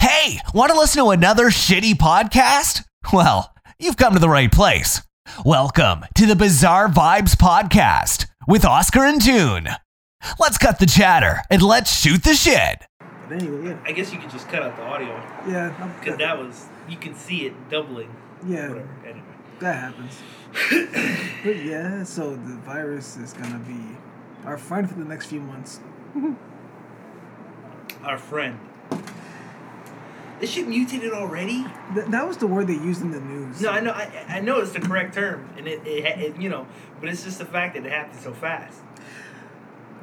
Hey, want to listen to another shitty podcast? Well, you've come to the right place. Welcome to the Bizarre Vibes Podcast with Oscar and Tune. Let's cut the chatter and let's shoot the shit. But anyway, yeah, I guess you could just cut out the audio yeah, I'm because good. that was you can see it doubling. Yeah. Whatever. Anyway. that happens. but yeah, so the virus is gonna be our friend for the next few months. Our friend. This shit mutated already. Th- that was the word they used in the news. No, I know. I, I know it's the correct term, and it, it, ha- it, you know, but it's just the fact that it happened so fast.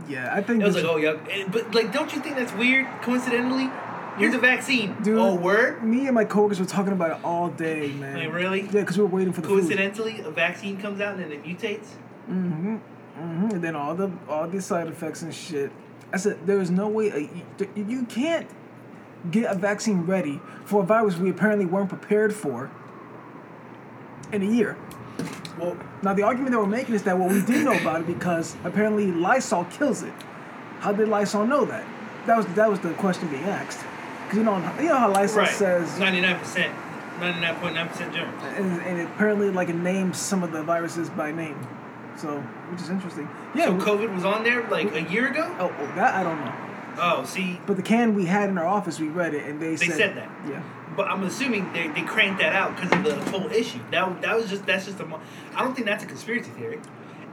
Yeah, I think It was this- like, oh yeah, and- but like, don't you think that's weird? Coincidentally, here's a vaccine. Dude, oh, word. Me and my coworkers were talking about it all day, man. Wait, really? Yeah, because we were waiting for the Coincidentally, a vaccine comes out and it mutates. hmm hmm And then all the all the side effects and shit. I said there is no way a, you- you can't get a vaccine ready for a virus we apparently weren't prepared for in a year. Well, Now the argument that we're making is that well we did know about it because apparently Lysol kills it. How did Lysol know that? That was that was the question being asked. 'Cause you know you know how Lysol right. says Ninety-nine percent, ninety-nine point nine percent germs. and, and it apparently like it names some of the viruses by name. So which is interesting. Yeah. So we- COVID was on there like a year ago. oh, oh, that I don't know. Oh, see, But the can we had in our office, we read it and they, They said said that. Yeah. But I'm assuming they, they cranked that out because of the whole issue. That that was just that's just a. mo- I don't think that's a conspiracy theory.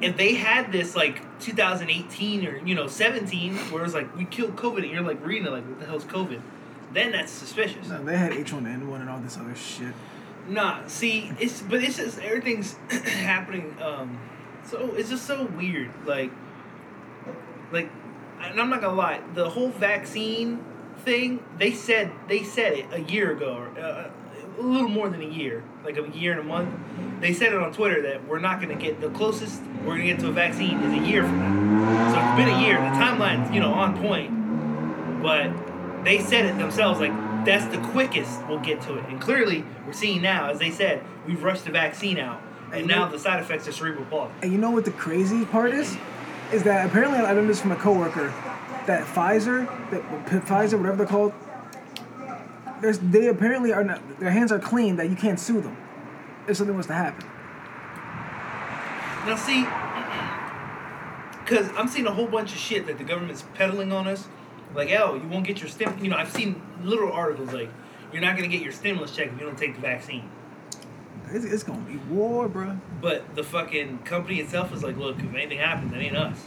If they had this like 2018 or you know 17, where it's like we killed COVID and you're like reading it like what the hell's COVID, then that's suspicious. No, they had H1N1 and all this other shit. Nah, see, it's but it's just everything's happening. Um, so it's just so weird. Like, like, and I'm not gonna lie, the whole vaccine thing. They said they said it a year ago, or uh, a little more than a year, like a year and a month. They said it on Twitter that we're not gonna get the closest we're gonna get to a vaccine is a year from now. So it's been a year. The timeline's you know on point but they said it themselves like that's the quickest we'll get to it and clearly we're seeing now as they said we've rushed the vaccine out and And now you- the side effects are cerebral palsy And you know what the crazy part is? Is that apparently I learned this from a coworker that Pfizer, that Pfizer, whatever they're called, there's, they apparently are not. Their hands are clean that you can't sue them if something was to happen. now see because i'm seeing a whole bunch of shit that the government's peddling on us like oh you won't get your stim you know i've seen literal articles like you're not going to get your stimulus check if you don't take the vaccine It's, it's gonna be war, bruh. but the fucking company itself is like look if anything happens it ain't us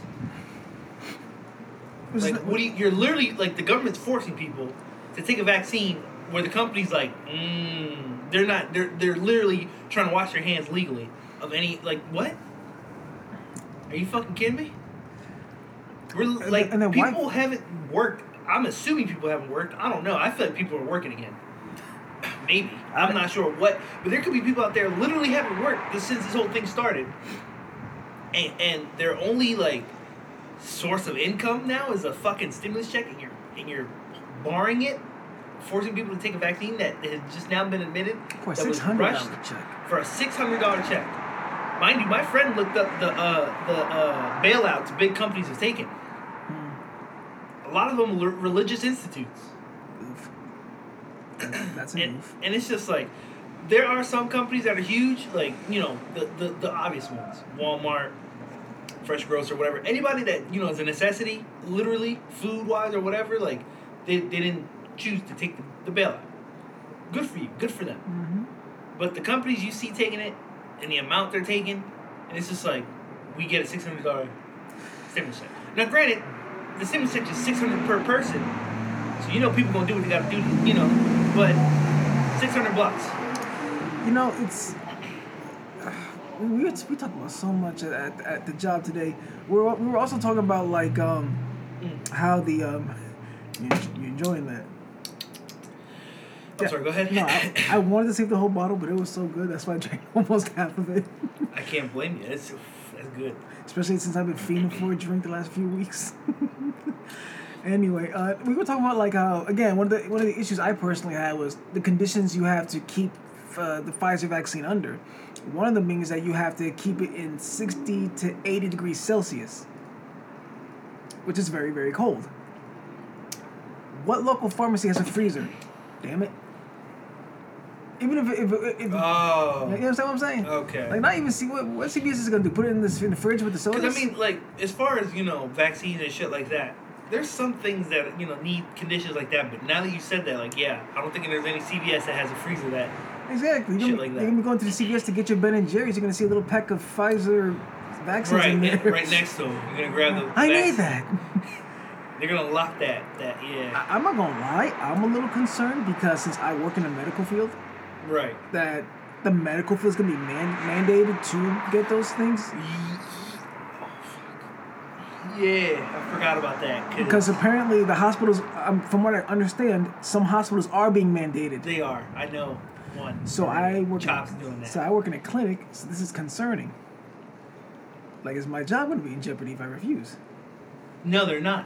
Which is Like, what do you, you're literally like the government's forcing people to take a vaccine where the company's like, mm, they're not, they're they're literally trying to wash their hands legally of any like what? Are you fucking kidding me? We're then- like and then why- people haven't worked. I'm assuming people haven't worked. I don't know. I feel like people are working again. Maybe I'm not sure what, but there could be people out there literally haven't worked since this whole thing started, and and their only like source of income now is a fucking stimulus check, and you're and you're barring it, forcing people to take a vaccine that has just now been admitted for that six was hundred rushed dollar check. for a six hundred dollar check. Mind you, my friend looked up the uh, the uh, bailouts big companies have taken. Hmm. A lot of them are religious institutes. Oof. That's a and, move. and it's just like there are some companies that are huge like you know the, the, the obvious ones walmart fresh grocer whatever anybody that you know is a necessity literally food wise or whatever like they, they didn't choose to take the, the bailout good for you good for them but the companies you see taking it and the amount they're taking and it's just like we get a $600 stimulus check now granted the stimulus check is 600 per person so you know people gonna do what they gotta do, you know. But six hundred bucks. You know, it's we we, were- we talk about so much at, at, at the job today. We were we were also talking about like um Mm. how the um you, you enjoying that. I'm Yeah. sorry. Go ahead. No, I, I, I wanted to save the whole bottle, but it was so good. That's why I drank almost half of it. can't blame you. That's that's good. Especially since I've been fiending for a drink the last few weeks. anyway, uh, we were talking about like how again one of the one of the issues I personally had was the conditions you have to keep uh, the Pfizer vaccine under. One of them being is that you have to keep it in sixty to eighty degrees Celsius, which is very very cold. What local pharmacy has a freezer? Damn it. Even if if, if, if you Oh. understand what I'm saying? Okay. Like not even see what what CBS is gonna do. Put it in this in the fridge with the sodas. Because I mean, like, as far as you know, vaccines and shit like that, there's some things that you know need conditions like that. But now that you said that, like, yeah, I don't think there's any CVS that has a freezer that. exactly. You're shit gonna, like that. you're gonna be going to the CVS to get your Ben and Jerry's. You're gonna see a little pack of Pfizer vaccines Right, in there. and right next to them, you're gonna grab the. I vaccine. need that. They're gonna lock that. That yeah. I, I'm not gonna lie. I'm a little concerned because since I work in the medical field, Right. that the medical field's gonna be man- mandated to get those things. Yeah, I forgot about that. Because apparently the hospitals, um, from what I understand, some hospitals are being mandated. They are. I know. One. So I work. Chops in, doing that. So I work in a clinic. So this is concerning. Like, is my job going to be in jeopardy if I refuse? no, they're not.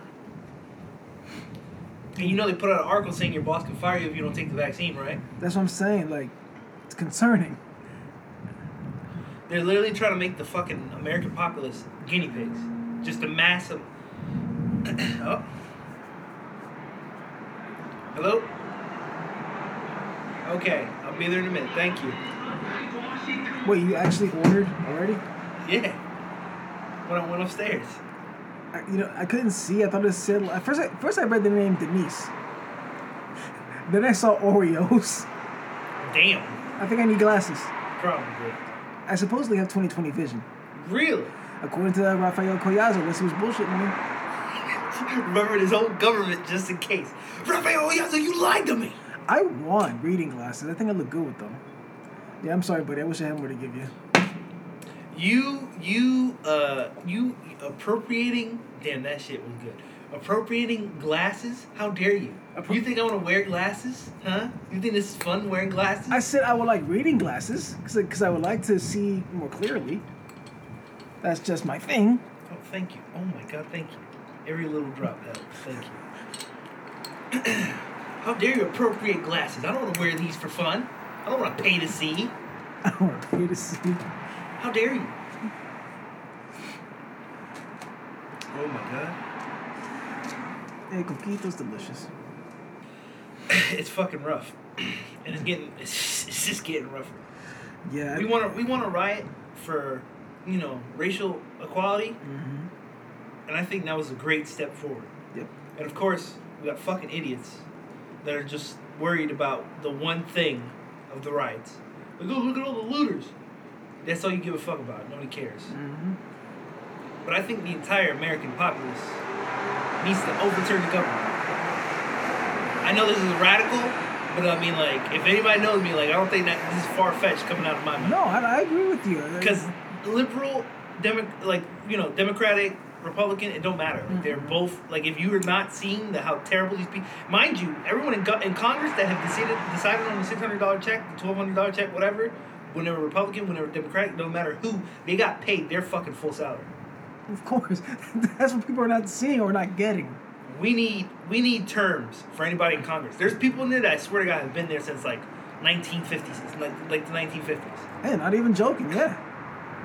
And you know they put out an article saying your boss can fire you if you don't take the vaccine, right? That's what I'm saying. Like, it's concerning. They're literally trying to make the fucking American populace guinea pigs. Just a mass of. oh. Hello? Okay, I'll be there in a minute. Thank you. Wait, you actually ordered already? Yeah. When I went upstairs. I, you know, I couldn't see. I thought it said. At first, I, first I read the name Denise. Then I saw Oreos. Damn. I think I need glasses. Probably. I supposedly have 20/20 vision. Really? According to Rafael Collazo, unless he was bullshitting me. Remember his whole government just in case. Rafael Oyazo, you lied to me. I want reading glasses. I think I look good with them. Yeah, I'm sorry, buddy. I wish I had more to give you. You you uh you appropriating damn that shit was good. Appropriating glasses? How dare you? Appro- you think I wanna wear glasses? Huh? You think this is fun wearing glasses? I said I would like reading glasses because I would like to see more clearly. That's just my thing. oh thank you. Oh my god, thank you. Every little drop helps. Thank you. How dare you appropriate glasses? I don't wanna wear these for fun. I don't wanna pay to see. I want to pay to see. How dare you? Oh my god. Hey, coquito's delicious. it's fucking rough, and it's getting it's, it's just getting rougher. Yeah. We want to we want to riot for you know racial equality, and I think that was a great step forward. Yep. And of course, we got fucking idiots that are just worried about the one thing of the riots. Like, oh, look at all the looters. That's all you give a fuck about. Nobody cares. But I think the entire American populace needs to overturn the government. I know this is radical, but I mean, like, if anybody knows me, like, I don't think that this is far fetched coming out of my mouth No, I, I agree with you. Uh, because liberal, demo, like you know, Democratic, Republican, it don't matter. Like, They're both like if you are not seeing the how terrible these people, mind you, everyone in, go- in Congress that have decided decided on the six hundred dollar check, the twelve hundred dollar check, whatever, whenever Republican, whenever Democratic, no matter who, they got paid their fucking full salary. of course, that's what people are not seeing or not getting. We need we need terms for anybody in Congress. There's people in there that I swear to God have been there since like 1950s, like like the 1950s, Hey, not even joking. Yeah.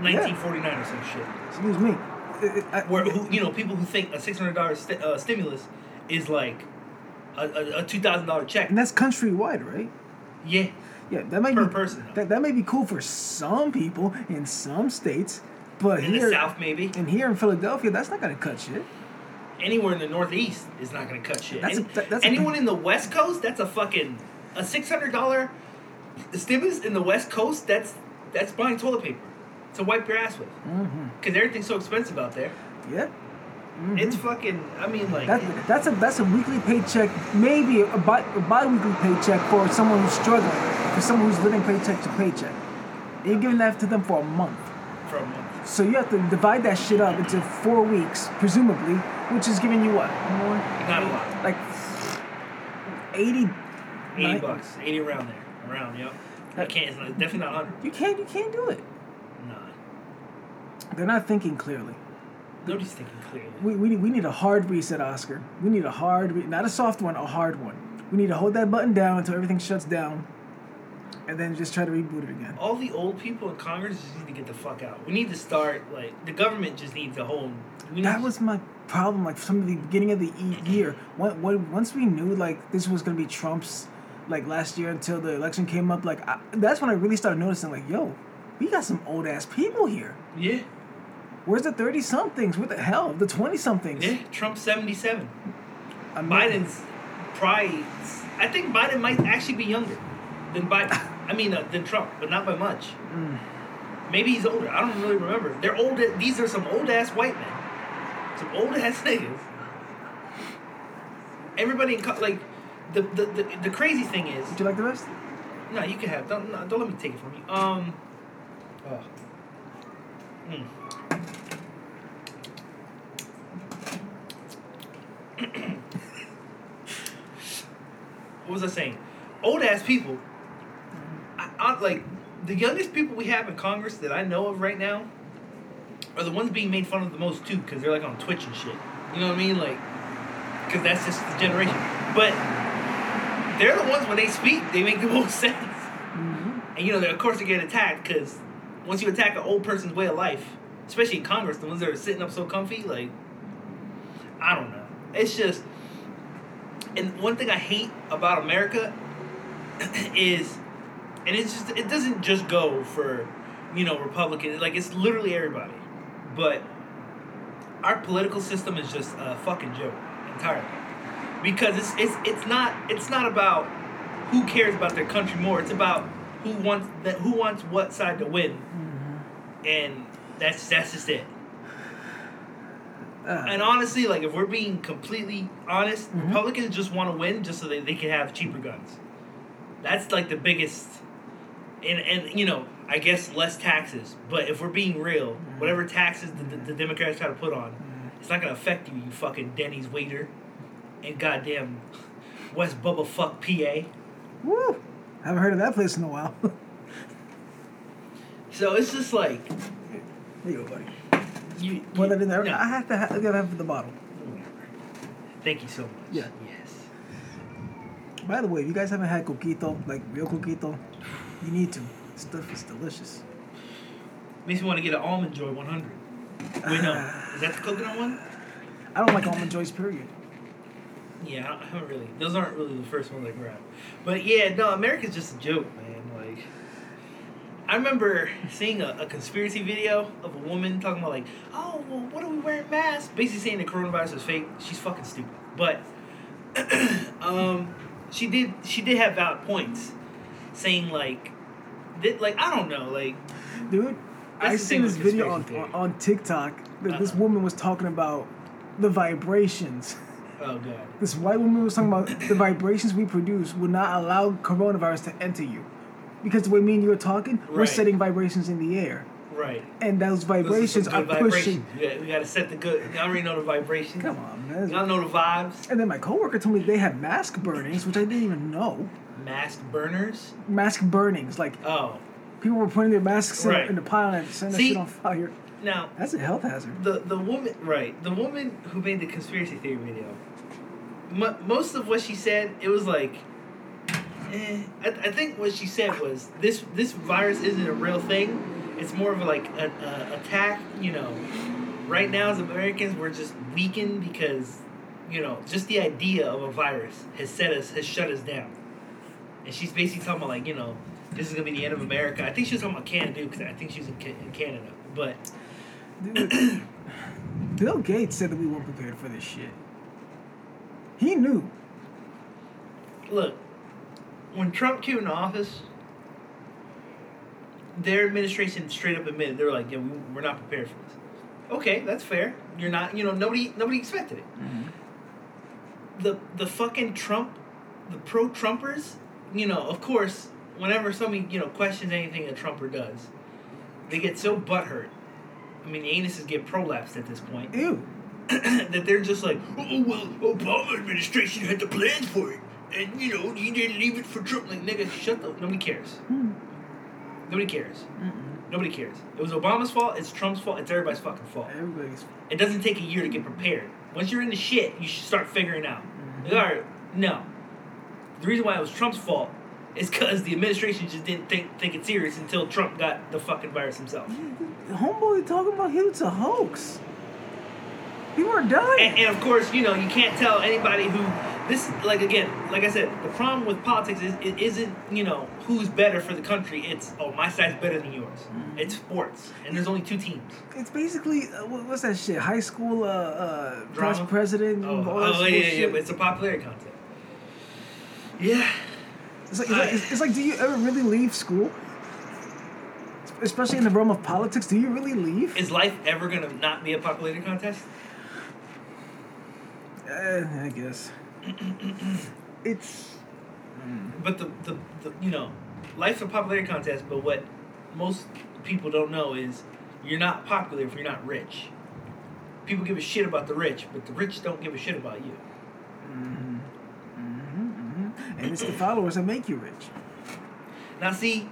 1949 or some shit. Excuse me. It- it- I- where who, you know people who think a six hundred dollars st- uh, stimulus is like a, a, a two thousand dollar check. and that's countrywide, right? Yeah, Yeah, that may Per be person. That, that may be cool for some people in some states, but in here the South maybe and here in Philadelphia, that's not gonna cut shit. anywhere in the Northeast is not gonna cut shit. That's a- Any- that- that's a- anyone in the West Coast, that's a fucking a six hundred dollar stimulus in the West Coast. That's that's buying toilet paper to wipe your ass with because Mm-hmm. everything's so expensive out there. Yeah. It's fucking. I mean, like That, Mm-hmm. that's a that's a weekly paycheck, maybe a, bi- a bi-weekly paycheck for someone who's struggling, for someone who's living paycheck to paycheck. You're giving that to them for a month, for a month. so you have to divide that shit up into four weeks, presumably, which is giving you what, more Not a lot. like eighty. Eighty nine- bucks. Eighty around there. Around. Yep. I can't. It's not, definitely not hundred. You can't you can't do it. Nah. They're not thinking clearly. Nobody's thinking clearly. We, we, need- we need a hard reset, Oscar. We need a hard, re- not a soft one, a hard one. We need to hold that button down until everything shuts down, and then just try to reboot it again. All the old people in Congress just need to get the fuck out. We need to start like the government just needs a whole. We need That was my problem. Like from the beginning of the e- year, when, when, once we knew like this was gonna be Trump's like last year until the election came up. Like I, that's when I really started noticing, like, yo, we got some old ass people here. Yeah. Where's the thirty somethings? What the hell? The twenty somethings? Yeah. Trump seventy seven. Biden's probably. I think Biden might actually be younger than Biden. I mean, uh, than Trump, but not by much. Mm. Maybe he's older. I don't really remember. They're older. These are some old ass white men. Some old ass niggas. Everybody in co- like the, the the the crazy thing is Would you like the rest? no, you can have. Don't no, don't let me take it from you. Um. ugh. Mm. what was I saying? Old ass people. I, I, like the youngest people we have in Congress that I know of right now are the ones being made fun of the most too, because they're like on Twitch and shit. You know what I mean? Like, because that's just the generation. But they're the ones when they speak, they make the most sense. And you know, they're, of course, they get attacked because once you attack an old person's way of life, especially in Congress, the ones that are sitting up so comfy, like, I don't know. It's just, and one thing I hate about America is, and it's just, it doesn't just go for, you know, Republicans. Like, it's literally everybody. But our political system is just a fucking joke entirely because it's it's it's not it's not about who cares about their country more. It's about who wants that who wants what side to win, and that's that's just it. Uh, And honestly, like if we're being completely honest, Republicans just want to win just so that they can have cheaper guns. That's like the biggest, and and you know I guess less taxes. But if we're being real, whatever taxes the, the, the Democrats try to put on, it's not gonna affect you, you fucking Denny's waiter, and goddamn West Bubba fuck PA. woo! Haven't heard of that place in a while. So it's just like there you go, buddy. you. Well, you- that in there, no. I have to have, I gotta have the bottle. Thank you so much. Yeah. Yes. By the way, if you guys haven't had coquito, like real coquito, you need to. This stuff is delicious. Makes me want to get an almond joy 100. Wait, no, is that the coconut one? I don't like almond joys, period. Yeah, I don't- I haven't really. Those aren't really the first ones I grabbed. But yeah, no, America's just a joke, man. Like, I remember seeing a, a conspiracy video of a woman talking about like, oh, well, what are we wearing masks? Basically saying the coronavirus is fake. She's fucking stupid. But um, she did she did have valid points, saying like, that like I don't know, like Dude, I the seen thing this with video on, conspiracy on, theory. on TikTok that this Uh-uh. woman was talking about the vibrations. oh god, This white woman was talking about the vibrations we produce will not allow coronavirus to enter you. Because the way me and you are talking, we're Right. setting vibrations in the air. right. And those Those vibrations some are good pushing. vibrations. We got- We gotta set the good. Y'all already know the vibrations. Come on, man. Y'all know the vibes. And then my coworker told me they had mask burnings, which I didn't even know. Mask burners. Mask burnings, like Oh, people were putting their masks in, Right. in the pile and setting that See? shit on fire. now That's a health hazard. the the woman right the woman who made the conspiracy theory video. Mo- most of what she said, it was like, eh. I, I think what she said was this this virus isn't a real thing. It's more of like an a attack. You know, right now as Americans, we're just weakened because you know just the idea of a virus has set us has shut us down. and she's basically talking about like you know this is gonna be the end of America. I think she was talking about Canada because I think she was in, Ca- in Canada, but Dude, Bill Gates said that we weren't prepared for this shit. He knew. look, when Trump came into office, their administration straight up admitted they were like, yeah, we, we're not prepared for this. Okay, that's fair. You're not, you know, nobody nobody expected it. The the fucking Trump, the pro Trumpers, you know, of course, whenever somebody you know questions anything a Trumper does, they get so butthurt. I mean, the anuses get prolapsed at this point. Ew. that they're just like, oh well, Obama administration had the plans for it, and you know he didn't leave it for Trump. Like nigga, shut up. Nobody cares. Nobody cares. Nobody cares. It was Obama's fault. It's Trump's fault. It's everybody's fucking fault. Everybody's. It doesn't take a year to get prepared. Once you're in the shit, you should start figuring out. Like, all right, no. The reason why it was Trump's fault is because the administration just didn't think think it serious until Trump got the fucking virus himself. Homeboy talking about he was a hoax. People are dying. and, and of course, you know, you can't tell anybody who this like again like i said the problem with politics is it isn't you know who's better for the country it's oh my side's better than yours Mm-hmm. it's sports and there's only two teams It's basically uh, what- what's that shit? High school uh, uh, Drama? vice president. oh, and all that oh, school yeah yeah shit. but it's a popularity contest yeah It's like, it's, like, it's, it's like, do you ever really leave school? Especially in the realm of politics, do you really leave? is life ever gonna not be a popularity contest Uh, I guess. it's. but the, the, the you know life's a popularity contest but what most people don't know is you're not popular if you're not rich people give a shit about the rich but the rich don't give a shit about you And it's the followers that make you rich. Now, see,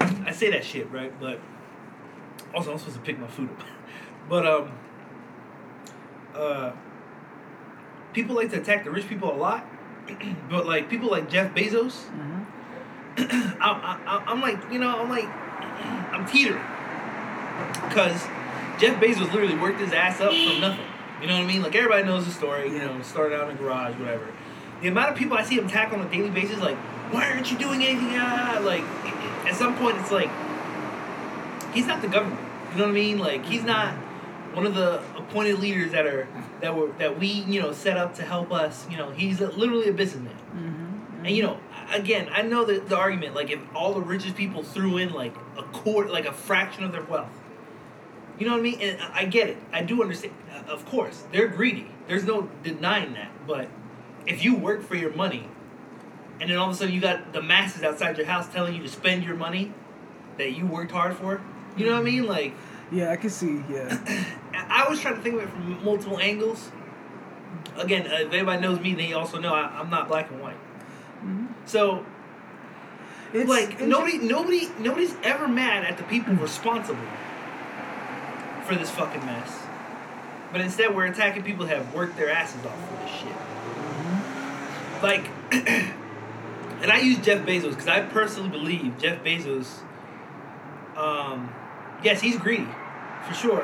I say that shit, right? But also, I'm supposed to pick my food up. But, um, uh, people like to attack the rich people a lot. but, like, people like Jeff Bezos, I, I, I- I'm like, you know, I'm like, I'm teetering. Because Jeff Bezos literally worked his ass up from nothing. You know what I mean? Like, everybody knows the story, you know, started out in a garage, whatever. The amount of people I see him tackle on a daily basis, like, why aren't you doing anything? Ah, like, i- i- at some point, it's like, he's not the government. You know what I mean? Like, he's not one of the appointed leaders that are that were that we you know set up to help us. You know, he's a, literally a businessman. And you know, again, I know the, the argument like if all the richest people threw in like a quarter, like a fraction of their wealth, you know what I mean? And I I get it. I do understand. Uh, Of course, they're greedy. There's no denying that. But if you work for your money, and then all of a sudden you got the masses outside your house telling you to spend your money that you worked hard for, you know what I mean? Like, Yeah, I can see. Yeah. I I was trying to think of it from multiple angles. Again, uh, if anybody knows me, they also know I, I'm not black and white. So It's like it's- nobody, nobody, nobody's ever mad at the people responsible for this fucking mess. But instead, we're attacking people that have worked their asses off for this shit. Like, and I use Jeff Bezos because I personally believe Jeff Bezos. Um, yes, he's greedy, for sure,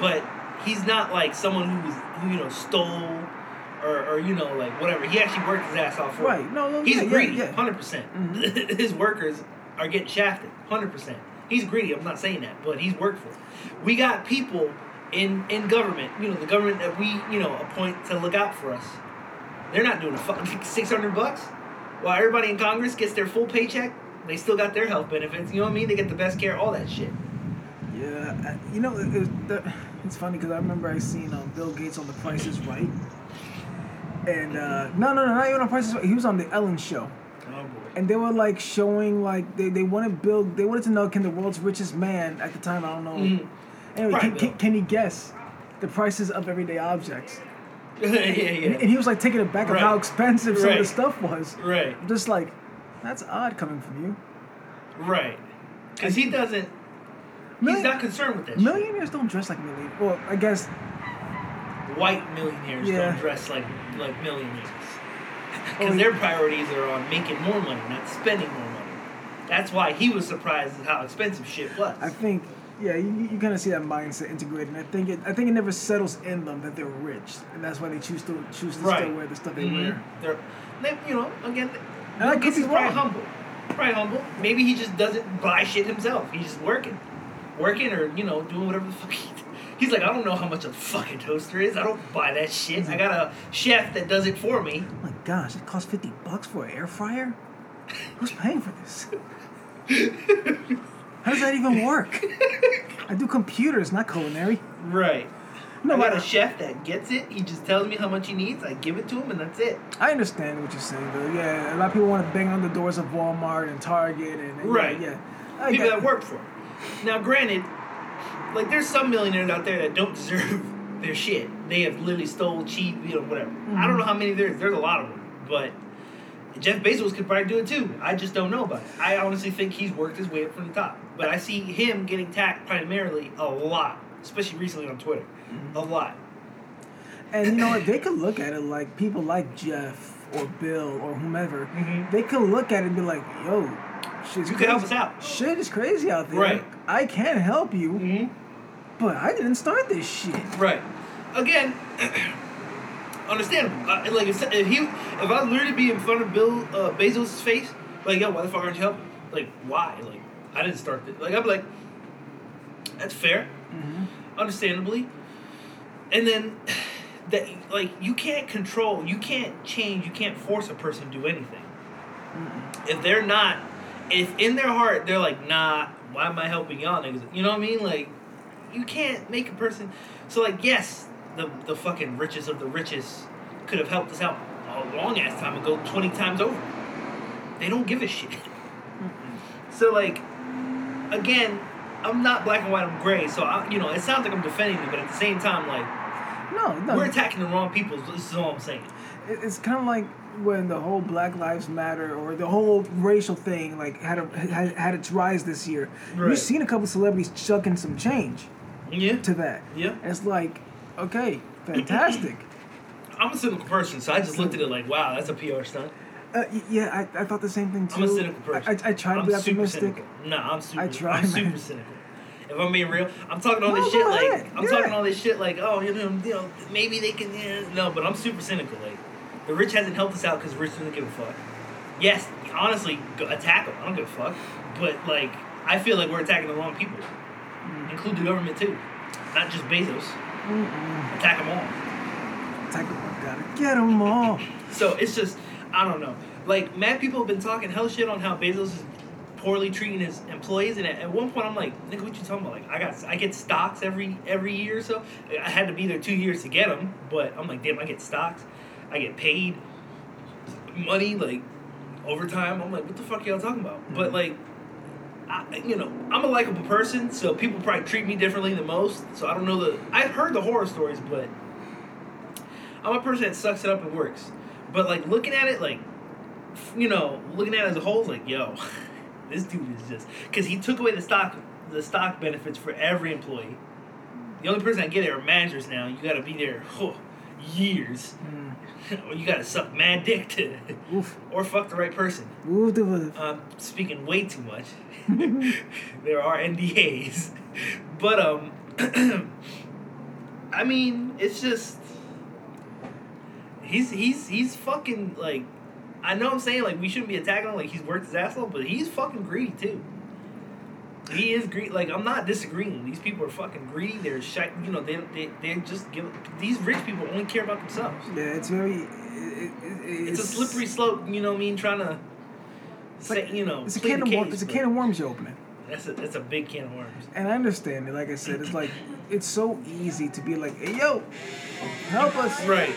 but he's not like someone who was who you know stole. Or, or you know like whatever he actually worked his ass off for it. Right. No, no, he's yeah, yeah, greedy yeah. Mm-hmm. 100 percent. His workers are getting shafted, hundred percent. He's greedy. I'm not saying that, but he's worked for. it. We got people in in government, you know, the government that we you know appoint to look out for us. They're not doing a fucking six hundred bucks. While everybody in Congress gets their full paycheck, they still got their health benefits. You know what I mean? They get the best care, all that shit. Yeah, I, you know, it, it, the, it's funny because I remember I seen um, Bill Gates on The Price Is Right, and uh, no, no, no, not even on Price Is Right. He was on the Ellen Show, Oh boy. and they were like showing like they, they wanted Bill, they wanted to know can the world's richest man at the time I don't know, anyway, Mm-hmm. Right, can, Bill. can, can he guess the prices of everyday objects? yeah, yeah, And he was like taking it back of how Right. expensive some of the Right. stuff was. Right, I'm just like, that's odd coming from you. right. Because he doesn't. He's Million- not concerned with that. shit. Millionaires don't dress like millionaires. Well, I guess white millionaires Yeah. don't dress like like millionaires Oh, because their priorities are on making more money, not spending more money. That's why he was surprised at how expensive shit was. I think, yeah, you, you kind of see that mindset integrated. And I think it, I think it never settles in them that they're rich, and that's why they choose to choose to Right. still wear the stuff they Mhm. wear. They're, they, you know, again, And I Bill could Gates be is probably wrong. humble, probably humble. Maybe he just doesn't buy shit himself. He's just working, working, or you know, doing whatever the fuck. He, he's like, I don't know how much a fucking toaster is. I don't buy that shit. I got a chef that does it for me. Oh my gosh, it costs fifty bucks for an air fryer. Who's paying for this? How does that even work? I do computers, not culinary. Right. No, I got but- a chef that gets it. He just tells me how much he needs. I give it to him, and that's it. I understand what you're saying, though. Yeah, a lot of people want to bang on the doors of Walmart and Target, and, and Right. yeah, yeah. I People got- that work for him. Now, granted, like there's some millionaires out there that don't deserve their shit. They have literally stole, cheat, you know, whatever. I Mm-hmm. don't know how many there is. There's a lot of them, but Jeff Bezos could probably do it too. I just don't know about it. I honestly think he's worked his way up from the top, but I see him getting tacked primarily a lot, especially recently on Twitter, Mm-hmm. a lot. And you know what? They could look at it like people like Jeff or Bill or whomever. They could look at it and be like, "Yo, shit's Mm-hmm. You crazy. could help us out. Shit is crazy out there. Right. Mm-hmm. I can help you, but I didn't start this shit. Right. Again, understandable. Uh, like if, if he, if I was literally be in front of Bill uh, Basil's face, like yo, why the fuck aren't you helping? Like why? Like I didn't start this. Like I'm like, that's fair, understandably. And then that like you can't control, you can't change, you can't force a person to do anything. If they're not, if in their heart they're like, nah, why am I helping y'all niggas? You know what I mean? Like, you can't make a person. So like, yes, the the fucking richest of the richest could have helped us out a long ass time ago, twenty times over. They don't give a shit. So like, again, I'm not black and white. I'm gray. So I, you know, it sounds like I'm defending them, but at the same time, like, No, no. we're attacking the wrong people. This is all I'm saying. It- it's kind of like when the whole Black Lives Matter or the whole racial thing like had a, had, had its rise this year. Right. You've seen a couple celebrities chucking some change Yeah. to that. Yeah. And it's like, okay, fantastic. I'm a cynical person, so I just looked at it like, wow, that's a PR stunt. uh, y- yeah, I, I thought the same thing too. I'm a cynical person. I, I, I tried to I'm be super optimistic. Cynical. No, I'm super. I I try, am super man. cynical. If I'm being real, I'm talking all No, this go shit like ahead. I'm Yeah. talking all this shit like oh you know you know maybe they can yeah. no, but I'm super cynical. Like the rich hasn't helped us out because rich doesn't give a fuck. Yes, honestly, go attack them. I don't give a fuck. But like I feel like we're attacking the wrong people, Mm. include the government too, not just Bezos. Attack them all. Type of, gotta get them all. So it's just, I don't know. Like, mad people have been talking hell shit on how Bezos is poorly treating his employees, and at, at one point I'm like, nigga, what you talking about? Like, I got, I get stocks every every year or so. I had to be there two years to get them, but I'm like, damn, I get stocks, I get paid, money, like overtime. I'm like, what the fuck y'all talking about? But like. I, you know, I'm a likable person, so people probably treat me differently than most. So I don't know the. I've heard the horror stories, but I'm a person that sucks it up and works. But like looking at it, like you know, looking at it as a whole, like yo, this dude is just because he took away the stock, the stock benefits for every employee. The only person that get it are managers now. You got to be there huh, years, or you got to suck mad dick to, Oof. or fuck the right person. Move the woof. I'm speaking way too much. there are NDAs, but um, I mean, it's just he's he's he's fucking like I know I'm saying like we shouldn't be attacking him like he's worth his asshole, but he's fucking greedy too. He is greedy. Like I'm not disagreeing. These people are fucking greedy. They're shite. You know they they they just give. These rich people only care about themselves. Yeah, it's very. It, it, It's, a slippery slope. You know what I mean? Trying to. Say, you know, It's a plead can the of wor- case, it's a but- can of worms you open it. that's a that's a big can of worms. And I understand it. Like I said, it's like it's so easy to be like, "Hey, yo, help us!" Right.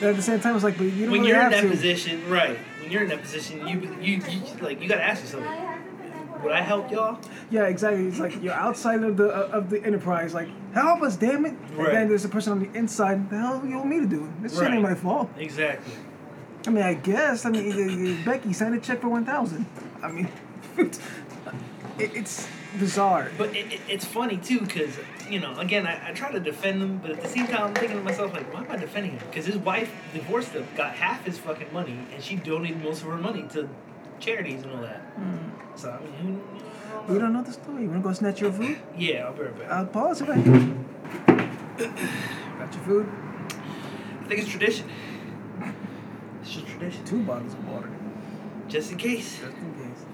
But at the same time, it's like, but you don't When really you're in have that to. position, right. When you're in that position, you you, you like you gotta ask yourself, would I help y'all? Yeah, exactly. It's like you're outside of the of the enterprise. Like, help us, damn it! And Right. then there's a person on the inside. The hell you want me to do? This shit Right. ain't my fault. Exactly. I mean, I guess. I mean, uh, uh, Becky signed a check for one thousand. I mean, it, it's bizarre. But it, it, it's funny too, cause you know, again, I, I try to defend him, but at the same time, I'm thinking to myself like, why am I defending him? Cause his wife divorced him, got half his fucking money, and she donated most of her money to charities and all that. Hmm. So I mean, who- I don't We know. don't know the story. You wanna go snatch your food? yeah, I'll be right back. I'll pause it. Right. Got your food. I think it's tradition. It's just tradition, Two bottles of water. just in case. Just in case.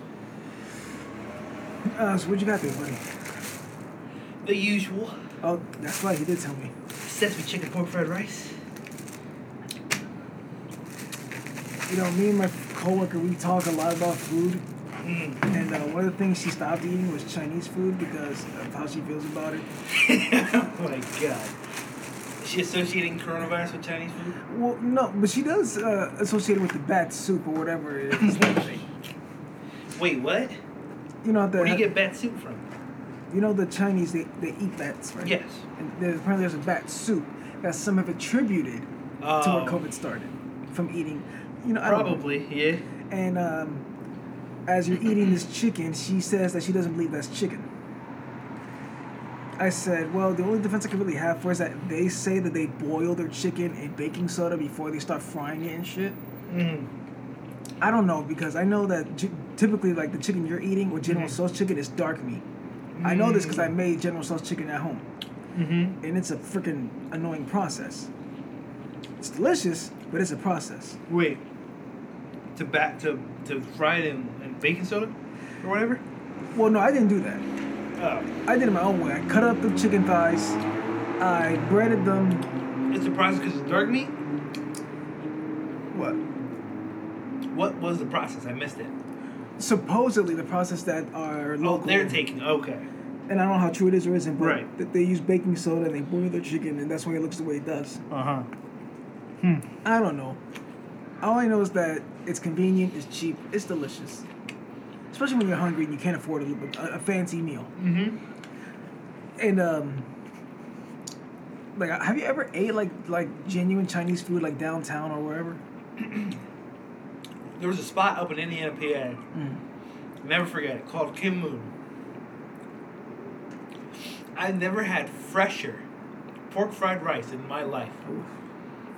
Uh, so what you got there, buddy? The usual. Oh, that's right. He did tell me. sesame chicken pork fried rice. You know, me and my coworker, we talk a lot about food, and uh, one of the things she stopped eating was Chinese food because of how she feels about it. oh my god. Is she associating coronavirus with Chinese food? Well, no, but she does uh, associate it with the bat soup or whatever it is. Wait, what? you know the Where do you get bat soup from? you know the Chinese they, they eat bats, right? Yes. And there's, apparently there's a bat soup that some have attributed to where Oh. COVID started from eating. You know, I don't know. Probably, yeah. And um, as you're eating this chicken, she says that she doesn't believe that's chicken. I said, well, the only defense I can really have for it is that they say that they boil their chicken in baking soda before they start frying it and shit. I don't know because I know that g- typically, like the chicken you're eating with General Tso's chicken is dark meat. I know this because I made General Tso's chicken at home, Mm-hmm. and it's a freaking annoying process. It's delicious, but it's a process. Wait. To back to to fry it in, in baking soda or whatever. Well, no, I didn't do that. Oh, I did it my own way. I cut up the chicken thighs. I breaded them. it's a process because it's dark meat. What? What was the process? I missed it. Supposedly the process that are Oh, local. they're taking. Okay. and I don't know how true it is or isn't, but Right. th- they use baking soda and they boil their chicken, and that's why it looks the way it does. Uh huh. I don't know. All I know is that it's convenient, it's cheap, it's delicious. Especially when you're hungry and you can't afford a, little- a, a fancy meal. Mhm. And um, like, have you ever ate like like genuine Chinese food like downtown or wherever? There was a spot up in Indiana, PA. Never forget it. Called Kim Moon. I never had fresher pork fried rice in my life.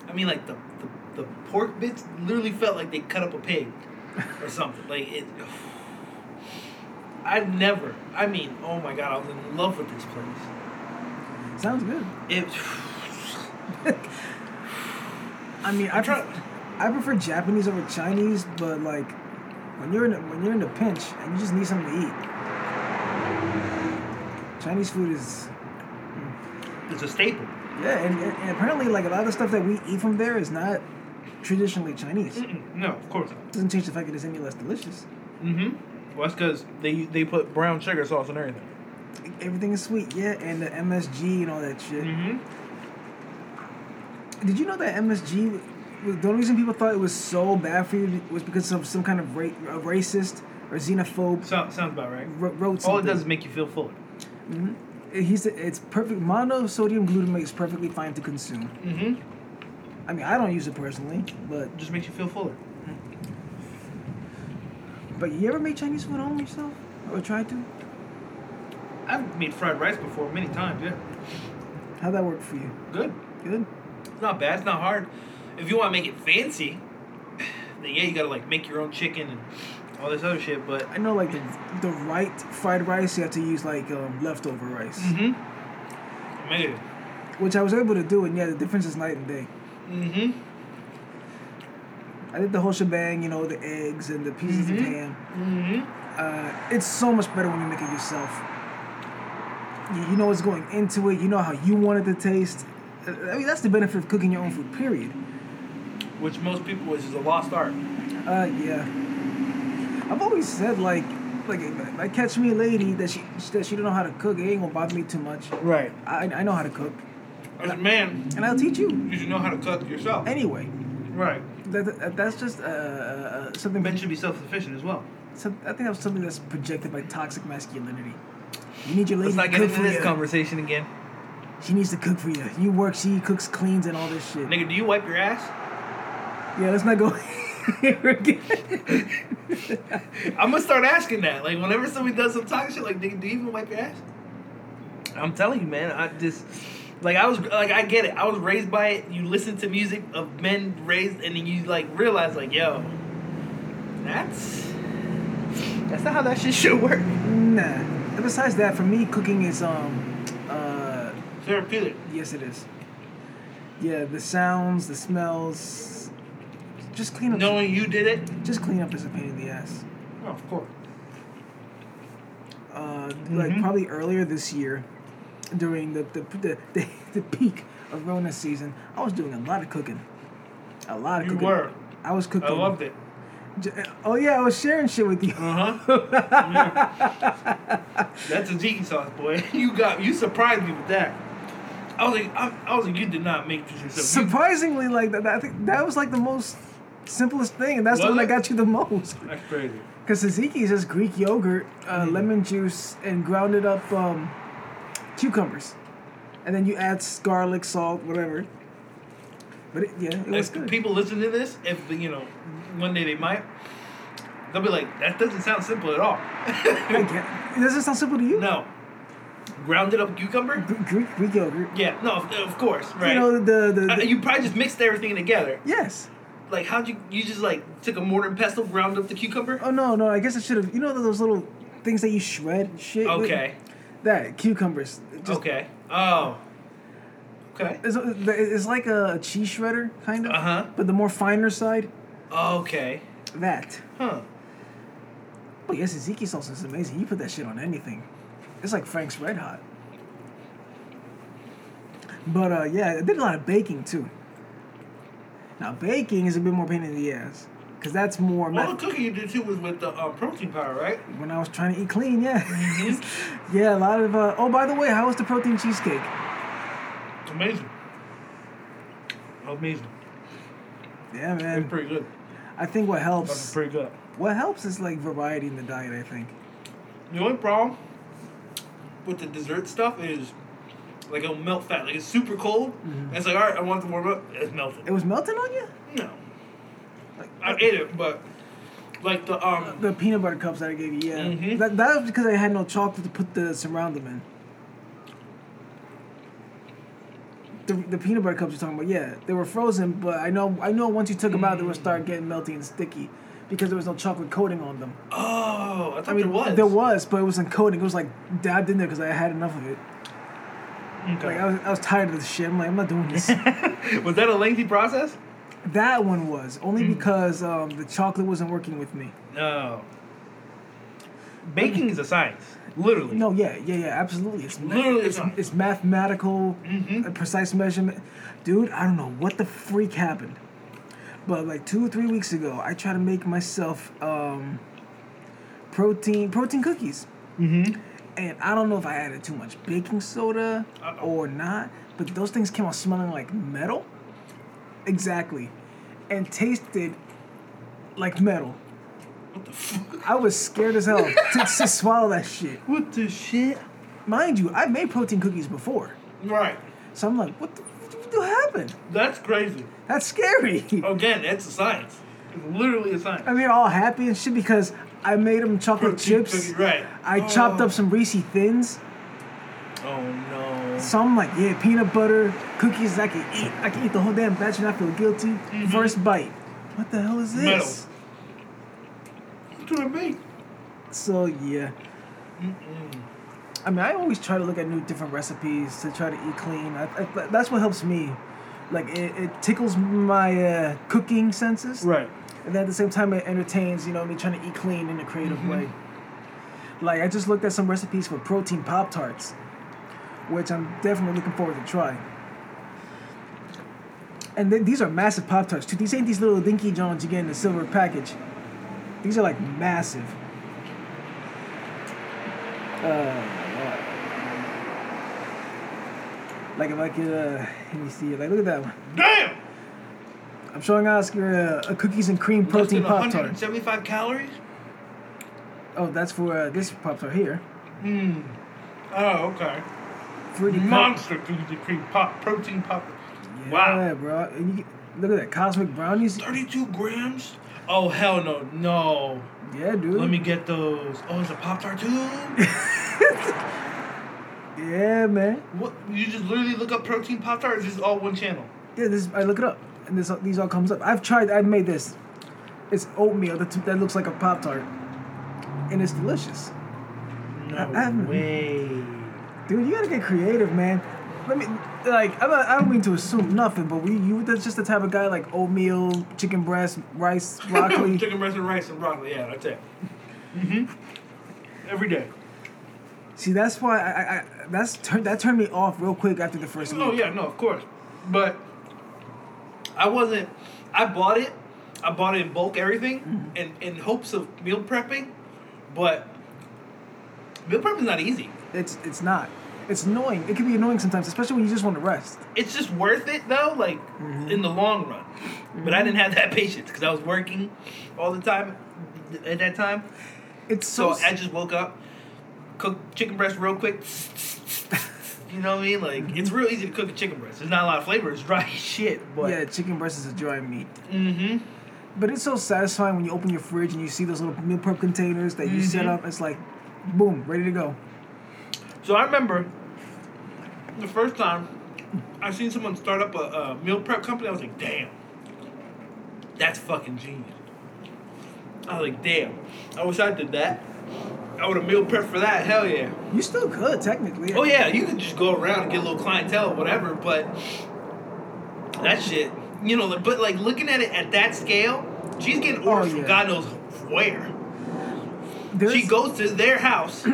I mean, like the, the, the pork bits literally felt like they cut up a pig or something. Like it. I never. I mean, oh my god, I was in love with this place. Sounds good. It. I mean, I, I'm trying. pref- I prefer Japanese over Chinese, but like when you're in a, when you're in a pinch and you just need something to eat, Chinese food is It's a staple. yeah, and, and, and apparently like a lot of the stuff that we eat from there is not traditionally Chinese. Mm-mm, Mm, no, of course not. Doesn't change the fact that it's any less delicious. Mm-hmm. Well, that's because they they put brown sugar sauce on everything. Everything is sweet, yeah, and the MSG and all that shit. Mm-hmm. Did you know that MSG? w- w- The only reason people thought it was so bad for you was because of some kind of ra- a racist or xenophobe So, sounds about right. wr- wrote All it something. does is make you feel fuller. He's it's perfect. Monosodium glutamate is perfectly fine to consume. Mm-hmm. I mean, I don't use it personally, but Just makes you feel fuller. but you ever made Chinese food at home yourself or tried to? I've made fried rice before many times. Yeah, How'd that work for you? good. Good. It's not bad. It's not hard. If you want to make it fancy, then yeah, you gotta like make your own chicken and all this other shit. But I know, like the the right fried rice, you have to use like um, leftover rice, mm-hmm. I made it. which I was able to do, and yeah, the difference is night and day. Mm-hmm. I did the whole shebang, you know, the eggs and the pieces of ham. Mm-hmm. Uh, it's so much better when you make it yourself. You, you know what's going into it. You know how you want it to taste. Uh, I mean, that's the benefit of cooking your own food. Period. Which most people is is a lost art. Uh, yeah. I've always said like, like if I catch me a lady that she that she don't know how to cook, it ain't gonna bother me too much. Right. I I know how to cook, As a man, and I'll teach you you should know how to cook yourself. anyway. Right. That, that that's just uh, uh something. Men should be self-sufficient as well. Some, I think that's something that's projected by toxic masculinity. You need your lady to Let's not cook get into for this you. conversation again. She needs to cook for you. You work, she cooks, cleans, and all this shit. Nigga, do you wipe your ass? Yeah, let's not go here again. I'm gonna start asking that. Like, whenever somebody does some talk shit, like, nigga, do you even wipe your ass? I'm telling you, man. I just, like, I was, like, I get it. I was raised by it. You listen to music of men raised, and then you like realize, like, yo, that's, that's not how that shit should work. nah. And besides that, for me, cooking is um, uh, Therapeutic. yes, it is. Yeah, the sounds, the smells. Just clean up. Knowing you did it. Just clean up is a pain in the ass. Oh, of course. Uh, Mm-hmm. Like probably earlier this year, during the the, the the the peak of Rona season, I was doing a lot of cooking. A lot of You cooking. were. I was cooking. I loved it. J- Oh yeah, I was sharing shit with you. Uh huh. That's a tzatziki sauce, boy. You got you surprised me with that. I was like, I, I was like, you did not make this yourself. Surprisingly, like that, I think that was like the most simplest thing, and that's the Was one that it? got you the most. You- That's crazy. Because tzatziki is just Greek yogurt, uh, Mm. lemon juice, and grounded up um, cucumbers, and then you add s- garlic, salt, whatever. But it, yeah, it was If good. people listen to this, if you know, one day they might, they'll be like, that doesn't sound simple at all. I get- it doesn't sound simple to you. no, grounded up cucumber. Gr- Greek Greek yogurt. Yeah, no, of, of course, right. You know the the. Uh, the- you probably just mixed everything together. yes. Like, how'd you? You just like took a mortar and pestle, ground up the cucumber. Oh no no! I guess I should have. You know those little things that you Oh, shred shit. with? Okay. That cucumbers. Just okay. Oh. Okay. It's, it's like a cheese shredder, kind of. Uh-huh. But the more finer side, Okay. that. Huh. But yes, Ezekiel sauce is amazing. You put that shit on anything. It's like Frank's Red Hot. But uh, yeah, I did a lot of baking too. Now baking is a bit more pain in the ass, cause that's more. Well, the meth- cooking you did too was with the uh, protein powder, right? when I was trying to eat clean, yeah, yeah, a lot of. Uh, oh, by the way, how was the protein cheesecake? It's amazing. Amazing. Yeah, It's man. pretty good. I think what That's helps, pretty good. what helps is like variety in the diet. I think. The only problem with the dessert stuff is like it'll melt fat. Like it's super cold. And it's like, all right, I want it to warm up. It's melted. It was melting on you. no. Like, I ate it, but like the um The peanut butter cups that I gave you, yeah. Mhm. That, that was because I had no chocolate to put the surround them in. The, the peanut butter cups you're talking about, yeah, they were frozen, but I know I know once you took them out, they would start getting melty and sticky because there was no chocolate coating on them. oh, I thought I mean, there was. there was, but it wasn't coating. It was like dabbed in there because I had enough of it. Like I Okay. was, I was tired of this shit. I'm like, I'm not doing this. Was that a lengthy process? that one was only because um, the chocolate wasn't working with me. No. Baking is a science, literally. No, yeah, yeah, yeah, absolutely. It's ma- Literally Mm-hmm. it's, not. it's mathematical, uh, precise measurement. Dude, I don't know what the freak happened, but like two or three weeks ago, I tried to make myself um, protein protein cookies, Mm-hmm. and I don't know if I added too much baking soda Uh-oh. or not, but those things came out smelling like metal, exactly, and tasted like metal. What the fuck? I was scared as hell to, to swallow that shit. What the shit? Mind you, I've made protein cookies before. Right. So I'm like, what the, what the happened? That's crazy. That's scary. Again, that's a science. It's literally a science. I mean, all happy and shit because I made them chocolate Protein chips. cookie, right. I chopped Oh. up some Reese Thins. Oh no. So I'm like, yeah, peanut butter, cookies, I can eat. I can eat the whole damn batch and I feel guilty. First bite. What the hell is this? Mm-hmm. Metal. What did I make? So yeah. I mean, I always try to look at new different recipes to try to eat clean. I, I, that's what helps me. Like it, it tickles my uh, cooking senses. Right. And then at the same time, it entertains, you know, me trying to eat clean in a creative Mm-hmm. way. Like, I just looked at some recipes for protein Pop Tarts, which I'm definitely looking forward to try. And then these are massive Pop Tarts, too. These ain't these little dinky Johns you get in the silver package. These are like massive. Uh, like, if I could, uh, let me see. Like, look at that one. Damn. I'm showing Oscar uh, a cookies and cream Less protein than Pop Tart. 175 calories. Oh, that's for uh, this pops right here. Oh, okay. Fruity cup. Monster cookie cream pop protein pop. Yeah, Wow. bro. And you get, look at that cosmic brownies. 32 grams. Oh hell no no. Yeah, dude. Let me get those. Oh, it's a pop tart too. Yeah, man. What? You just literally look up protein pop tart. It's just all one channel. Yeah, this I look it up, and this these all comes up. I've tried. I've made this. It's oatmeal that that looks like a pop tart, and it's delicious. No I- I haven't- way. Dude, you gotta get creative, man. Let me like I'm not, I don't mean to assume nothing, but we you that's just the type of guy like oatmeal, chicken breast, rice, broccoli. Chicken breast and rice and broccoli. Yeah, that's it. Mm-hmm. Mhm. Every day. See, that's why I, I, I that's tur- that turned me off real quick after the first week. Oh yeah, no, of course. But I wasn't. I bought it. I bought it in bulk, everything, in in hopes of meal prepping. But meal prepping is not easy. It's it's not. It's annoying. It can be annoying sometimes, especially when you just want to rest. It's just worth it though, like in the long run. But I didn't have that patience because I was working all the time at that time. It's so. So I just woke up, cooked chicken breast real quick. You know what I mean? Like it's real easy to cook a chicken breast. There's not a lot of flavor. It's dry as shit. But yeah, chicken breast is a dry meat. Mm-hmm. But it's so satisfying when you open your fridge and you see those little meal prep containers that you set Mhm. up. It's like, boom, ready to go. So I remember the first time I seen someone start up a, a meal prep company. I was like, damn, that's fucking genius. I was like, damn, I wish I did that. I would have meal prep for that. Hell yeah. You still could technically. Oh yeah, you could just go around and get a little clientele, whatever. But that shit, you know. But like looking at it at that scale, she's getting Oh, orders yeah. from God knows where. There's- She goes to their house.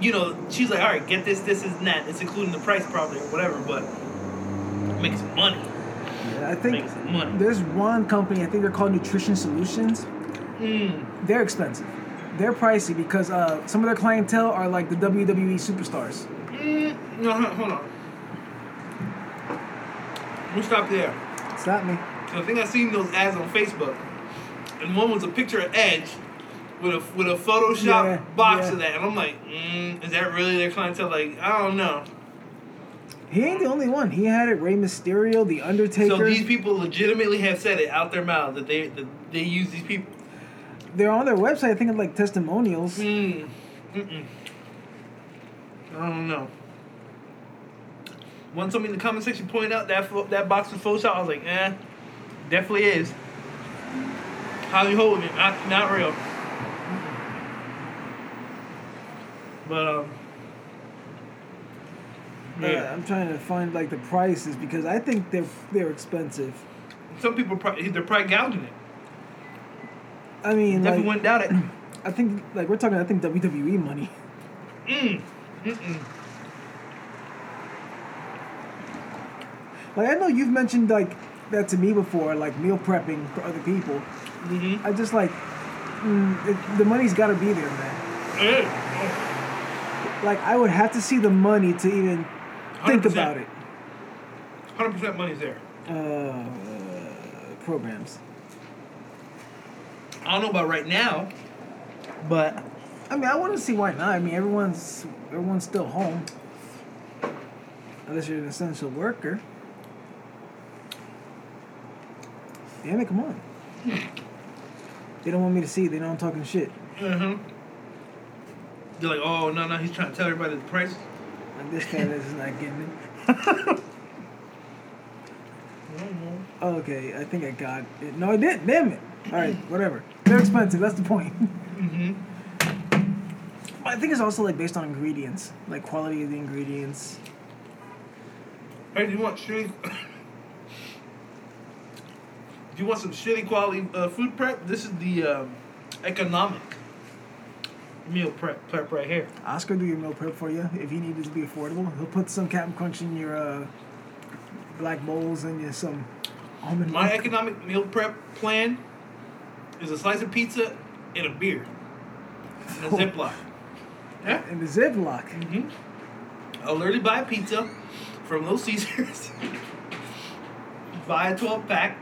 you know, she's like, all right, get this, this, and that. It's including the price probably or whatever, but make some money. I Make think some money. there's one company. I think they're called Nutrition Solutions. Mm, They're expensive. They're pricey because uh, some of their clientele are like the WWE superstars. mm, no, hold hold on. We stop there. Stop me. I think I seen those ads on Facebook, and one was a picture of Edge with a with a Photoshop Yeah, box yeah. of that, and I'm like, mm, is that really their clientele? Like, I don't know. He ain't the only one. He had it. Rey Mysterio, The Undertaker. So these people legitimately have said it out their mouth that they that they use these people. they're on their website. I think of like testimonials. Mm, mm-mm. I don't know. Once somebody in the comment section pointed out that pho- that box was Photoshop, I was like, eh, definitely is. Holly Holman, not, not real. But um, Uh, yeah, I'm trying to find like the prices because I think they're they're expensive. some people probably they're probably gouging it. I mean, Definitely like, wouldn't doubt it. I think like we're talking. I think WWE money. Mm, mm-mm. Like I know you've mentioned like that to me before, like meal prepping for other people. Mm-hmm. I just like mm, it, the money's got to be there, man. Like I would have to see the money to even think 100%. about it. Hundred percent money's there. Uh, programs. I don't know about right now, but I mean, I want to see why not. I mean, everyone's everyone's still home, unless you're an essential worker. Damn it! Come on. They don't want me to see. They know I'm talking shit. Mm-hmm. They're like, oh no no, he's trying to tell everybody the price. Like this guy that's not getting it. Oh, Okay, I think I got it. No, I didn't. Damn it. All right, whatever. They're expensive. That's the point. Mm-hmm. But I think it's also like based on ingredients, like quality of the ingredients. Hey, do you want shitty? do you want some shitty quality uh, food prep? This is the um, economic meal prep prep right here. Oscar do your meal prep for you if you need it to be affordable. He'll put some Captain Crunch in your uh, black bowls and your some almond My milk. economic meal prep plan is a slice of pizza and a beer and a Ziploc. Yeah. and the Ziploc. hmm I'll literally buy a pizza from Little Caesars, buy a 12 pack.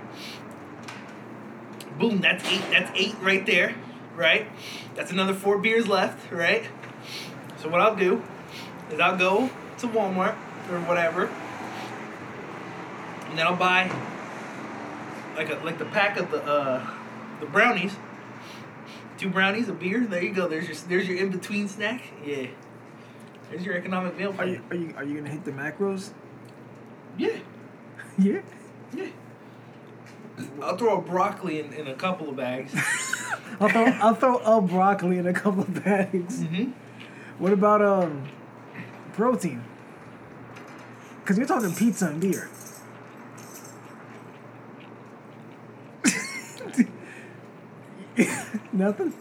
Boom, that's eight. That's eight right there, right? That's another four beers left, right? So what I'll do is I'll go to Walmart or whatever, and then I'll buy like a like the pack of the uh, the brownies. Two brownies, a beer. There you go. There's your there's your in between snack. Yeah. There's your economic meal Are plan. you are you are you gonna hit the macros? Yeah, yeah. yeah. I'll throw a broccoli in, in a couple of bags. I'll throw I'll throw a broccoli in a couple of bags. mm-hmm. What about um protein? Cause you're talking pizza and beer. Nothing.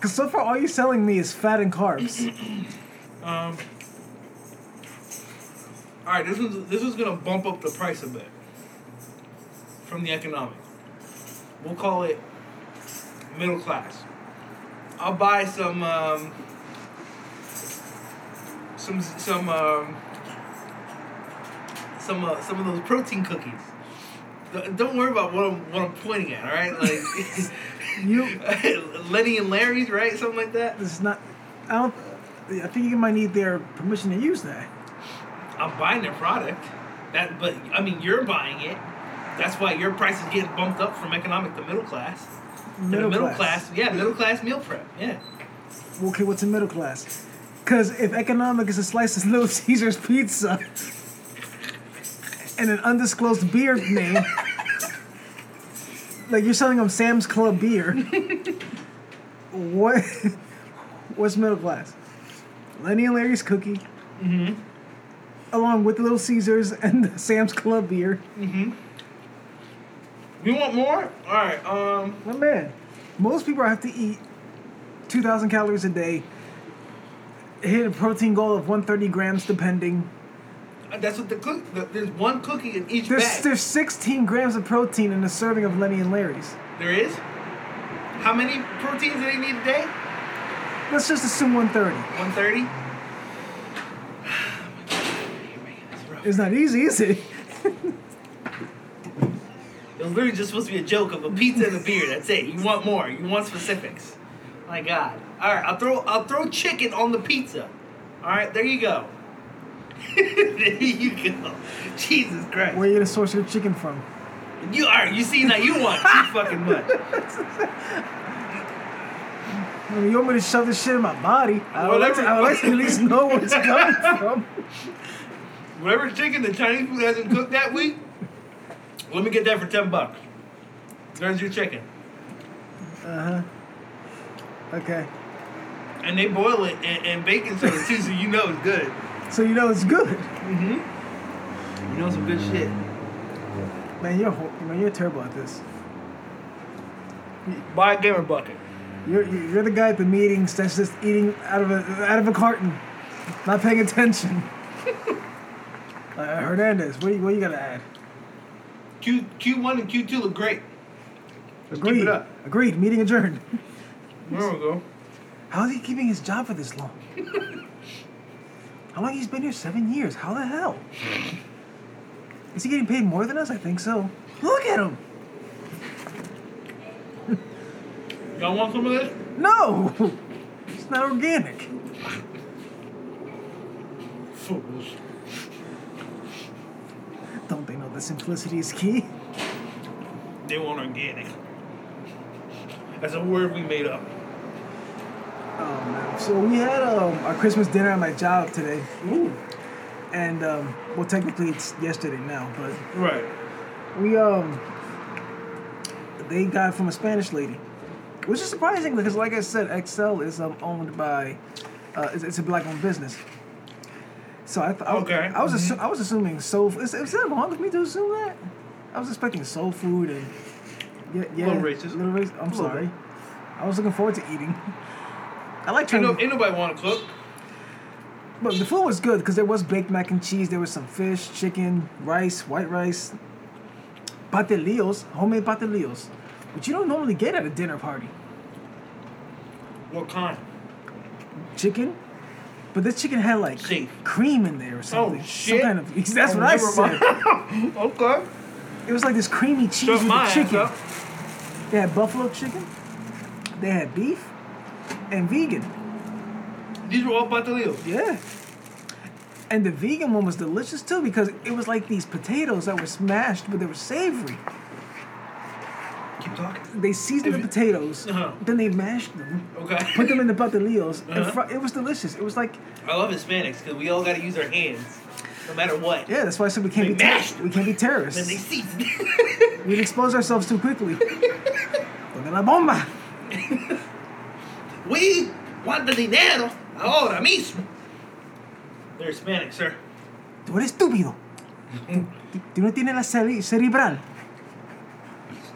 Cause so far all you're selling me is fat and carbs. Um. All right, this one's this is gonna bump up the price a bit from the economic. We'll call it middle class. I'll buy some um, some some um, some uh, some of those protein cookies. Don't- Don't worry about what I'm what I'm pointing at. All right, like You- Lenny and Larry's, right? Something like that. This is not. I don't. I think you might need their permission to use that. I'm buying their product. That, but I mean, you're buying it. That's why your price is getting bumped up from economic to middle class. And the middle class. yeah, middle class meal prep, yeah. Okay, what's a middle class? Cause if economic is a slice of Little Caesar's pizza and an undisclosed beer name, like you're selling them Sam's Club beer. what what's middle class? Lenny and Larry's cookie, Mm-hmm. along with the Little Caesars and the Sam's Club beer. Mm-hmm. You want more? All right. Um. My man, most people have to eat 2,000 calories a day, hit a protein goal of 130 grams depending. That's what the cook. The, there's one cookie in each There's, bag. there's 16 grams of protein in a serving of Lenny and Larry's. There is. How many proteins do they need a day? Let's just assume 130. One thirty. It's not easy, is it? It was literally just supposed to be a joke of a pizza and a beer. That's it. You want more? You want specifics? My God! All right, I'll throw I'll throw chicken on the pizza. All right, there you go. there you go. Jesus Christ! Where you gonna source your chicken from? You are. you see now? You want too fucking much. I mean, you want me to shove this shit in my body? I would, like to, I would like to at Whatever. least know where it's coming from. Whatever chicken the Chinese food hasn't cooked that week, let me get that for ten bucks. There's your chicken, Uh huh. Okay. and they boil it in, in baking soda too, so you know it's good. So you know it's good. Mm-hmm. You know some good shit. Man, you're ho- man, you're terrible at this. Buy a gamer bucket. You're you're the guy at the meetings that's just eating out of a out of a carton, not paying attention. uh, Hernandez, what do you, what you gotta add? Q Q one and Q two look great. Let's Agreed. keep it up. Agreed. Meeting adjourned. There we go. How is he keeping his job for this long? How long he's been here? Seven years. How the hell? Is he getting paid more than us? I think so. Look at him. Y'all want some of this? No, it's not organic. Fools. Don't they know that simplicity is key? They want organic. That's a word we made up. Oh man. So we had um, our Christmas dinner at my job today, Ooh. and um, well, technically it's yesterday now, but Right. we um they got it from a Spanish lady, which is surprising because, like I said, Excel is um, owned by uh, it's, it's a black-owned business. So I th- I, was- Okay. mhm. I was assu- I was assuming soul. Is, is that wrong of me to assume that? I was expecting soul food and yeah, yeah Little racist. Little racist. I'm Little sorry. bit. I was looking forward to eating. I like Ain't, trying. no, to- ain't nobody want to cook. But the food was good because there was baked mac and cheese, there was some fish, chicken, rice, white rice, patelillos, homemade patelillos, which you don't normally get at a dinner party. What kind? Chicken, but this chicken had like Safe. cream in there or something. Oh, Some shit. kind of that's Oh, what I never said. mind. okay. It was like this creamy cheese Shut with my the ass chicken. up. They had buffalo chicken, they had beef, and vegan. These were all patalillos. Yeah. And the vegan one was delicious too because it was like these potatoes that were smashed, but they were savory. Keep talking. They seasoned the potatoes, Uh-huh. then they mashed them, Okay. put them in the patelillos, and Uh-huh. fri- it was delicious. It was like, I love Hispanics because we all got to use our hands, no matter what. yeah, that's why I said we can't They be ter- mashed. we can't be Then they terrorists. seized. We'd expose ourselves too quickly. Donde la bomba? we want the dinero ahora mismo. They're Hispanic, sir. Tú eres estúpido. Mm-hmm. Tú- Tú no tienes la cere- cerebral.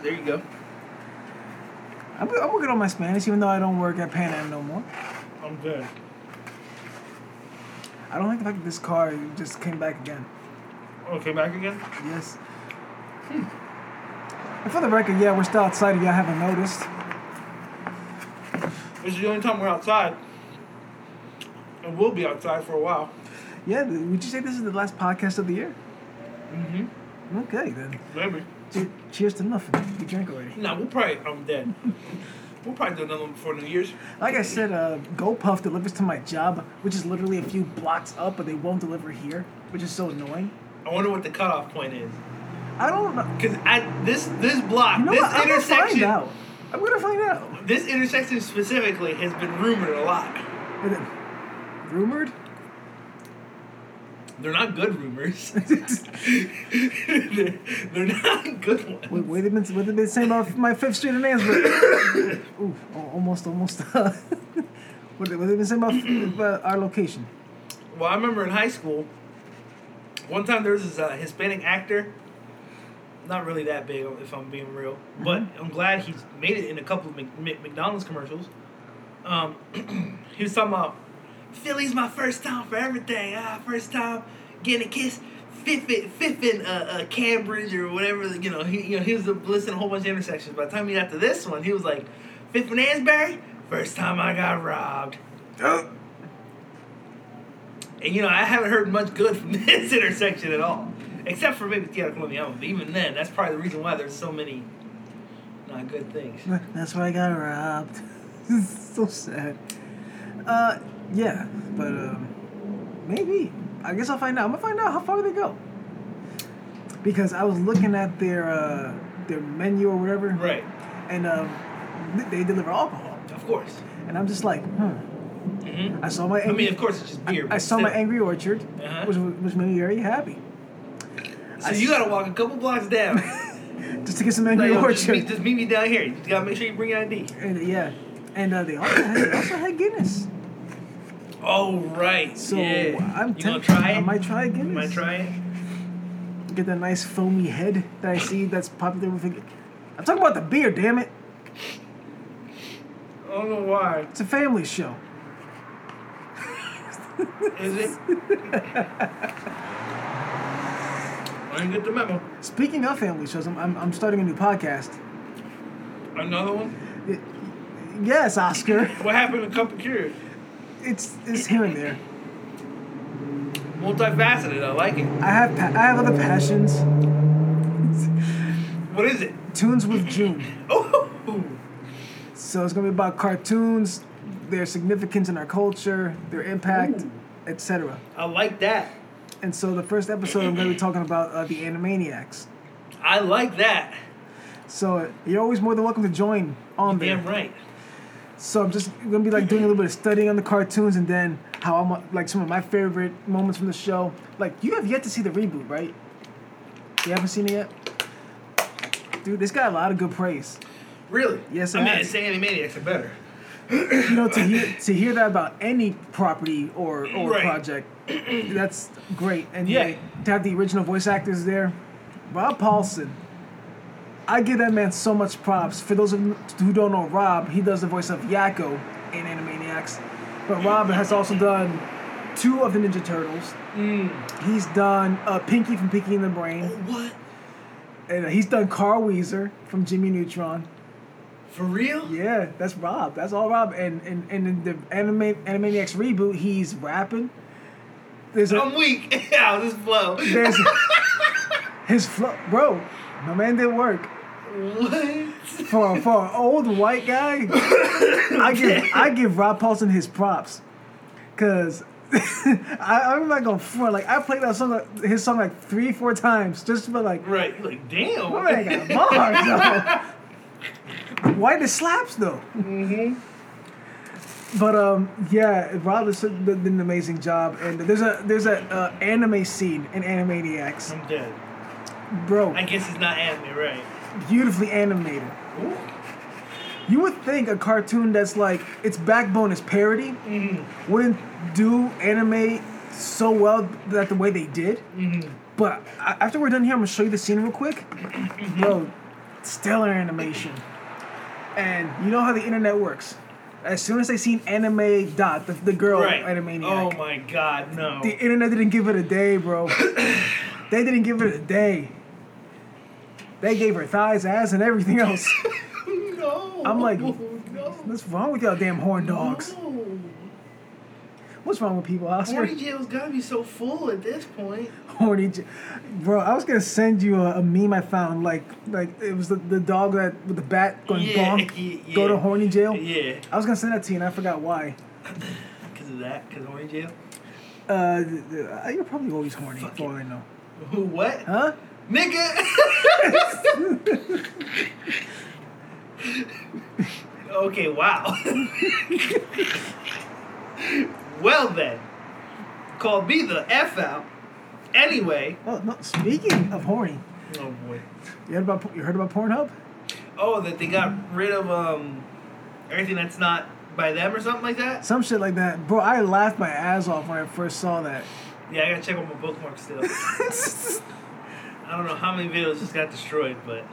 There you go. I'm, I'm working on my Spanish, even though I don't work at Pan Am no more. I'm good. I don't like the fact that this car just came back again. Okay, back again. Yes. Hmm. And for the record, yeah, we're still outside if y'all haven't noticed. This is the only time we're outside, and we'll be outside for a while. Yeah, th- would you say this is the last podcast of the year? Mm-hmm. Okay, then. Maybe. Che- cheers to nothing. We drank already. Nah, we'll probably. I'm dead. we'll probably do another one before New Year's. Like I said, uh, GoPuff delivers to my job, which is literally a few blocks up, but they won't deliver here, which is so annoying. I wonder what the cutoff point is. I don't know. Cause at this this block, You know this what? I'm gonna intersection, find out. I'm gonna find out. this intersection specifically has been rumored a lot. And then, rumored? They're not good rumors. they're, they're not good ones. Wait, wait a minute. What did they say about my Fifth Street in Ansburg? Ooh, al- almost, almost. what did what did they say about about uh, our location? Well, I remember in high school, one time there was this uh, Hispanic actor. Not really that big, if I'm being real, but I'm glad he made it in a couple of Mc- Mc- McDonald's commercials. Um, he was talking about Philly's my first time for everything. Ah, first time getting a kiss, fiffing, fiffing uh, uh, Cambridge or whatever. You know, he you know he was listening to a whole bunch of intersections. By the time he got to this one, he was like, Fiffin Ansbury, first time I got robbed. And you know, I haven't heard much good from this intersection at all. Except for maybe Tierra Colombiana. But even then, that's probably the reason why there's so many not good things. That's why I got robbed. so sad. Uh, yeah, but um, maybe. I guess I'll find out. I'm gonna find out how far they go. Because I was looking at their uh, their menu or whatever, Right. and um, th- they deliver alcohol, Of course. and I'm just like, hmm. hmm I saw my. I Angry, mean, of course, it's just beer. I but saw still. my Angry Orchard, Uh-huh. which which made me very happy. So you gotta walk a couple blocks down. Just to get some Like, Angry yo, just, Orchard. meet, just meet me down here. You just gotta make sure you bring your ID. and, uh, yeah, and uh, they, also had, they also had Guinness. Oh, right. So yeah. I'm You gonna tempted. try it? I might try You Guinness. might try it? Get that nice foamy head that I see that's popular with. I'm talking about the beer, damn it! I don't know why. It's a family show. Is it? I didn't get the memo. Speaking of family shows, I'm, I'm, I'm starting a new podcast. Another one? Y- yes, Oscar. What happened to Cup of Cures? It's it's here and there. Multifaceted, I like it. I have pa- I have other passions. What is it? Tunes with June. Oh, So it's gonna be about cartoons, their significance in our culture, their impact, etc. I like that. And so the first episode, I'm gonna be talking about uh, the Animaniacs. I like that. So you're always more than welcome to join on there. Damn right. So I'm just gonna be like doing a little bit of studying on the cartoons, and then how I'm uh, like some of my favorite moments from the show. Like you have yet to see the reboot, right? You haven't seen it yet, dude. This got a lot of good praise. Really? Yes, I it mean, has. it's Animaniacs are better. you know to hear to hear that about any property or or Right. project that's great and Yeah. yeah. to have the original voice actors there rob paulson i give that man so much props for those of you who don't know rob he does the voice of yakko in animaniacs but rob has also done two of the ninja turtles Mm. he's done uh, pinky from pinky and the brain What? and uh, he's done carl weezer from jimmy neutron For real? yeah, that's Rob. That's all Rob. And and, and in the anime Animaniacs reboot, he's rapping. There's a I'm weak. I'll just blow. there's his flow, bro. My man did work What? for for an old white guy. I give I give Rob Paulson his props, cause. I, I'm not gonna front. Like I played that song, like, his song, like three, four times, just to be like, Right. You're like, damn. my man got bars though. Why the slaps though? Mm-hmm. But um, yeah, Rob has done did an amazing job, and there's a there's a uh, anime scene in Animaniacs, I'm dead. bro, I guess it's not anime, right? beautifully animated. Ooh. You would think a cartoon that's like its backbone is parody Mm-hmm. wouldn't do anime so well that the way they did. Mm-hmm. But I, after we're done here, I'm gonna show you the scene real quick, Mm-hmm. bro. Stellar animation, and you know how the internet works. As soon as they seen anime dot the, the girl Right. animaniac. Oh my god, no. The internet didn't give it a day, bro. they didn't give it a day. They gave her thighs, ass, and everything else. no. I'm like- no. What's wrong with y'all damn horn dogs? No. What's wrong with people, Oscar? Horny jail's gotta be so full at this point. Horny, j- bro. I was gonna send you a, a meme I found. Like, like it was the, the dog that with the bat going Yeah, bonk, yeah, go to yeah. horny jail. Yeah. I was gonna send that to you, and I forgot why. Because of that? Because horny jail? Uh, th- th- uh, you're probably always horny, Fuck for it. all I know. Who, what? Huh? Nigga! okay, wow. well then, call me the F out. Anyway, Oh no! Speaking of horny, oh boy. you heard about you heard about Pornhub? Oh, that they got rid of um everything that's not by them or something like that. Some shit like that, bro. I laughed my ass off when I first saw that. Yeah, I gotta check on my bookmarks still. I don't know how many videos just got destroyed, but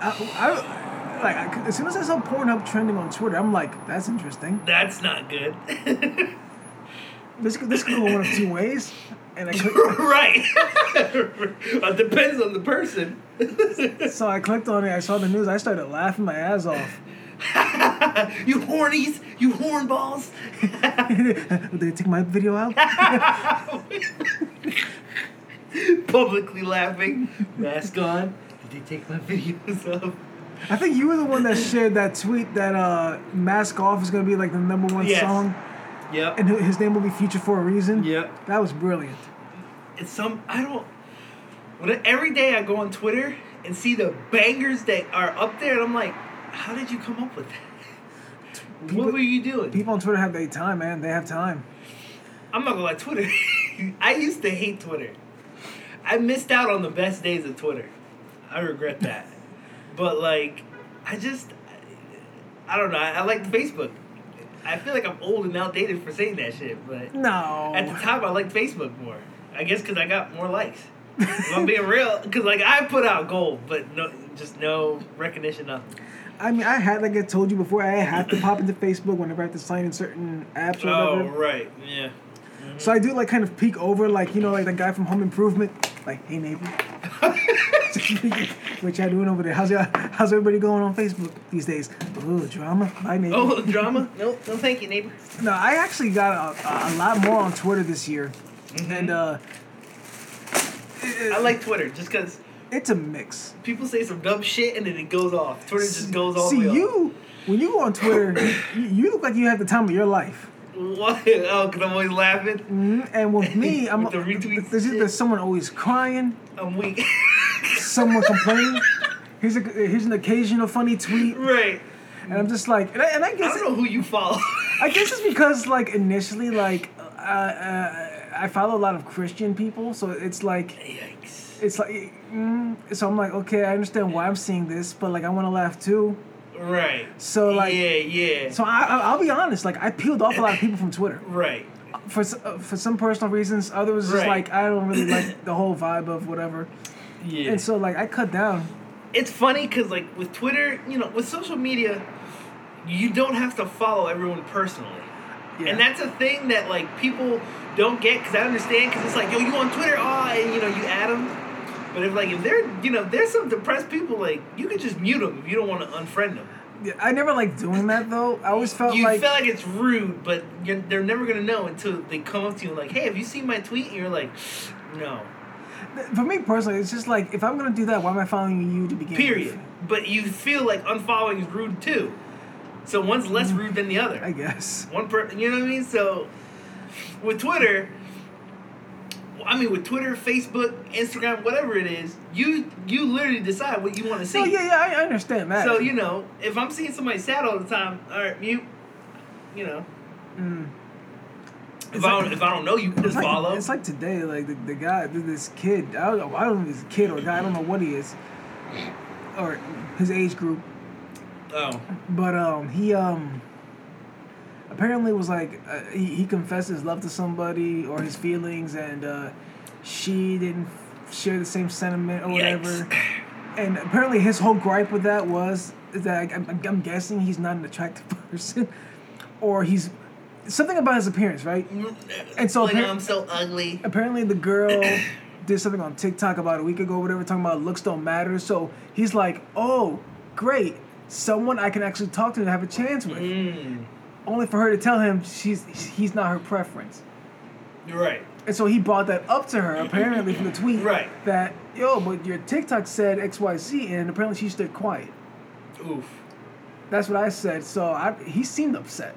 I, I like I, as soon as I saw Pornhub trending on Twitter, I'm like, that's interesting. that's not good. This could, this could go one of two ways, and I clicked, right. it depends on the person. so I clicked on it. I saw the news. I started laughing my ass off. you hornies, you hornballs. Did they take my video out? Publicly laughing, mask on. Did they take my videos off? I think you were the one that shared that tweet that uh, "Mask Off" is gonna be like the number one Yes. song, Yep. and hi- his name will be Future for a reason. Yep. that was brilliant. It's some I don't. When I- every day I go on Twitter and see the bangers that are up there, and I'm like, how did you come up with that? People- what were you doing? People on Twitter have their time, man. They have time. I'm not gonna lie, Twitter. I used to hate Twitter. I missed out on the best days of Twitter. I regret that. but like, I just, I don't know. I, I liked Facebook. I feel like I'm old and outdated for saying that shit, but No. at the time I liked Facebook more. I guess because I got more likes. If I'm being real, because like I put out gold, but no, just no recognition, nothing. I mean, I had like I told you before, I have to pop into Facebook whenever I have to sign in certain apps or Oh whatever. right, yeah. So I do like kind of peek over, like you know, like the guy from Home Improvement, like, hey neighbor, what y'all doing over there? How's y'all, how's everybody going on Facebook these days? Ooh, drama, bye neighbor. Oh drama? Nope. No, thank you, neighbor. No, I actually got a, a lot more on Twitter this year, and uh, I like Twitter just because. it's a mix. People say some dumb shit and then it goes off. Twitter just goes all See the way off. you when you go on Twitter, you, you look like you have the time of your life. Mm-hmm, What? Oh, because I'm always laughing. And with me, I'm With the retweets. there's either someone always crying, I'm weak. someone complaining. Here's a here's an occasional funny tweet, right. and I'm just like, and I, and I I guess don't know who you follow. I guess it's because like initially like uh, uh, I follow a lot of Christian people, so it's like Yikes. it's like mm, so I'm like okay, I understand why I'm seeing this, but like I want to laugh too. Right. So, like- Yeah, yeah. So I, I I'll be honest, like I peeled off a lot of people from Twitter right. for s- uh, for some personal reasons. Others just Right. like I don't really like the whole vibe of whatever, Yeah. and so like I cut down. it's funny because like with Twitter, you know, with social media, you don't have to follow everyone personally. Yeah. And that's a thing that like people don't get because I understand because it's like yo, you on Twitter, ah, and you know you add them. But if like if they're you know if there's some depressed people like you could just mute them if you don't want to unfriend them. Yeah, I never liked doing that though. I always felt You like feel like it's rude, but you're, they're never gonna know until they come up to you and like, hey, have you seen my tweet? And you're like, no. for me personally, it's just like if I'm gonna do that, why am I following you to begin? with? Period. But you feel like unfollowing is rude too. So one's less Mm-hmm. rude than the other. I guess. One per, you know what I mean? So, with Twitter, I mean with Twitter, Facebook, Instagram, whatever it is, you you literally decide what you want to see. So yeah, yeah, I I understand that. So you know, if I'm seeing somebody sad all the time, all right, mute. You know, if I don't if I don't know you, Mm. It's just like, follow. it's like today, like the, the guy, th- this kid. I don't know. I don't know if he's a kid or a guy. I don't know what he is, or his age group. oh, But um, he um, apparently was like uh, he, he confessed his love to somebody or his feelings, and uh, she didn't f- share the same sentiment or whatever. Yikes. And apparently, his whole gripe with that was is that I'm, I'm- I'm guessing he's not an attractive person, or he's something about his appearance, right? And so like appar- I'm so ugly. apparently the girl did something on TikTok about a week ago, whatever, talking about looks don't matter. So he's like, oh, great, someone I can actually talk to and have a chance with. Mm. Only for her to tell him she's he's not her preference. You're right. And so he brought that up to her, apparently from the tweet, Right. that yo, but your TikTok said X Y Z, and apparently she stood quiet. Oof. That's what I said. So I, he seemed upset,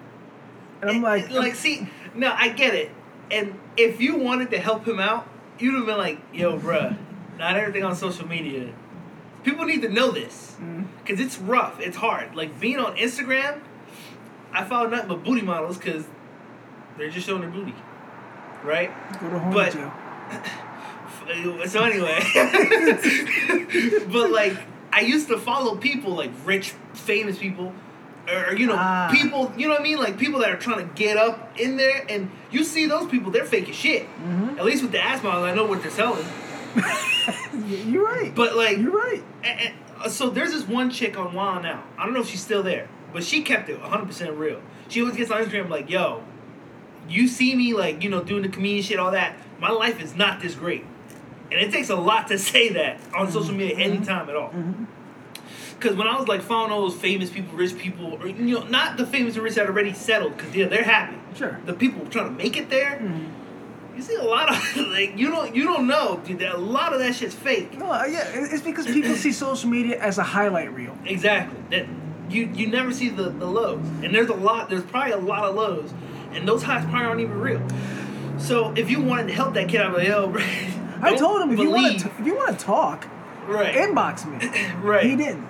and I'm like, like, see, no, I get it. And if you wanted to help him out, you'd have been like, yo, bruh, not everything on social media. People need to know this. Mm. Because it's rough, it's hard. Like, being on Instagram, I follow nothing but booty models because they're just showing their booty. Right? go to home but- jail. so anyway, but like I used to follow people like rich, famous people, or you know, Ah. people. You know what I mean? Like people that are trying to get up in there, and you see those people, they're fake as shit. At least with the ass models, I know what they're selling. You're right. But like, You're right. and, and, so there's this one chick on Wild now. I don't know if she's still there, but she kept it 100% real. She always gets on Instagram like, "Yo, you see me like you know doing the comedian shit, all that. My life is not this great, and it takes a lot to say that on social media anytime at all." Because when I was like following all those famous people, rich people, or you know, not the famous and rich that already settled, because yeah, they're happy. Sure. The people trying to make it there, you see a lot of like you don't you don't know, dude. That a lot of that shit's fake. No, uh, yeah, it- it's because people see social media as a highlight reel. Exactly. That you you never see the, the lows. And there's a lot there's probably a lot of lows. And those highs probably aren't even real. So if you wanted to help that kid out like, yo, bro, I don't told him if you want believe, to, if you want to talk, right. inbox me. Right. He didn't.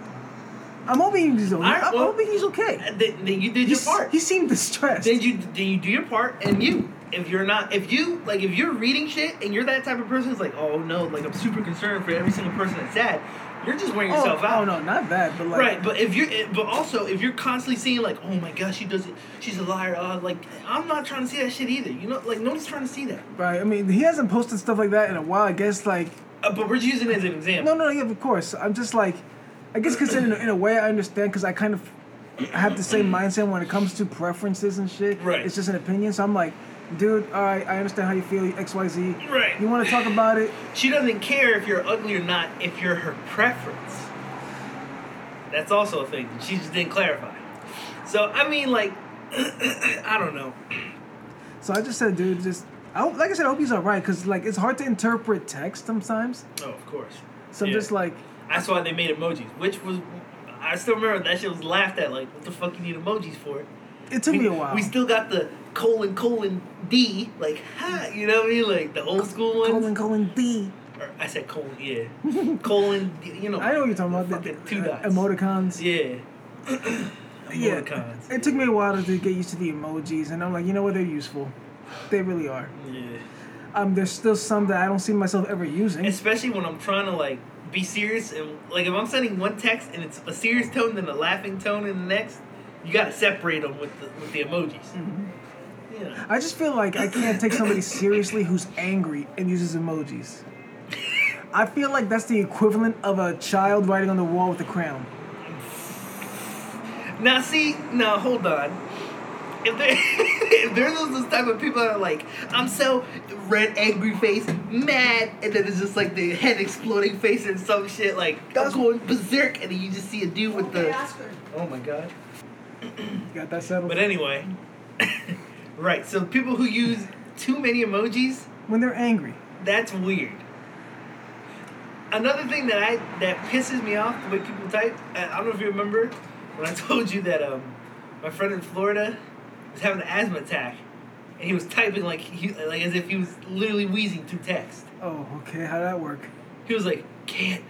I'm hoping he's okay. All right, I'm well, hoping he's okay. And Then, then you did He, your part. he seemed distressed. Then you then you do your part and you if you're not if you like if you're reading shit and you're that type of person it's like, oh no, like I'm super concerned for every single person that's sad, you're just wearing oh, yourself out. oh no, not that, but like Right, but if you're, it- but also if you're constantly seeing like, oh my gosh, she does it, she's a liar. Uh, like, I'm not trying to see that shit either. You know, like nobody's trying to see that. right. I mean, he hasn't posted stuff like that in a while. I guess like Uh, but we're just using it as an no, example. no, yeah, of course. I'm just like, I guess because in, a- in a way I understand because I kind of have the same mindset when it comes to preferences and shit. Right. It's just an opinion, so I'm like, dude, all right, I understand how you feel, X, Y, Z. Right. You want to talk about it? She doesn't care if you're ugly or not. If you're her preference, that's also a thing. She just didn't clarify. So I mean, like, I don't know. So I just said, dude, just I hope, like I said, I hope he's alright because like it's hard to interpret text sometimes. Oh, of course. So I'm Yeah. just like, That's why they made emojis, which was, I still remember that shit was laughed at. Like, what the fuck you need emojis for? it took we, me a while. we still got the colon colon D, like ha, you know what I mean, like the old school ones. colon colon D. Or, I said colon, yeah, colon, D, you know. I know what you're talking about. The, fucking two uh, dots. emoticons. Yeah. Yeah. Emoticons. It took me a while to get used to the emojis, and I'm like, you know what? They're useful. They really are. Yeah. Um, there's still some that I don't see myself ever using. Especially when I'm trying to like be serious and like if I'm sending one text and it's a serious tone then a laughing tone in the next, you gotta separate them with the, with the emojis. Yeah. I just feel like I can't take somebody seriously who's angry and uses emojis. I feel like that's the equivalent of a child writing on the wall with a crayon. Now see, now hold on. If there, if there's those those type of people that are like, I'm so red, angry face, mad, and then it's just like the head exploding face and some shit like I'm going berserk, and then you just see a dude with the. Oh my god. Got that settled? But anyway, right. So people who use too many emojis, when they're angry. that's weird. Another thing that I that pisses me off the way people type. I I don't know if you remember when I told you that um my friend in Florida was having an asthma attack, and he was typing like he like as if he was literally wheezing through text. Oh, okay. How'd that work? He was like can't,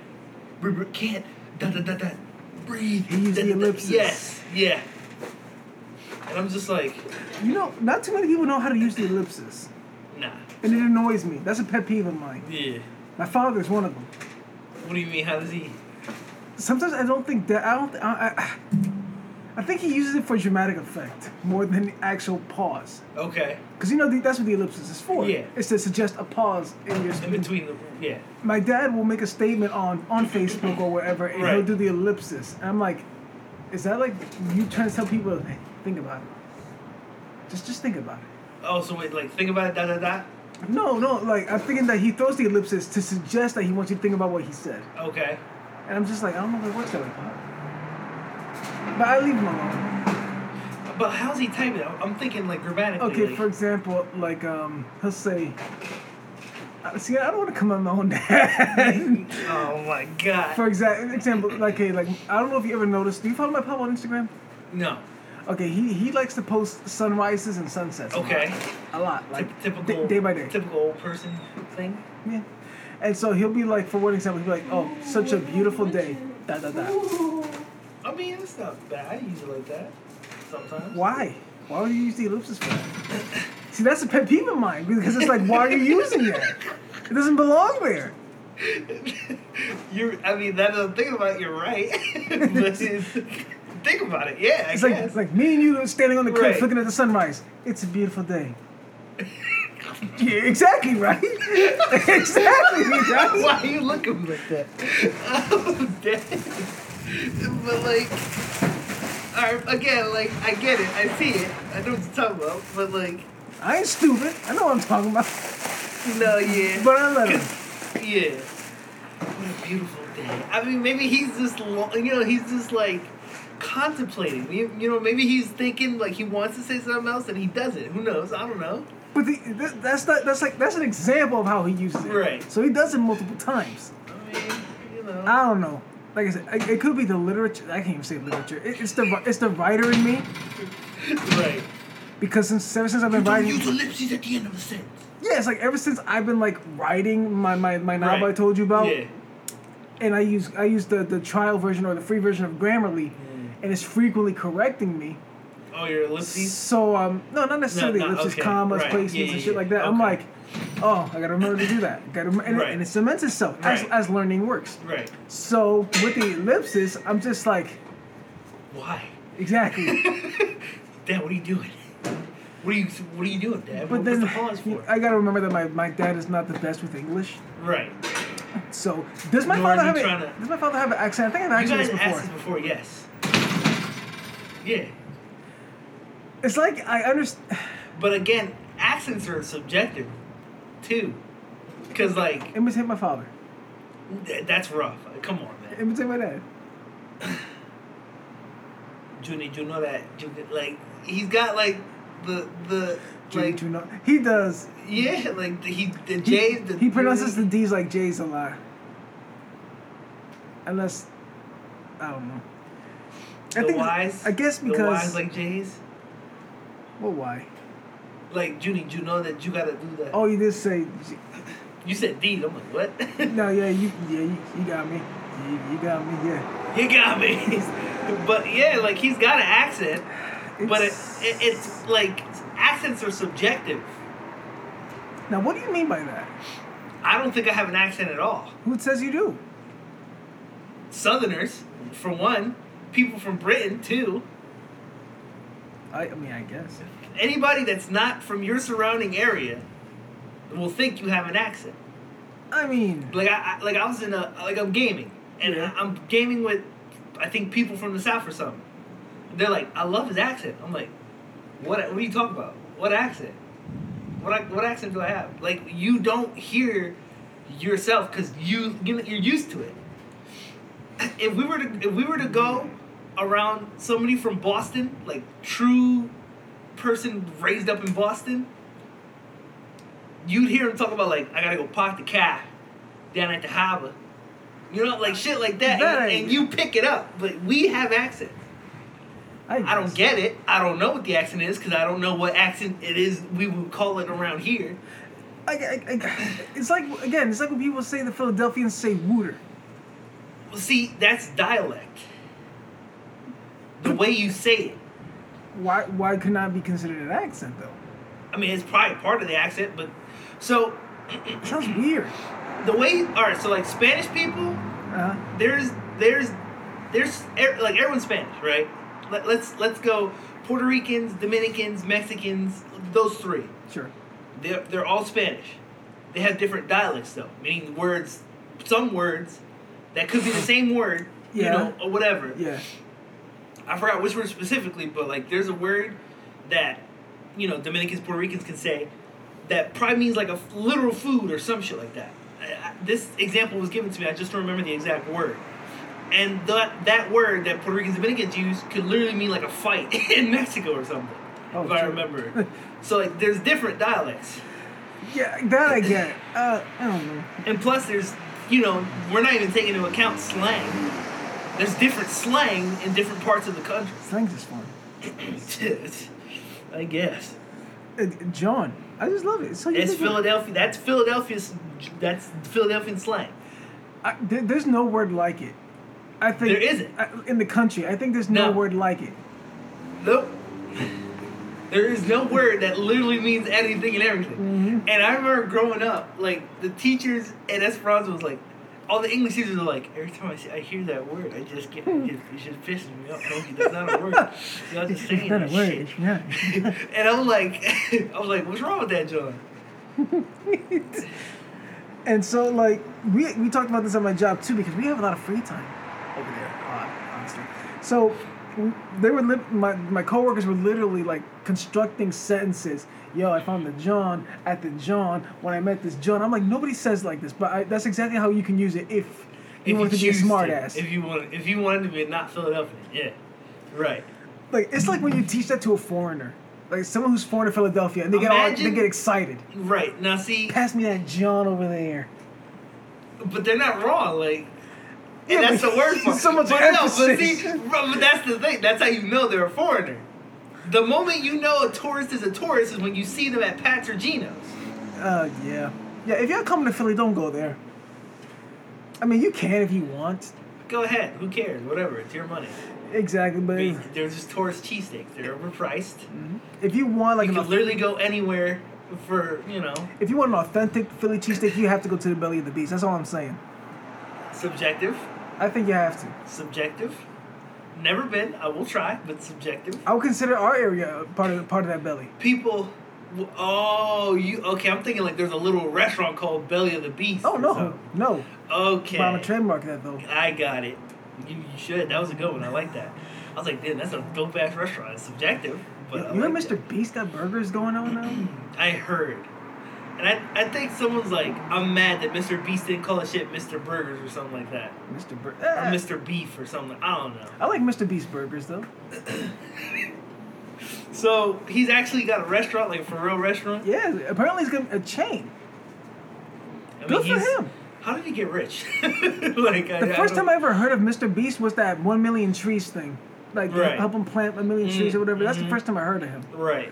br- br- can't da da da da breathe. He used da- the da- da- ellipsis. Yes, yeah. And I'm just like, You know, not too many people know how to use the ellipses, nah, and it annoys me. That's a pet peeve of mine. yeah. My father's one of them. What do you mean? How does he? Sometimes I don't think that I don't. I, I, I think he uses it for dramatic effect more than actual pause, Okay, because you know the, that's what the ellipsis is for. Yeah. It's to suggest a pause in your. in speech. between the yeah. My dad will make a statement on on Facebook or wherever, and he'll Right. do the ellipsis, and I'm like, is that like you trying to tell people, hey, think about it? Just just think about it. Oh, so wait, like think about it, da da da. No, no, like I'm thinking that he throws the ellipsis to suggest that he wants you to think about what he said. Okay. And I'm just like, I don't know if it works that way. Pop. But I leave him alone. But how's he typing? it? I'm I'm thinking like grammatically. Okay, like, for example, like um he'll say I- see I don't wanna come on my own dad. Oh my god. for exa- example, like hey, like I don't know if you ever noticed, do you follow my pop on Instagram? no. Okay, he he likes to post sunrises and sunsets. a lot. Okay. A lot. Like Typ- di- typical. day by day. Typical old person thing. Yeah. And so he'll be like, for one example, he'll be like, oh, such a beautiful day. Da da da. I mean, it's not bad. I use it like that sometimes. Why? Why would you use the ellipsis for that? See, that's a pet peeve of mine because it's like, why are you using that? It doesn't belong there. you I mean that I'm thinking about it, you're right. but it's, think about it, yeah. I It's like guess. it's like me and you standing on the cliff Right. looking at the sunrise. It's a beautiful day. yeah, exactly right. exactly right. Why are you looking like that? I'm dead. But like, I, again, like I get it, I see it, I know what you're talking about. But like, I ain't stupid. I know what I'm talking about. no, yeah, But I love it. yeah. What a beautiful day. I mean, maybe he's just, lo- you know, he's just like contemplating. You, you know, maybe he's thinking like he wants to say something else and he doesn't. Who knows? I don't know. But the, that, that's not, that's like that's an example of how he uses it. Right. So he does it multiple times. I mean, you know. I don't know. Like I said, it, it could be the literature. I can't even say literature. It, it's the it's the writer in me right. because since ever since I've been Don't writing, use ellipses at the end of a sentence. yeah, it's like ever since I've been like writing my my, my novel I Right. told you about, Yeah. and I use I use the the trial version or the free version of Grammarly, Mm. and it's frequently correcting me. Oh, your ellipses. So um, no, not necessarily. No, no, it's just okay, commas, right, placements, yeah, yeah, and shit yeah, like that. I'm okay. like, oh, I gotta remember to do that. Gotta remember, and, it, Right. and it cements itself as, Right. as learning works. Right. So with the ellipsis, I'm just like, Why? exactly. Dad, what are you doing? What are you What are you doing, Dad? But What's then the pause for? I gotta remember that my, my dad is not the best with English. right. So does my Nor father is he have a, trying to- does my father have an accent? I think I've You asked you guys this asked before. this before, yes. Yeah, It's like I understand. but again, accents are subjective, too, because like Imitate my father. th- that's rough. Come on, man. Imitate my dad. Junie, do you know that? Do you- Like he's got like the the Jimmy like Juno. He does. yeah like the, he the He- J the he pronounces the D's like J's a lot. Unless I don't know. the I think Y's. I guess because the Y's like J's. well why? Like Junie, do you know that you gotta do that? Oh, you did say G- You said D's. I'm like what? no. Yeah, you yeah you, you got me. You, you got me. Yeah. You got me. but yeah, like he's got an accent, but it, It's- it, it's like accents are subjective. now what do you mean by that? I don't think I have an accent at all. Who says you do? Southerners, for one, people from Britain too. I, I mean I guess. Anybody that's not from your surrounding area will think you have an accent. I mean Like I, I like I was in a like I'm gaming and Yeah. I, I'm gaming with I think people from the south or something. They're like, I love his accent. I'm like, what? What are you talking about? What accent? What ac- what accent do I have? Like you don't hear yourself because you you know, you're used to it. If we were to if we were to go around somebody from Boston, like true person raised up in Boston, you'd hear him talk about like I gotta go park the car down at the harbor. You know, like shit like that, That and, ain't- and you pick it up. But we have accents. I, I don't guess. get it. I don't know what the accent is because I don't know what accent it is we would call it around here. I, I, I, it's like again it's like when people say the Philadelphians say wooter. Well, see, that's dialect. The way you say it. Why why could not be considered an accent though? I mean, it's probably part of the accent, but so It sounds weird. the way. All right, so like Spanish people, Uh, there's there's there's er, like everyone's Spanish, right? Let, let's let's go Puerto Ricans, Dominicans, Mexicans, those three. sure. They're, they're all Spanish. They have different dialects, though, meaning words, some words that could be the same word, you Yeah. know, or whatever. Yeah. I forgot which word specifically, but like there's a word that, you know, Dominicans, Puerto Ricans can say that probably means like a f- literal food or some shit like that. I, I, this example was given to me, I just don't remember the exact word. And that, that word that Puerto Ricans, Dominicans use could literally mean like a fight in Mexico or something, Oh, if I sure. remember. so like there's different dialects. Yeah, that I get. Uh, I don't know. And plus, there's, you know, we're not even taking into account slang. There's different slang in different parts of the country. Slang's is fun. I guess. Uh, John, I just love it. It's so It's unique. Philadelphia. That's Philadelphia's. That's Philadelphian slang. I, there, there's no word like it. I think There isn't. I, in the country. I think there's no, No. word like it. Nope. There is no word that literally means anything and everything. Mm-hmm. And I remember growing up, like the teachers at Esperanza was like, all the English teachers were like, every time I, see, I hear that word, I just get it just, it just pisses me off. No, that's not a word. Y'all just saying not a that word. shit. It's not. and I'm like, I was like, what's wrong with that, John? And so, like, we, we talked about this at my job too because we have a lot of free time over there, uh, honestly. So, w- they were li- my my coworkers were literally like constructing sentences. Yo, I found the John at the John when I met this John. I'm like, nobody says like this, but I, that's exactly how you can use it if you want to be a choose to. smart ass. If you want, if you wanted to be not Philadelphia, yeah, right. Like, it's like when you teach that to a foreigner, like someone who's foreign to Philadelphia, and they get all, they Imagine- get excited. Right now, see, Pass me that John over there. but they're not wrong. Like, and Yeah, that's but the word for it. so much but but emphasis. see, but that's the thing. That's how you know they're a foreigner. The moment you know a tourist is a tourist is when you see them at Pat's or Gino's. Uh, yeah. Yeah, if y'all coming to Philly, don't go there. I mean, you can if you want. Go ahead. Who cares? Whatever. It's your money. Exactly, but I mean, they're just tourist cheesesteaks. They're overpriced. Mm-hmm. if you want like You an, can literally go anywhere for you know if you want an authentic Philly cheesesteak, you have to go to the Belly of the Beast. That's all I'm saying. subjective, I think you have to. subjective. Never been. I will try, but subjective. I would consider our area part of part of that belly. people. Oh, you okay? I'm thinking like there's a little restaurant called Belly of the Beast. Oh or no, something. no. Okay. But I'm a trademark that though. I got it. You, you should. That was a good one. I like that. I was like, damn, that's a dope ass restaurant. It's subjective, but I you know, like Mr. Beast got burgers going on now. that. I heard, and I, I think someone's like, I'm mad that Mr. Beast didn't call his shit Mr. Burgers or something like that, Mr. Bur- or eh. Mr. Beef or something. I don't know. I like Mr. Beast burgers though. So he's actually got a restaurant, like for real restaurant. Yeah, apparently it's gonna a chain. I mean, Good for he's- him. How did he get rich? like I, The I first don't- time I ever heard of Mr. Beast was that one million trees thing. Like Right. help him plant a million trees or whatever. That's the mhm. first time I heard of him. Right.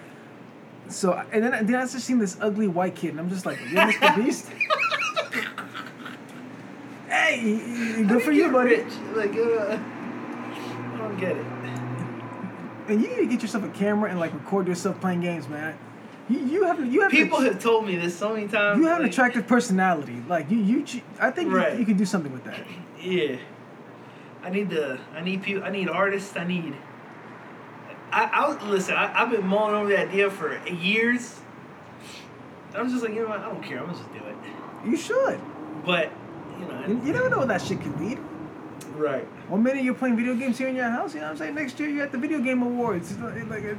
So and then, then I just seen this ugly white kid and I'm just like, You're Mr. Beast? hey, y- y- good for you, buddy. Rich. Like, uh, I don't get it. And you need to get yourself a camera and like record yourself playing games, man. You you have you have People an, have told me this so many times. you have an like, attractive personality. Like you you ch- I think Right. you, you can do something with that. Yeah. I need the. I need people. I need artists. I need. I, I was- listen. I, I've been mulling over the idea for years. I'm just like, you know what? I don't care. I'm gonna just do it. You should. But you know, You, you never know what that shit could lead. right? One minute you're playing video games here in your house, you know what I'm saying? Next year you're at the video game awards. It's like, like, uh,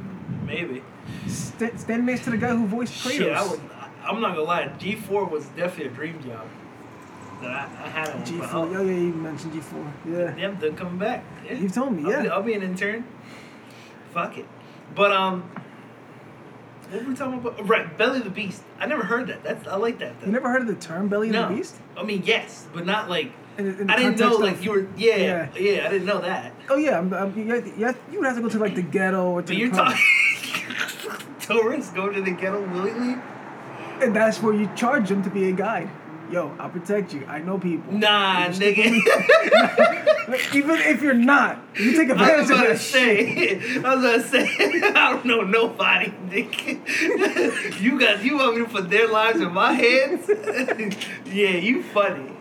Maybe. st- stand next to the guy who voiced Kratos. Shit, I was, I'm not gonna lie. G4 was definitely a dream job that I, I had. on- G4. but Oh yeah, you mentioned G4. Yeah. Them to come back. Yeah. You told me, I'll be, yeah. I'll be an intern. Fuck it. But um, what were we talking about? Right, Belly of the Beast. I never heard that. That's I like that. Though. You never heard of the term Belly no. of the Beast? I mean, yes, but not like. In the- in the I didn't know context like of- you were. Yeah, yeah, I didn't know that. Oh yeah, I'm, I'm, you, have- you have- you would have to go to like the ghetto or to But the you're prom. talking. Tourists go to the ghetto willingly? and that's where you charge them to be a guide. Yo, I'll protect you. I know people. Nah, You stick nigga. with- Even if you're not, you take I advantage was of about to that shit. say, I was about to say, I don't know nobody, nigga. you got you want me to put their lives in my hands? yeah, you funny.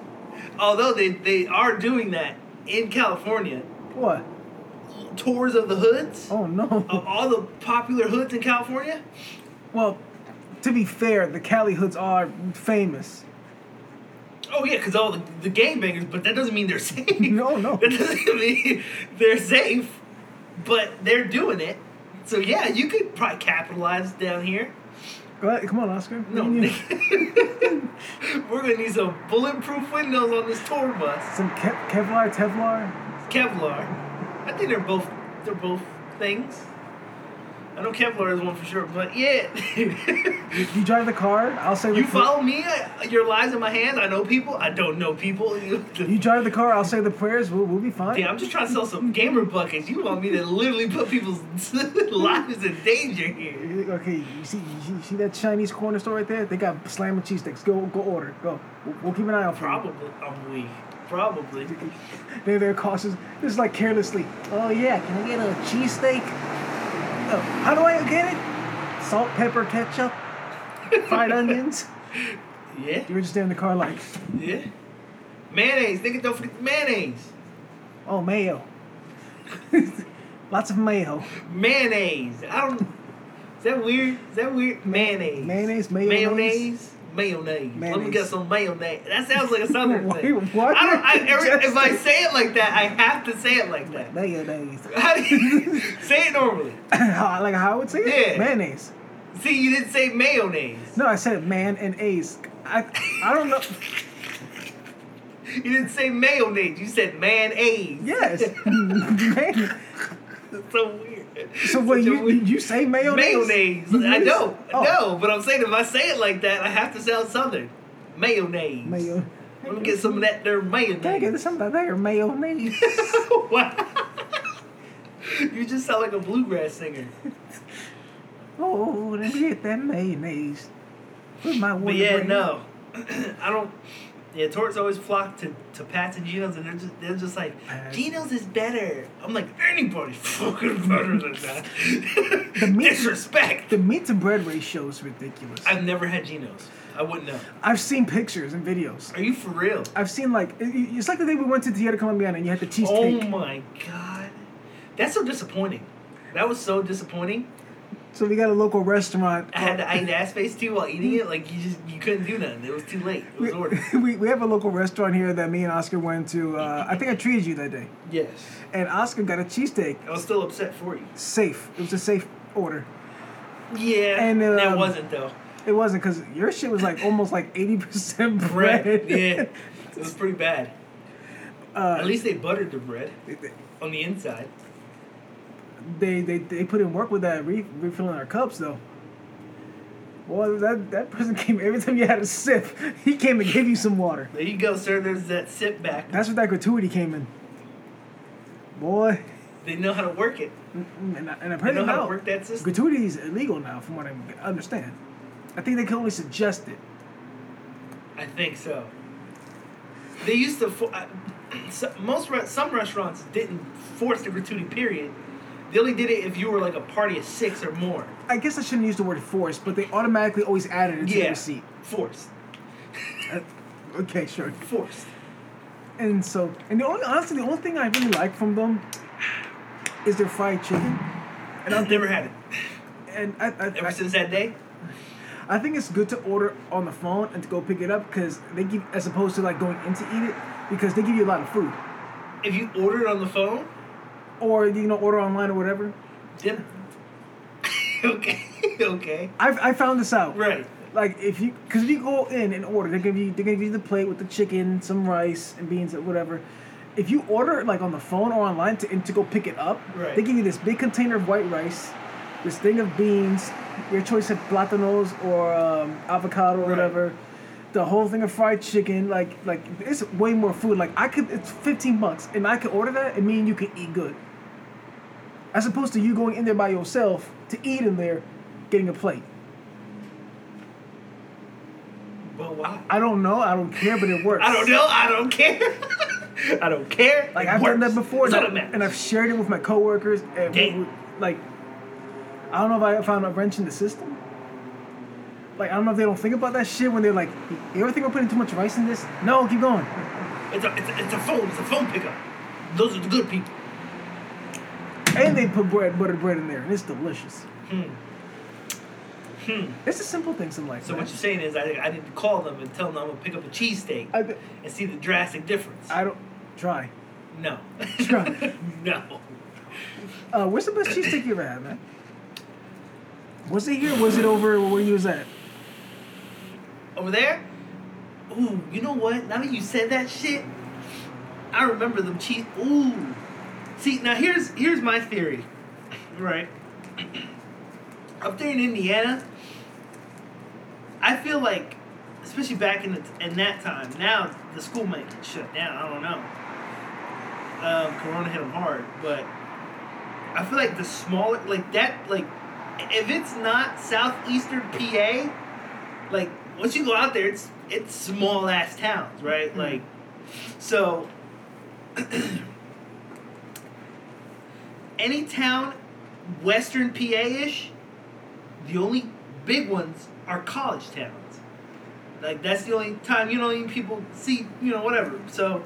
Although they they are doing that in California, What? tours of the hoods Oh no. of all the popular hoods in California. Well, to be fair, the Cali hoods are famous. Oh yeah, because all the, the gangbangers, but that doesn't mean they're safe. No, Oh, no. that doesn't mean they're safe. But they're doing it, so yeah, you could probably capitalize down here. Go ahead, Come on, Oscar. No. You need We're gonna need some bulletproof windows on this tour bus. Some Kev- Kevlar, Tevlar. Kevlar. I think they're both they're both things. I know Kevlar is one for sure, but yeah. You drive the car. I'll say the you follow me? I, your lies in my hand. I know people. I don't know people. You drive the car. I'll say the prayers. We'll, we'll be fine. Yeah, I'm just trying to sell some gamer buckets. You want me to literally put people's lives in danger here? Okay, you see, you see that Chinese corner store right there? They got slamming cheese sticks. Go, go order. Go. We'll, we'll keep an eye out for you. Probably. I'm weak. Probably. They're they're cautious. This is like carelessly. Oh yeah, can I get a cheesesteak? Oh, how do I get it? salt, pepper, ketchup, fried onions. Yeah, You were just there in the car like, yeah. Mayonnaise. Nigga, don't forget the mayonnaise. oh, mayo. Lots of mayo. Mayonnaise. I don't. Is that weird? Is that weird? Mayonnaise. mayonnaise, Mayonnaise. mayonnaise. Mayonnaise. Let me Mayonnaise. get some mayonnaise. That sounds like a southern Wait, thing. what? I don't, I, every, if I Just- say it like that, I have to say it like that. Mayonnaise. How do you say it normally? How- like how I would say it? Yeah. Mayonnaise. See, you didn't say mayonnaise. No, I said man and ace. I, I don't know. You didn't say mayonnaise. You said mayonnaise. Yes. man. It's so weird. So what Such a you weird- you say mayonnaise? mayonnaise. You I use- know. Oh, No, but I'm saying if I say it like that, I have to sound southern. Mayonnaise. Mayo. Let me get some of that there mayonnaise. Can I get something out there? Mayonnaise. wow. You just sound like a bluegrass singer. oh, let me get that mayonnaise. Put my But yeah, no. I don't. Yeah, Torts always flock to, to Pat's and Geno's, and they're just, they're just like, Pat's. Geno's is better. I'm like, anybody's fucking better than that. meat- Disrespect. The meat to bread ratio is ridiculous. I've, I've never had Geno's. I wouldn't know. seen pictures and videos. Are you for real? I've seen like it- it- it's like the day we went to Theater Colombiana and you had the Oh cheesecake. my god. That's so disappointing. That was so disappointing. so we got a local restaurant. I had to eat ass face too while eating it. Like you just you couldn't do nothing. It was too late. It was ordered. we, we have a local restaurant here that me and Oscar went to. Uh, I think I treated you that day. Yes. And Oscar got a cheesesteak. I was still upset for you. Safe. It was a safe order. Yeah. And, that um, wasn't though. It wasn't because your shit was like almost like 80% bread. Bread. Uh, yeah. It was pretty bad. At least they buttered the bread on the inside. They, they they put in work with that re- refilling our cups though. Well, that that person came every time you had a sip. He came and gave you some water. There you go, sir. There's that sit back. That's what that gratuity came in. Boy, They know how to work it. Mm, and, and They know apparently how to now work that system. gratuity is illegal now, from what I understand. I think they can only suggest it. I think so. They used to. For, I, so, most re- some restaurants didn't force the gratuity period. They only did it if you were like a party of six or more. I guess I shouldn't use the word force, but they automatically always added it to the receipt. Forced. Uh, okay, sure. Forced. And so, and the only honestly, the only thing I really like from them is their fried chicken. And I'm I've never had it and I I, ever I, since that day. I think it's good to order on the phone and to go pick it up because they give as opposed to like going in to eat it because they give you a lot of food If you order it on the phone, or you know order online or whatever. then okay, okay, I've I found this out. right. Like if you because if you go in and order, they're gonna give you they're gonna give you the plate with the chicken, some rice and beans or whatever. If you order it, like on the phone or online to and to go pick it up, Right. they give you this big container of white rice, this thing of beans, your choice of platanos or um, avocado or Right. whatever, the whole thing of fried chicken. Like like it's way more food. Like I could it's fifteen bucks and I could order that and me and you could eat good. As opposed to you going in there by yourself to eat in there, getting a plate. But why? I don't know. I don't care, but it works. I don't know. I don't care. I don't care. Like It I've done works. that before, It's and, all that I, matters. and I've shared it with my coworkers. And we- Damn. we- like, I don't know if I found a wrench in the system. Like I don't know if they don't think about that shit when they're like, "You ever think we're putting too much rice in this?" No, keep going. It's a, it's, a, it's a phone. It's a phone pickup. Those are the good people. And they put bread, buttered bread in there, and it's delicious. Hmm. It's the simple things in life. So man. what you're saying is I, I need to call them and tell them I'm gonna pick up a cheesesteak I, th- and see the drastic difference. I don't try. no. Try. no. Uh, where's the best cheesesteak you ever had, man? Was it here? Was it over where you was at? Over there? Ooh, you know what? Now that you said that shit, I remember them cheese ooh. See now here's here's my theory. Right. Up there in Indiana, I feel like especially back in the, in that time, now the school might get shut down, I don't know. um, Corona hit them hard, but I feel like the smaller, like that, like if it's not southeastern PA, like once you go out there, it's it's small ass towns, right? Like, so any town western PA ish The only big ones are college towns. Like that's the only time you know even people see you know whatever. So,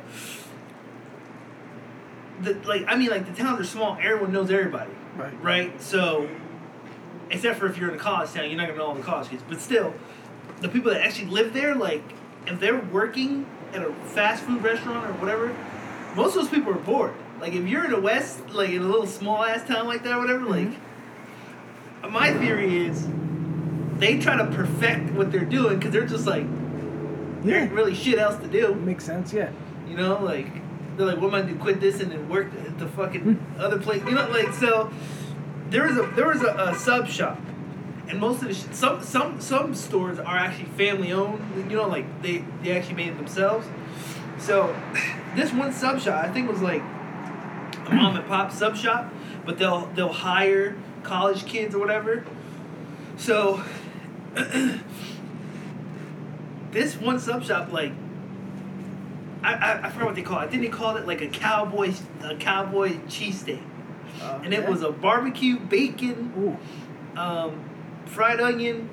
the like I mean like the towns are small. Everyone knows everybody, Right. right? So, except for if you're in a college town, you're not gonna know all the college kids. But still, the people that actually live there, like if they're working at a fast food restaurant or whatever, most of those people are bored. Like if you're in the West, like in a little small ass town like that, or whatever, like my theory is they try to perfect what they're doing because they're just like there ain't Yeah. really shit else to do. Makes sense. Yeah. You know, like they're like, what am I gonna do? Quit this and then work at the fucking other place. You know, like so. There was a there was a, a sub shop, and most of the sh- some some some stores are actually family owned. You know, like they they actually made it themselves. So, this one sub shop I think was like a mom and pop sub shop, but they'll they'll hire college kids or whatever. So this one sub shop like I, I, I forgot what they call it. I think they called it like a cowboy a cowboy cheesesteak. Uh, And it yeah. was a barbecue bacon Ooh. um, fried onion,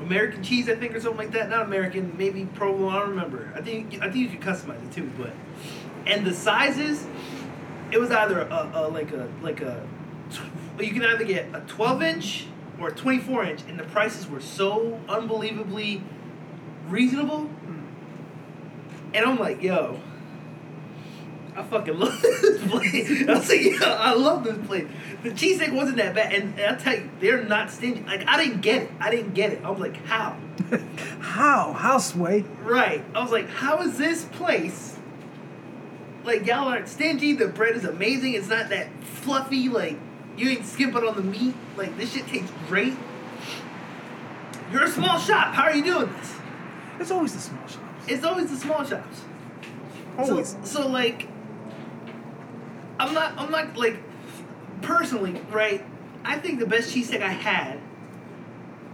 American cheese, I think, or something like that. Not American, maybe provolone. I don't remember. I think I think you could customize it too, but and the sizes, it was either a, a like a like a tw- you can either get a twelve inch or a twenty four inch, and the prices were so unbelievably reasonable. And I'm like, yo, I fucking love this place. I was like, yo, I love this place. The cheesesteak wasn't that bad, and, and I tell you, they're not stingy. Like I didn't get it. I didn't get it. I was like, how? How? How sway? Right. I was like, how is this place? Like y'all aren't stingy. The bread is amazing. It's not that fluffy. Like you ain't skimping on the meat. Like this shit tastes great. You're a small shop. How are you doing this? It's always the small shops. It's always the small shops. Always. So, so like, I'm not. I'm not like, personally, right? I think the best cheesesteak I had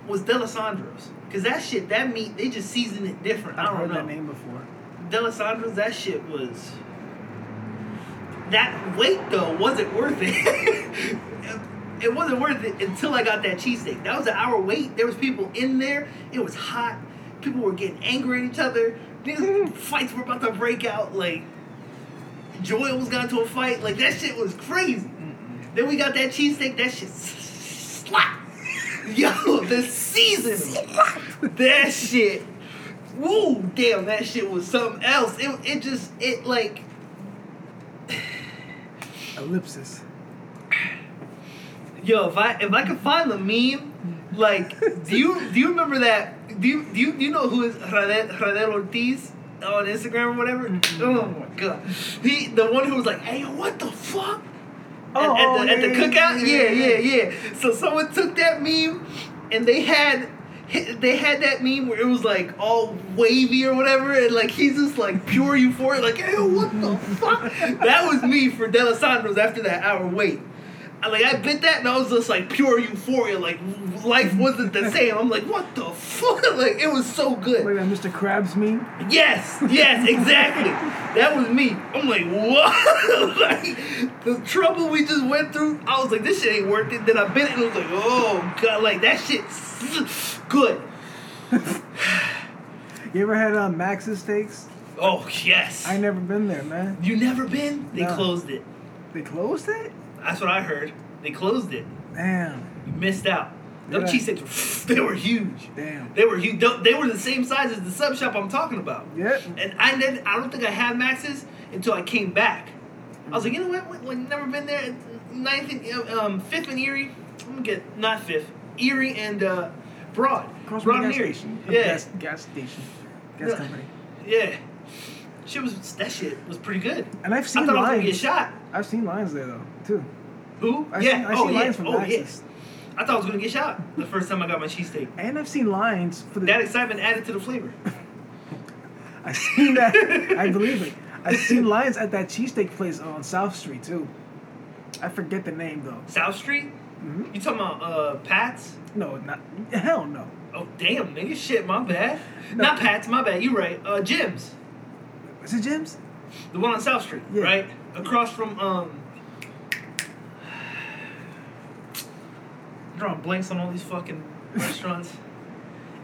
was Delisandro's, cause that shit, that meat, they just season it different. I I've don't heard know. that name before. Delisandro's, that shit was. That wait though wasn't worth it. it wasn't worth it until I got that cheesesteak. That was an hour wait. There was people in there. It was hot. People were getting angry at each other. Niggas- Fights were about to break out. Like Joy almost got into a fight. Like that shit was crazy. Then we got that cheesesteak. That shit s- slap. Yo, the season. that shit. Woo, damn, that shit was something else. It, it just, it like, Ellipsis. yo, if I if I could find the meme, like, do you do you remember that? Do you do you, do you know who is Rader, Rader Ortiz on Instagram or whatever? Oh my god, he the one who was like, hey, yo, what the fuck? At- Oh, at, oh, the, at the yeah, yeah, cookout, yeah, yeah, yeah, yeah. So someone took that meme, and they had they had that meme where it was like all wavy or whatever, and like he's just like pure euphoria, like, hey, what the fuck? That was me for Delisandro's after that hour wait. I, like I bit that and I was just like pure euphoria, like life wasn't the same. I'm like, what the fuck? Like it was so good. Wait, that Mr. Krabs meme? Yes, yes, exactly. that was me. I'm like, what? like, the trouble we just went through, I was like, this shit ain't worth it. Then I bit it and I was like, oh, God, like, that shit's good. You ever had uh, Max's steaks? Oh, yes. I never been there, man. you never been? They No. closed it. They closed it? That's what I heard. They closed it. Damn. You missed out. Them Yeah. cheesesteaks were, they were huge. Damn. They were huge. They were the same size as the sub shop I'm talking about. Yep. And I did I don't think I had Max's until I came back. I was like, you know what? We've never been there. Ninth and um, fifth and Erie. I'm gonna get not fifth. Erie and uh, Broad. Across from Broad the and gas Erie. station. Yeah, Gas, gas station. Gas Yeah. company. yeah. Shit was that shit was pretty good. And I've I seen thought I was gonna get lines. shot. I've seen lines there, though, too. Who? I've yeah. seen, I've oh seen yeah. lines from oh Max's. yeah. I thought I was gonna get shot the first time I got my cheesesteak. And I've seen lines for the. That excitement added to the flavor. I've seen that. I believe it. I've seen lines at that cheesesteak place on South Street, too. I forget the name, though. South Street. Mhm. You talking about uh, Pat's? No, not. Hell no. Oh damn, nigga, shit, my bad. No. Not Pat's, my bad. You right. Uh, Jim's, Is it Jim's? the one on South Street, Yeah. right across from um. drawing blanks on all these fucking restaurants.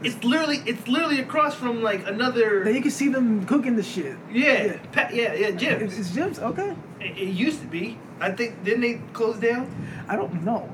it's literally it's literally across from like That another. you can see them cooking the shit. Yeah, yeah, pa- yeah, yeah, It's, gyms. it's gyms. Okay. It, it used to be. I think didn't they close down? I don't know.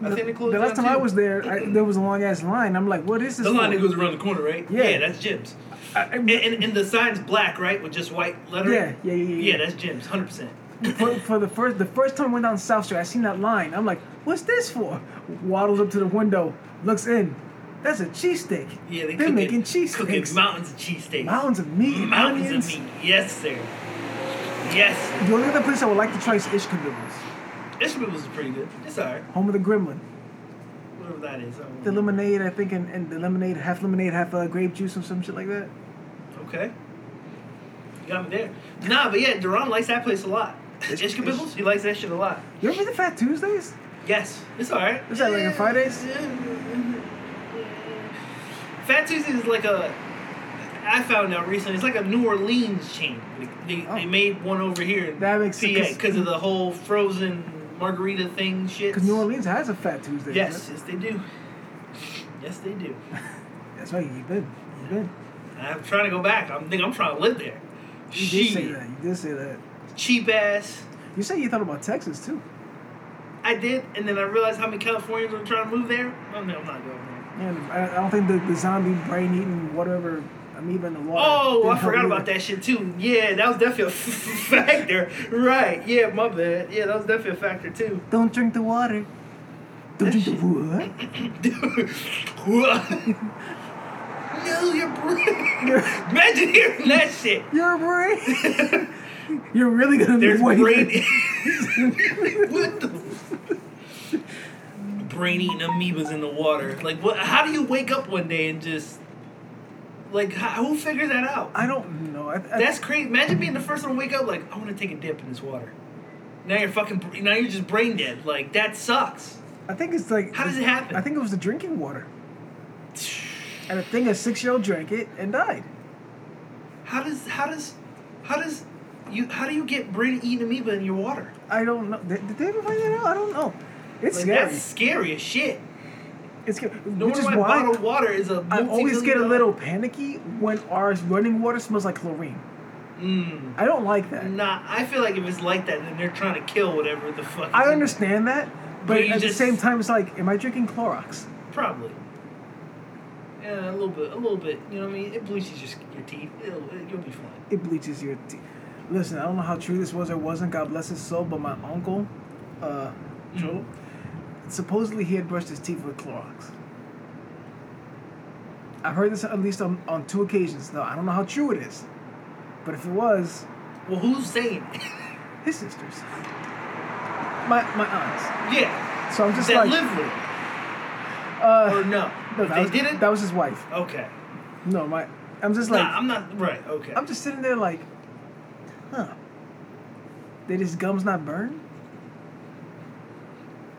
I think they closed the last down time I too. was there, I, there was a long ass line. I'm like, what is this? The line for? that goes around the corner, right? Yeah. that's gyms. I- I- And, and, and the sign's black, right, with just white lettering. Yeah, yeah, yeah, yeah, yeah. that's gyms, hundred percent. for, for the first the first time I went down South Street, I seen that line. I'm like, what's this for? Waddles up to the window, looks in. That's a cheesesteak. Yeah, they are cooking- making Cooking cheesesteaks. mountains of cheesesteaks. Mounds of meat and Mountains onions. of meat. Yes, sir. Yes. The only other place I would like to try is Ishka Noodles, This movie was pretty good. It's alright. home of the gremlin. Whatever that is. I don't The know. lemonade, I think, and, and the lemonade, half lemonade, half uh, grape juice or some shit like that. Okay. Got me there. Nah, but yeah, Duran likes that place a lot. Ish- Ishka Bibbles, he likes that shit a lot. You ever been to Fat Tuesdays? Yes, it's alright. Is that like a Fridays? Fat Tuesdays is like a. I found out recently. It's like a New Orleans chain. Like, They, Oh. they made one over here in That makes- PA 'cause- because of the whole frozen margarita thing shit. Because New Orleans has a Fat Tuesday. Yes, yes they do. Yes they do. That's right, you've been. You've been. I'm trying to go back. I'm think I'm trying to live there. You did say Shit. that. You did say that. cheap ass. You said you thought about Texas too. I did, and then I realized how many Californians were trying to move there. Oh no, I'm not going there. And I, I don't think the, the zombie brain eating whatever amoeba in the water. Oh, didn't I help forgot either. about that shit too. Yeah, that was definitely a factor. Right? Yeah, my bad. Yeah, that was definitely a factor too. Don't drink the water. Don't drink the water. no, your brain. Imagine hearing that shit. Your brain. You're really gonna There's be waiting. brain. what the? Brain eating amoebas in the water. Like, what? How do you wake up one day and just like how, who figures that out? I don't know. I, I, That's crazy. Imagine being the first one to wake up like I want to take a dip in this water. Now you're fucking. Now you're just brain dead. Like that sucks. I think it's like. How does it happen? I think it was the drinking water. And I think a six-year-old drank it and died. How does how does how does you how do you get brain eating amoeba in your water? I don't know. Did, did they ever find that out? I don't know. It's Like scary. that's scary as shit. It's scary. No Which wonder is why why bottled water is a. I always get a multi-million little dollar- panicky when our running water smells like chlorine. Mm. I don't like that. Nah, I feel like if it's like that, then they're trying to kill whatever the fuck. is I in understand that, but, But you at just- the same time, it's like, am I drinking Clorox? there. Probably. Yeah, a little bit, a little bit. You know what I mean? It bleaches your, your teeth. It'll, it, you'll be fine. It bleaches your teeth. Listen, I don't know how true this was or wasn't. God bless his soul, but my uncle, uh, Joe, supposedly he had brushed his teeth with Clorox. I've heard this at least on, on two occasions. Now I don't know how true it is, but if it was, Well, who's saying? it? his sisters, my my aunts. yeah, So I'm just that like, live with it uh, or no? no, If that they was, didn't. That was his wife. okay. No, my, I'm just like, nah, I'm not right. Okay. I'm just sitting there like, huh? Did his gums not burn?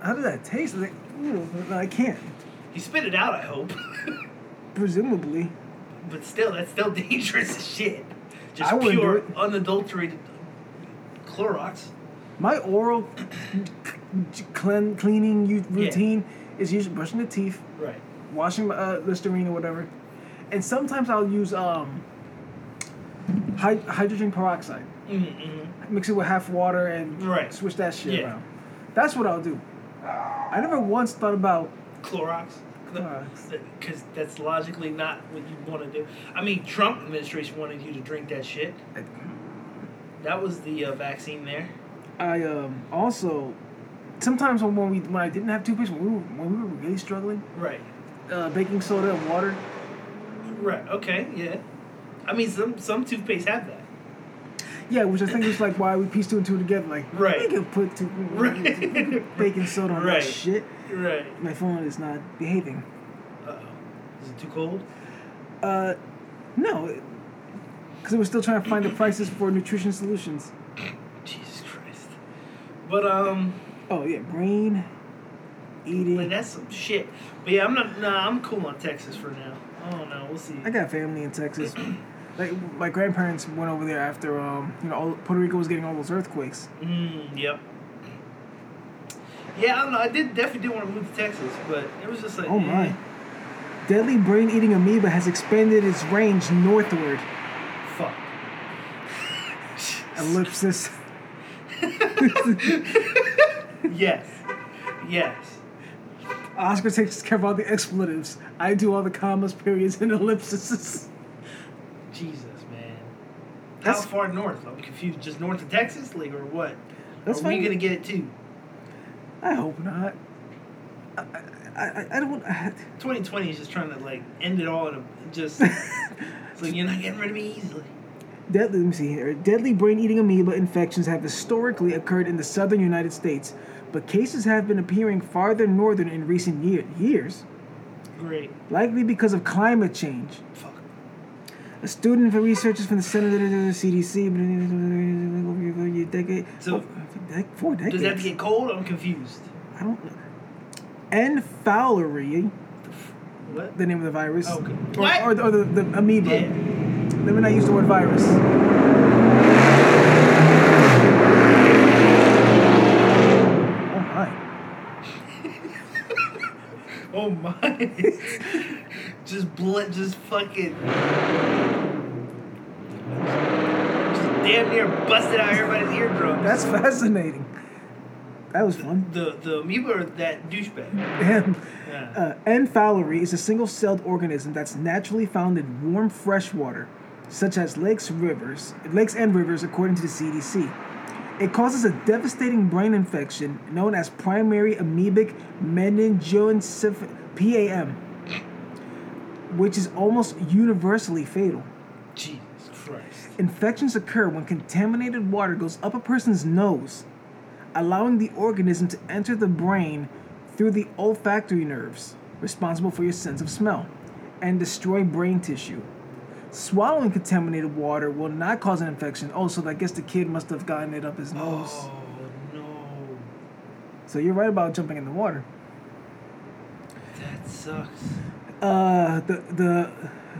How does that taste? Like, ooh, I can't. he spit it out. I hope. Presumably, but still, that's still dangerous as shit. Just I wouldn't do pure, it. unadulterated Clorox. my oral clean, cleaning u- routine is usually brushing the teeth, Right. washing my uh, Listerine or whatever, and sometimes I'll use um, hy- hydrogen peroxide, Mm-mm. mix it with half water and Mm-hmm. Right. switch that shit Yeah. around. That's what I'll do. I never once thought about uh, Clorox. Clorox. Because that's logically not what you want to do. I mean, Trump administration wanted you to drink that shit. That was the uh, vaccine there. I um also sometimes when when we when I didn't have toothpaste when we were, when we were really struggling, Right. uh, baking soda and water. Right. Okay. Yeah. I mean, some some toothpaste have that. Yeah, which I think is like why we pieced two and two together. Like Right. we can put two, Right. baking soda on Right. that shit. Right. My phone is not behaving. Uh oh. Is it too cold? Uh, no, because we're still trying to find the prices for nutrition solutions. Jesus Christ. But um, Oh yeah, brain like eating. that's some shit. But yeah, I'm not. Nah, I'm cool on Texas for now. I don't know. We'll see. I got family in Texas. Like my grandparents went over there after um you know all, Puerto Rico was getting all those earthquakes. Mm, yep. Mm, Yeah, I don't know. I did definitely did want to move to Texas, but it was just like Oh my. eh. Deadly brain eating amoeba has expanded its range northward. Fuck. Ellipsis. Yes. Yes. Oscar takes care of all the expletives. I do all the commas, periods, and ellipses. Jesus, man. How That's- far north? I'm confused. Just north of Texas, like, or what? That's Are fine. we gonna get it too? I hope not. I, I, I- I don't. I, 2020 is just trying to like end it all in a just. it's like you're not getting rid of me easily. Deadly, let me see here. Deadly brain-eating amoeba infections have historically occurred in the southern United States, but cases have been appearing farther northern in recent year, years, Great. likely because of climate change. Fuck. A student for researchers from the Center to the CDC. Decade, So- oh, dec- four Does decades. that get cold? I'm confused. I don't know. N. fowleri, What? the name of the virus. Oh, Okay. Or, What? or, or the, the amoeba. Yeah. Let me not use the word virus. Oh my. Oh my. just bl- just fucking. Just damn near busted out everybody's eardrum. That's fascinating. That was fun. the the amoeba or that douchebag. Damn. Uh, Yeah. N. fowleri is a single celled organism that's naturally found in warm fresh water, such as lakes, rivers, lakes and rivers, according to the CDC. It causes a devastating brain infection known as primary amoebic meningoenceph PAM, which is almost universally fatal. Jesus Christ. Infections occur when contaminated water goes up a person's nose, allowing the organism to enter the brain through the olfactory nerves, responsible for your sense of smell, and destroy brain tissue. Swallowing contaminated water will not cause an infection. Oh, so I guess the kid must have gotten it up his nose. Oh no. So you're right about jumping in the water. That sucks. Uh, the the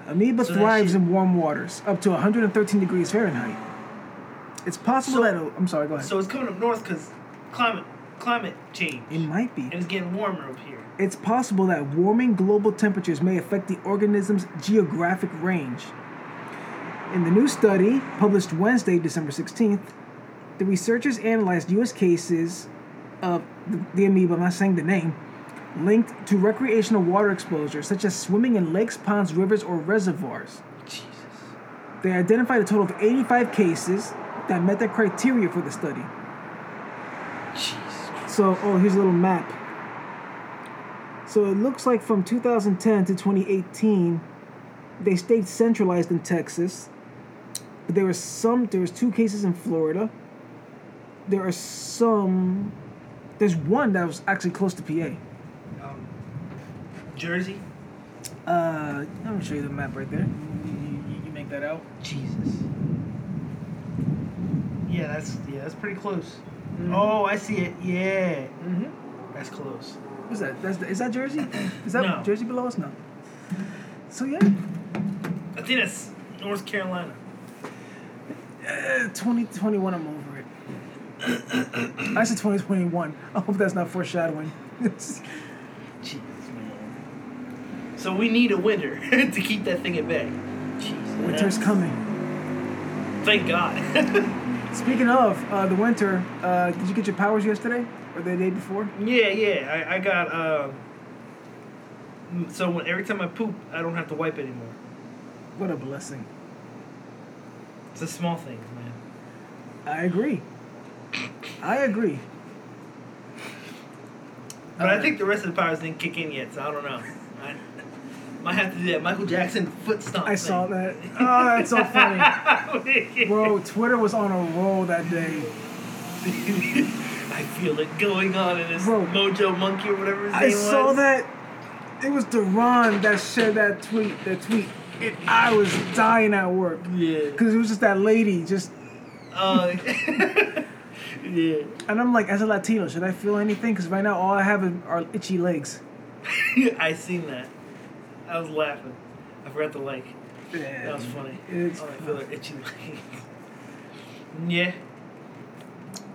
amoeba So that thrives shit- in warm waters, up to 113 degrees Fahrenheit. It's possible So- that it'll- I'm sorry. Go ahead. So it's coming up north because climate climate change. it might be. and it's getting warmer up here. It's possible that warming global temperatures may affect the organism's geographic range. In the new study, published Wednesday, December 16th, the researchers analyzed U.S. cases of the, the amoeba, I'm not saying the name, linked to recreational water exposure, such as swimming in lakes, ponds, rivers, or reservoirs. Jesus. They identified a total of 85 cases that met the criteria for the study. Jesus. So, oh, here's a little map. So it looks like from 2010 to 2018, they stayed centralized in Texas. But there was some. There was two cases in Florida. There are some. There's one that was actually close to PA. Um, Jersey. Uh, I'm gonna show you the map right there. You, you, you make that out. Jesus. Yeah, that's yeah, that's pretty close. Oh, I see it. Yeah, Mm-hmm. that's close. What's that? That's the, is that Jersey? Is that No. Jersey below us? No. So yeah, I think that's North Carolina. Uh, 2021, I'm over it. I said 2021. I hope that's not foreshadowing. Jesus, man. So we need a winter to keep that thing at bay. Jeez, Winter's that's- coming. Thank God. Speaking of uh, the winter, uh, did you get your powers yesterday or the day before? yeah, yeah. I, I got. Um, m- so when, every time I poop, I don't have to wipe anymore. What a blessing. It's the small things, man. I agree. I agree. But Oh. I think the rest of the powers didn't kick in yet, so I don't know. I might have to do that Michael Jackson foot stomp. I saw that. Oh, that's so funny. that. Bro, Twitter was on a roll that day. I feel it going on in this Bro. Mojo Monkey or whatever his I name saw was. that. It was Duran that shared that tweet. That tweet. And I was dying at work. Yeah. Because it was just that lady just Uh, yeah. And I'm like, as a Latino, should I feel anything? Because right now, all I have is- are itchy legs. I seen that. I was laughing. I forgot the like. That was funny. It's- oh, I feel like itchy legs. yeah.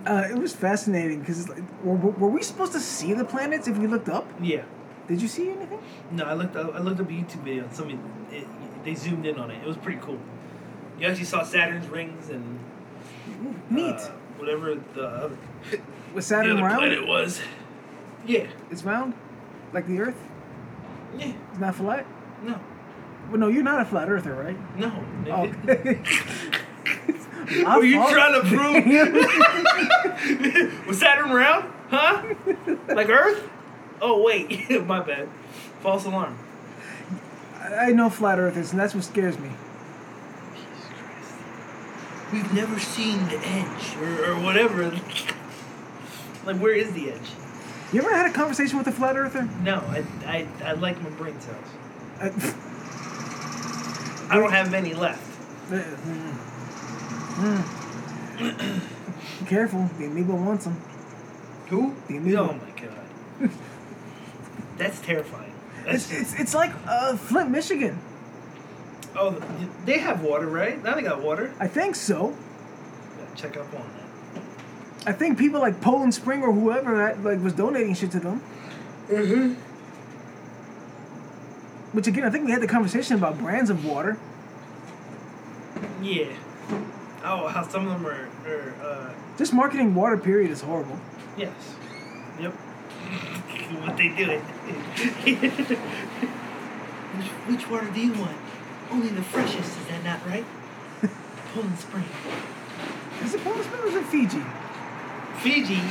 Uh, it was fascinating because like, were, were we supposed to see the planets if we looked up? Yeah. Did you see anything? No, I looked. I looked up a YouTube video. and Somebody, it, they zoomed in on it. It was pretty cool. You actually saw Saturn's rings and Neat. uh, whatever the other, Was the Saturn other round? planet was. Yeah. It's round, like the Earth. Yeah. It's not flat. No. Well, no, you're not a flat earther, right? No. Oh, nigga. okay. Were you trying to prove? prove? Was Saturn round? Huh? Like Earth? Oh wait, my bad. False alarm. I know flat earthers, and that's what scares me. We've never seen the edge or, or whatever. Like where is the edge? You ever had a conversation with a flat earther? No, I I, I like my brain cells. I, I don't have many left. Mm. Be Mm. Careful, the amoeba wants them. Who? The amoeba. Oh my god. That's terrifying. That's, It's, it's, it's like uh, Flint, Michigan. oh, they have water, right? Now they got water. I think so. Gotta check up on that. I think people like Poland Spring or whoever that like was donating shit to them. Mm-hmm. Which again, I think we had the conversation about brands of water. Yeah. Oh, how some of them are, are uh, Just marketing water period is horrible. yes. Yep. what they do it. which, which water do you want? Only the freshest, is that not right? Poland Spring. Is it Poland Spring or is it Fiji? Fiji,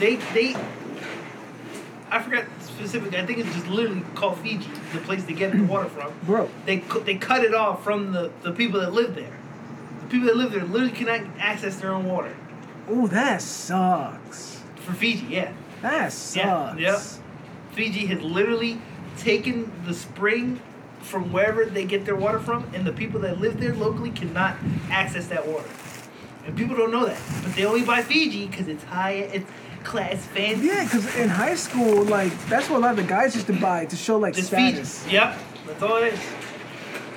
they, they, I forgot specific. I think it's just literally called Fiji, the place they get the water from. Bro, They, cu- they cut it off from the, the people that live there. The people that live there literally cannot access their own water. oh that sucks. For Fiji, yeah. That sucks. Yeah, yep. Fiji has literally taken the spring from wherever they get their water from, and the people that live there locally cannot access that water. And people don't know that, but they only buy Fiji because it's high, it's class fancy. Yeah, because in high school, like that's what a lot of the guys used to buy to show like Just status. Fiji. Yep, that's all it is.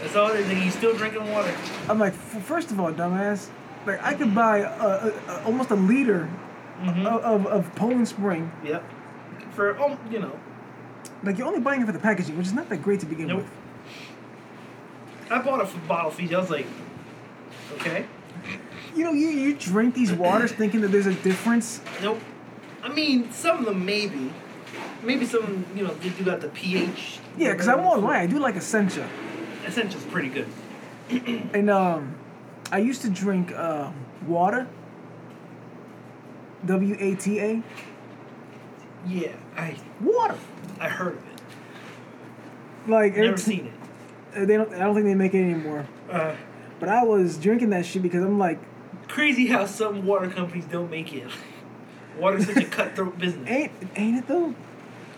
That's all it is. And you still drinking water. I'm like, f- first of all, dumbass, like I could buy uh a, a, almost a liter Mhm. of, of, of Poland Spring. Yep. For um, you know, Like you're only buying it for the packaging, which is not that great to begin Nope. I bought a f- bottle of Fiji. I was like, okay, with. You know, you, you drink these waters thinking that there's a difference. nope. I mean, some of them maybe, maybe some of them, you know they do got the pH. Yeah, because I won't lie, I do like Essentia, Essential's pretty good. and um, I used to drink uh, water. W A T A, Yeah, I water. I heard of it. Like every Never t- seen it. uh, they don't. I don't think they make it anymore. Uh, But I was drinking that shit because I'm like, crazy how some water companies don't make it. Water's such a cutthroat business. ain't ain't it though?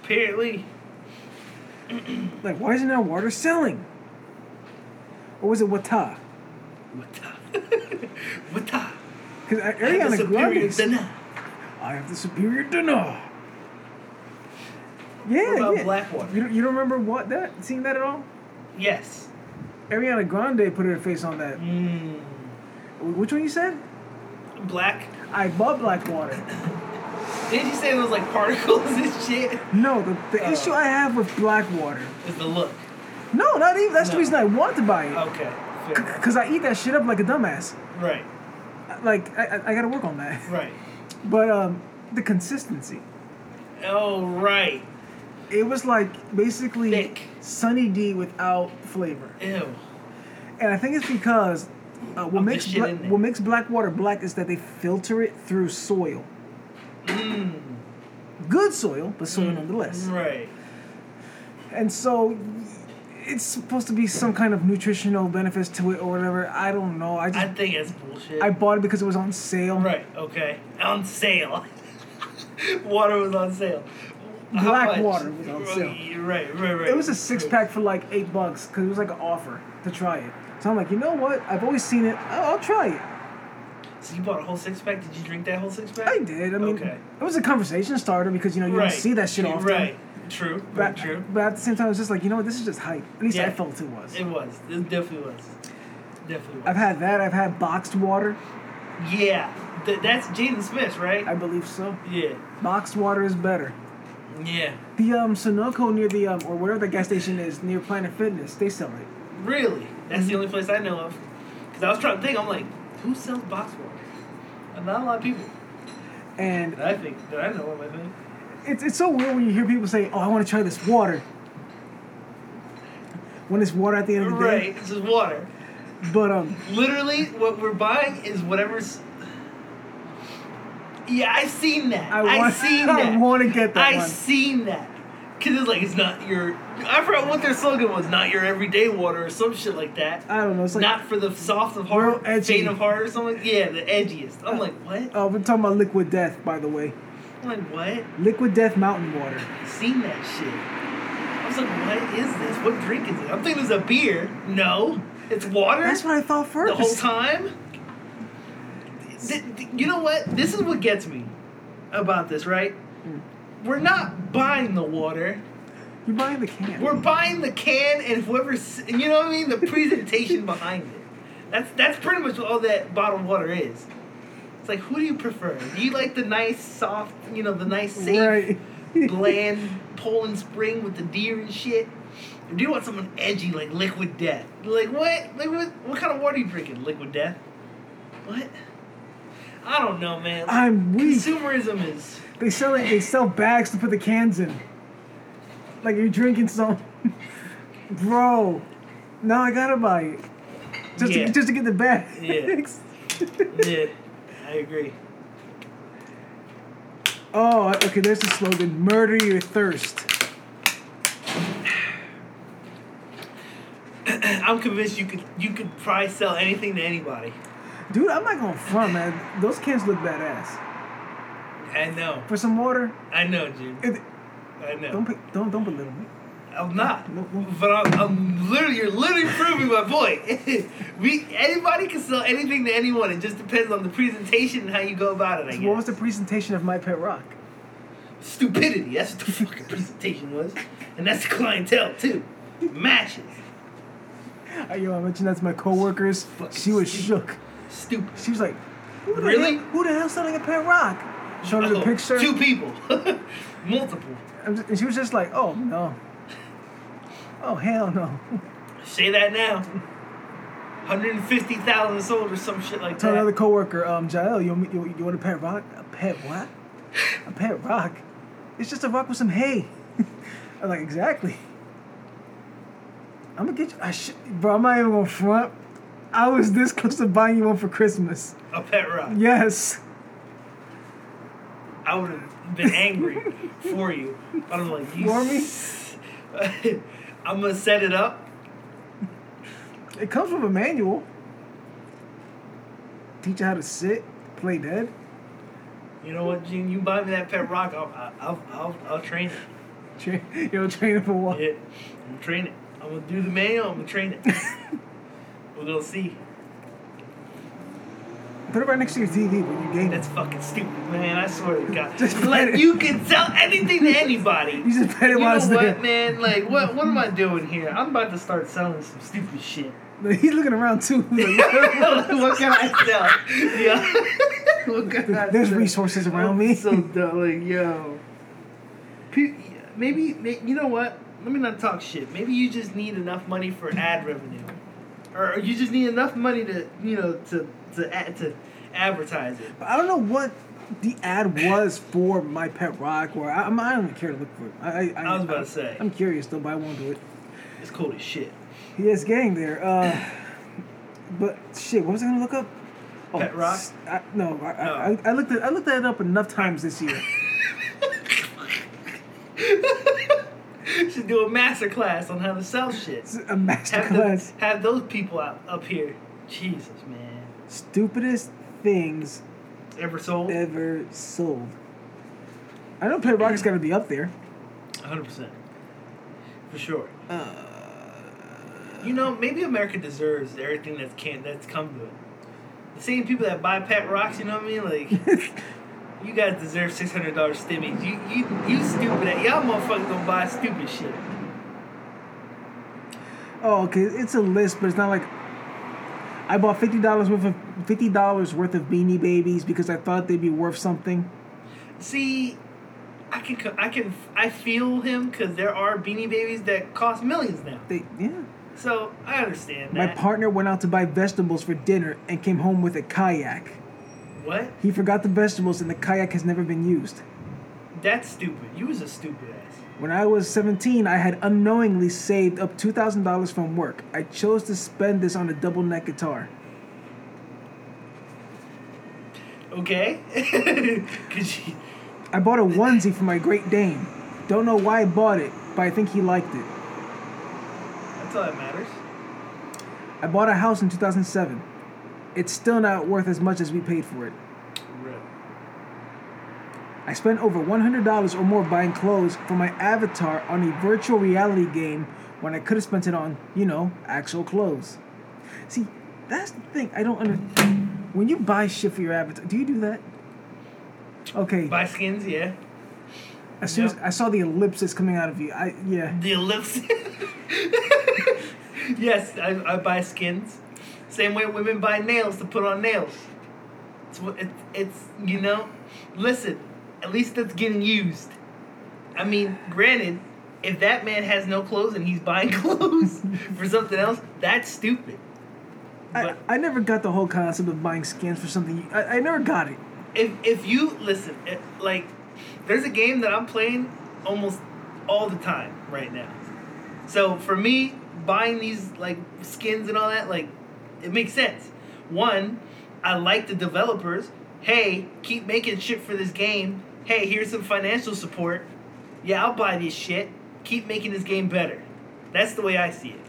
Apparently, Like, why isn't our water selling? Or was it Wata? what the? what the? Because I have a Ariana superior Grande. than that. I have the superior dinner. Yeah, What about yeah. Blackwater? You don't, you don't remember what that seeing that at all? Yes. Ariana Grande put her face on that. Mm, Which one you said? black. I bought Blackwater. Did you say those like particles and shit? No, the, the Oh. issue I have with Blackwater. Is the look. No, not even. That's the No. Oh. reason I want to buy it. Okay. Fair enough. Because I eat that shit up like a dumbass. Right. Like, I, I, I gotta work on that. Right. But um, the consistency. Oh right. It was like basically Thick. Sunny D without flavor, Ew. and I think it's because uh, what Of the makes shit bla- in there. what makes black water black is that they filter it through soil, Mm, good soil, but soil nonetheless. right. And so it's supposed to be some kind of nutritional benefits to it or whatever. I don't know. I I just think that's bullshit. I, bought it because it was on sale. Right. Okay. On sale. water was on sale. How Black much? water was on sale. Right, Right. Right. Right. It was a six pack for like eight bucks because it was like an offer to try it. So I'm like, you know what? I've always seen it. I'll, I'll try it. So you bought a whole six pack. Did you drink that whole six pack? I did. I mean, okay. it was a conversation starter because you know you right. don't see that shit You're often. Right. True. very But, true. but at the same time, it's just like you know what? This is just hype. At least Yeah. I felt it was. It was. It definitely was. Definitely was. I've had that. I've had boxed water. Yeah, Th- that's Jaden Smith, right? I believe so. yeah, Boxed water is better. yeah. The um Sunoco near the um or whatever that gas station is near Planet Fitness, they sell it. Really? That's the only place I know of. Because I was trying to think, I'm like, who sells box water? Not a lot of people. And that I think that I know of, I think. it's it's so weird when you hear people say, "Oh, I want to try this water." When it's water at the end of the Right, it's just water. day, but um, Literally, what we're buying is whatever's. Yeah, I've seen that. I I want- have seen I that. wanna get that I one. seen that. Cause it's like it's not your. I forgot what their slogan was. Not your everyday water or some shit like that. I don't know. It's like not for the soft of heart, Real edgy. faint of heart, or something. Yeah, the edgiest. I'm like, what? oh, we're talking about Liquid Death, by the way. I'm like, what? Liquid Death Mountain Water. seen that shit. I was like, what is this? What drink is it? I'm thinking it's a beer. No, it's water. That's what I thought first. the whole time. Th- th- you know what? This is what gets me about this, right? We're not buying the water. You buying the can? We're buying the can and whoever, s- you know what I mean? The presentation behind it. That's that's pretty much all that bottled water is. It's like, who do you prefer? Do you like the nice, soft, you know, the nice, safe, right. bland Poland Spring with the deer and shit. Or do you want something edgy like Liquid Death? Like what? Like what? What kind of water you drinking? Liquid Death? What? I don't know, man. I'm weak. Consumerism is. They sell it. They sell bags to put the cans in. Like you're drinking some, bro. Now I gotta buy it just Yeah. to, just to get the bag. yeah, I agree. Oh, okay. There's the slogan: "Murder your thirst." I'm convinced you could you could probably sell anything to anybody. Dude, I'm not going front, man. Those cans look badass. I know. For some water, I know, dude. it, I know. don't pe- don't don't belittle me. I'm not. No, no. But I'm, I'm literally, you're literally proving my point. we anybody can sell anything to anyone. It just depends on the presentation and how you go about it. I So guess. what was the presentation of My Pet Rock? Stupidity. That's what the fucking presentation was, and that's the clientele too. Matches. Uh, yo, I mentioned that to my coworkers. Fucking She was stupid. shook. Stupid. She was like, who the Really? Hell, who the hell's selling a pet rock? Showed her the Oh, picture. Two people. Multiple. I'm just- and she was just like, oh, no. Oh, hell no. Say that now. 150,000 sold or some shit like Tell that. another coworker, um, Jael, you, want me- you, you want a pet rock? A pet what? A pet rock? It's just a rock with some hay. I'm like, exactly. I'm gonna get you. I should, bro, I'm not even gonna front. I was this close to buying you one for Christmas. A pet rock. Yes. I would have been angry for you. But I'm like, you For me? me? I'm gonna set it up. It comes with a manual. Teach you how to sit, play dead. You know what, Gene? You buy me that pet rock, I'll I'll I'll, I'll, I'll train it. Train, you know, training for what? Yeah, I'm gonna train it. I'm gonna do the manual. I'm gonna train it. We're gonna see. Put it right next to your TV when you game. That's fucking stupid, man. I swear to God. Just let like it- you can sell anything to anybody. You just let it You know while it's what, there. man? Like, what what am I doing here? I'm about to start selling some stupid shit. it. He's looking around too. He's like, what can I sell? Yeah. what can I There's sell? resources around me. So dumb, like yo. Pe- Maybe, may- you know what? Let me not talk shit. Maybe you just need enough money for ad revenue, or you just need enough money to you know to to ad, to advertise it. I don't know what the ad was for My Pet Rock, or I, I'm- I don't even care to look for it. I, I, I was about to say. I'm curious though, but I won't do it. It's cool as shit. He is getting there. Uh, but shit, what was I gonna look up? Oh, Pet Rock? Oh. s- I, no, I, I, I, I looked at, I looked that up enough times this year. Should do a master class on how to sell shit. It's a Have, masterclass. The, have those people out up here. Jesus, man. Stupidest things Ever sold? ever sold. I know Pet Rock's gotta be up there. 100%. For sure. you know, maybe America deserves everything that's can that's come to it. The same people that buy pet rocks, you know what I mean? Like, you guys deserve six hundred dollars stimmies. You you you stupid. Y'all motherfuckers gonna buy stupid shit. Oh, okay, it's a list, but it's not like. I bought fifty dollars worth of fifty dollars worth of Beanie Babies because I thought they'd be worth something. See, I can, co- I can, I feel him because there are Beanie Babies that cost millions now. They yeah. So I understand My that. partner went out to buy vegetables for dinner and came home with a kayak. what? He forgot the vegetables and the kayak has never been used. That's stupid. You was a stupid ass. When I was 17, I had unknowingly saved up $2,000 from work. I chose to spend this on a double neck guitar. Okay. Cause you, I bought a onesie for my Great Dane. Don't know why I bought it, but I think he liked it. that's all that matters. I bought a house in 2007. It's still not worth as much as we paid for it. Real. I spent over $100 or more buying clothes for my avatar on a virtual reality game when I could have spent it on, you know, actual clothes. See, that's the thing I don't under. When you buy shit for your avatar, do you do that? Okay. Buy skins, yeah. As soon as Yep. I saw the ellipsis coming out of you, I yeah. The ellipsis. yes, I, I buy skins. Same way women buy nails to put on nails. It's what it's, it's you know. Listen, at least that's getting used. I mean, granted, if that man has no clothes and he's buying clothes for something else, that's stupid. I, But- I never got the whole concept of buying skins for something. you- I, I never got it. if if you listen, it, like, there's a game that I'm playing almost all the time right now. So for me, buying these like skins and all that, like, it makes sense. One, I like the developers. Hey, keep making shit for this game. Hey, here's some financial support. Yeah, I'll buy this shit. Keep making this game better. That's the way I see it.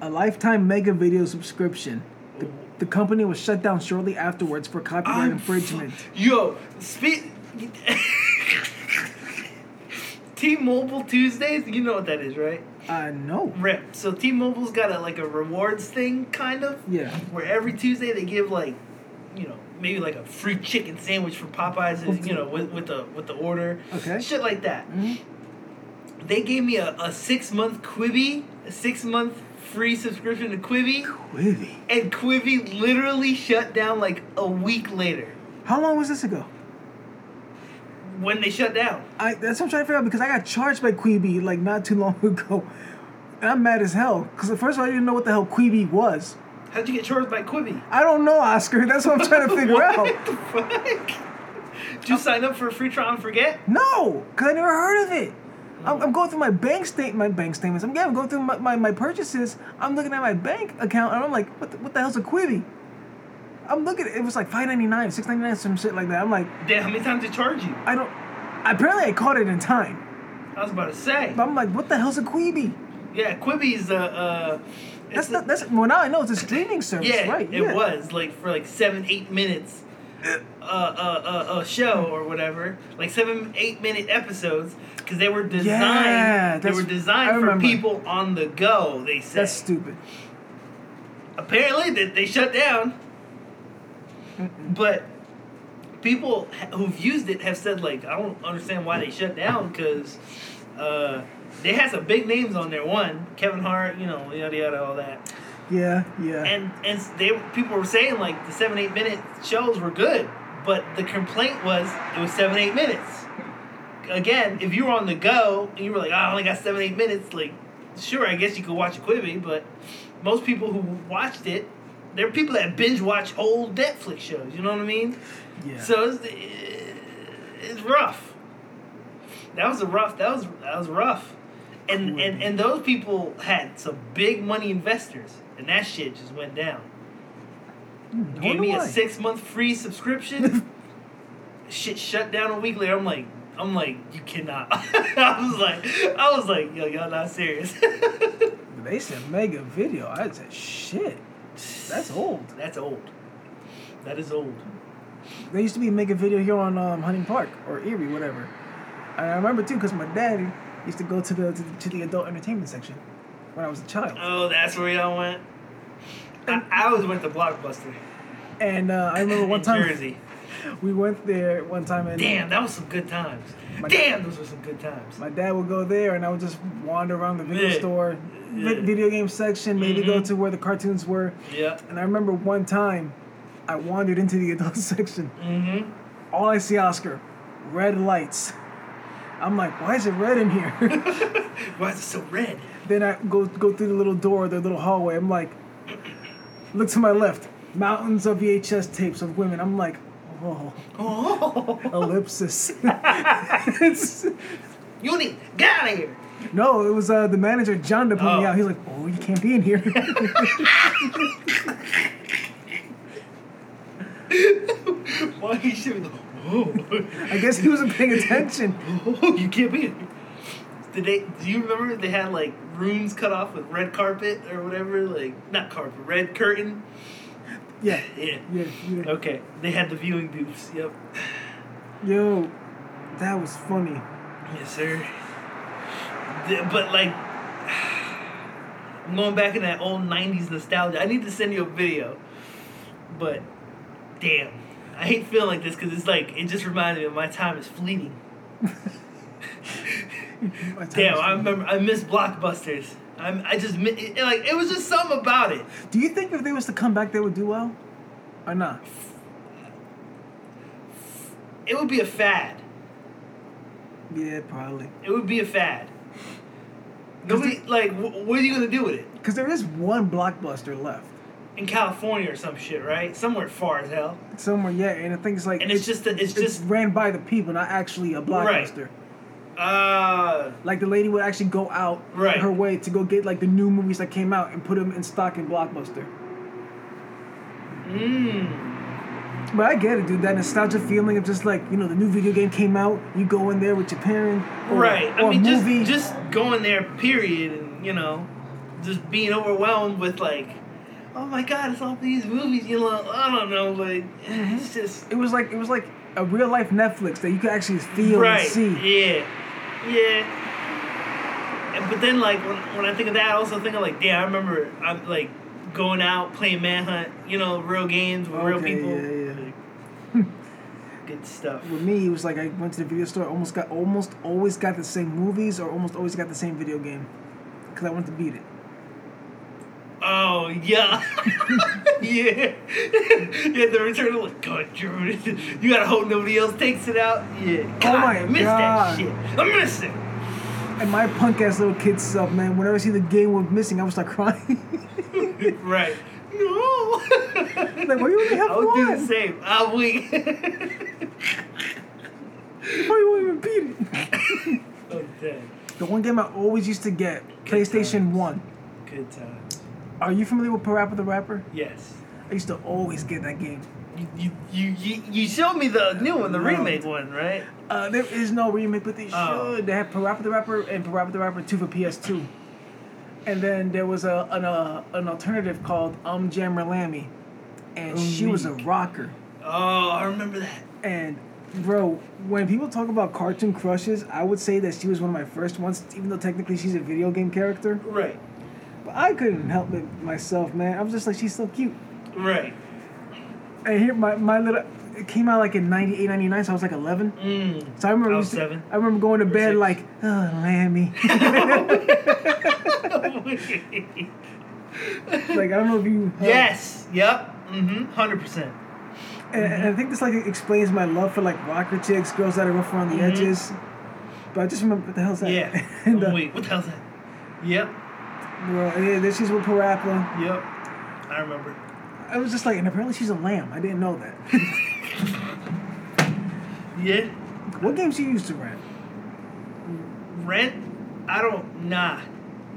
A lifetime mega video subscription. The, the company was shut down shortly afterwards for copyright I'm infringement. Yo, speak. T-Mobile Tuesdays, you know what that is, right? uh, no. Rip. So T-Mobile's got a like a rewards thing, kind of. Yeah. Where every Tuesday they give like, you know, maybe like a free chicken sandwich for Popeyes, is, you know, with, with the with the order. Okay. Mm-hmm. Shit like that. They gave me a, a six month Quibi, a six month free subscription to Quibi, Quibi. and Quibi literally shut down like a week later How long was this ago? when they shut down. I that's what I'm trying to figure out because I got charged by Quibi like not too long ago, and I'm mad as hell because at first of all, I didn't know what the hell Quibi was. How'd you get charged by Quibi? I don't know, Oscar. That's what I'm trying to figure out. What the fuck? Did you sign up for a free trial and forget? No, because I never heard of it. I'm, I'm going through my bank state, my bank statements. I'm, yeah, I'm going through my, my, my purchases. I'm looking at my bank account and I'm like, what the, what the hell's a Quibi? I'm looking. It was like five ninety nine, six ninety nine, some shit like that. I'm like, Damn, how many times they charge you? I don't. Apparently, I caught it in time. I was about to say. But I'm like, what the hell's a Quibi? Yeah, Quibi's uh, uh That's it's the, a- that's well now I know it's a streaming service, yeah, right? it was like for like seven, eight minutes, uh, uh, uh, a show or whatever, like seven, eight minute episodes, because they were designed. Yeah, they that's- were I designed for remember. people on the go. They said. That's stupid. apparently they, they shut down but people ha- who've used it have said like i don't understand why they shut down because uh, they had some big names on there one kevin hart you know yada yada all that Yeah, yeah. and and they people were saying like the seven eight minute shows were good but the complaint was it was seven eight minutes again if you were on the go and you were like oh, i only got seven eight minutes like sure i guess you could watch a quibi but most people who watched it they're people that binge watch old netflix shows you know what i mean yeah. so it's, it's rough. That was a rough. That was that was rough. And and and those people had some big money investors, and that shit just went down. Gave Hmm, wonder me a why. six month free subscription. shit shut down a week later. I'm like. I'm like, you cannot. I was like, I was like, yo, y'all not serious. they said mega video. I said shit. That's old. That's old. That is old. They used to be mega video here on um, Hunting Park or Erie, whatever. And I remember too, cause my daddy used to go to the to the, to the adult entertainment section when I was a child. Oh, that's where y'all went. I, I always went to Blockbuster and uh, I remember one in time Jersey. we went there one time and Damn, that was some good times. My- Damn, those were some good times. my dad would go there and I would just wander around the video Yeah. store, vi- Yeah. Mm-hmm. video game section, maybe go to where the cartoons were. Yeah. And I remember one time I wandered into the adult section. Mm-hmm. All I see, Oscar, red lights. I'm like, why is it red in here? Why is it so red? then I go go through the little door, the little hallway. I'm like, look to my left, mountains of VHS tapes of women. I'm like, oh, Oh, ellipsis. It's- you need get out of here. no, it was uh, the manager John that put me Oh. out. He's like, oh, you can't be in here. Why are you shivering? Oh, I guess he wasn't paying attention. oh, you can't be in here. Did they? Do you remember they had like rooms cut off with red carpet or whatever? Like not carpet, red curtain. Yeah, Yeah. yeah, yeah. Okay, they had the viewing booths. Yep. Yo, that was funny. Yes, sir. Th- But like, I'm going back in that old '90s nostalgia. I need to send you a video. But damn, I hate feeling like this because it's like it just reminded me of my time is fleeting. My time Damn, was- I remember I miss blockbusters. I'm, I just mi- it, like it was just something about it. Do you think if they was to come back, they would do well, or not? It would be a fad. Yeah, probably. It would be a fad. Nobody like wh- what are you gonna do with it Because there is one blockbuster left in California or some shit, right? Somewhere far as hell. somewhere. Yeah, and I think it's like And it's just that it's it's just ran by the people, not actually a Right. blockbuster. uh Like the lady would actually go out Right. her way to go get like the new movies that came out and put them in stock in blockbuster. mm, But I get it, dude. That nostalgia feeling of just like you know the new video game came out, you go in there with your parent, or, right. or I mean a movie. just just going there period and you know just being overwhelmed with like oh my god it's all these movies you know I don't know like Mm-hmm. it's just it was like it was like a real life Netflix that you could actually feel right. and see. Yeah, yeah. And- But then, like when, when I think of that, I also think of like, damn, I remember I'm like going out playing Manhunt, you know, real games with real Okay, people. yeah, yeah. Like, good stuff. With me, it was like I went to the video store, almost got almost always got the same movies or almost always got the same video game because I wanted to beat it. Oh yeah, yeah, yeah. The return of like, God, Jordan, you gotta hope nobody else takes it out. Yeah. Oh God, my I missed God. that shit. I missed it. And my punk ass little kid self, man, whenever I see the game was missing, I would start crying. Right. No. like, well, you only have I would do one. the same. I would. Why you won't even beat it? Oh, dang. The one game I always used to get, PlayStation 1. Good times. Are you familiar with Parappa the Rapper? Yes. I used to always get that game. You, you, you, you, you showed me the new one, the No. remake one, right? Uh, there is no remake, but they Oh. should. They had Parappa the Rapper and Parappa the Rapper 2 for PS2. And then there was a an, uh, an alternative called Um Jammer Lammy. And she was a Unique. rocker. Oh, I remember that. And bro, when people talk about cartoon crushes, I would say that she was one of my first ones, even though technically she's a video game character. Right. But I couldn't help it myself, man. I was just like, she's so cute. Right. And here, my, my little, it came out like in 98, 99, so I was like 11. Mm. So I remember, I was used to- seven. I remember going to bed six. like, oh, Lammy. like, I don't know if you. uh, yes. Yep. Mm-hmm. Hundred percent. And, and I think this like explains my love for like rocker chicks, girls that are rough around the Mhm. edges. But I just remember what the hell's that? Yeah. Oh, and, uh, Wait, what the hell's that? Yep. bro, and yeah, then she's with Parappa. Yep. I remember. I was just like, and apparently she's a lamb. I didn't know that. Yeah. what game she used to rent? Rent? I don't. Nah.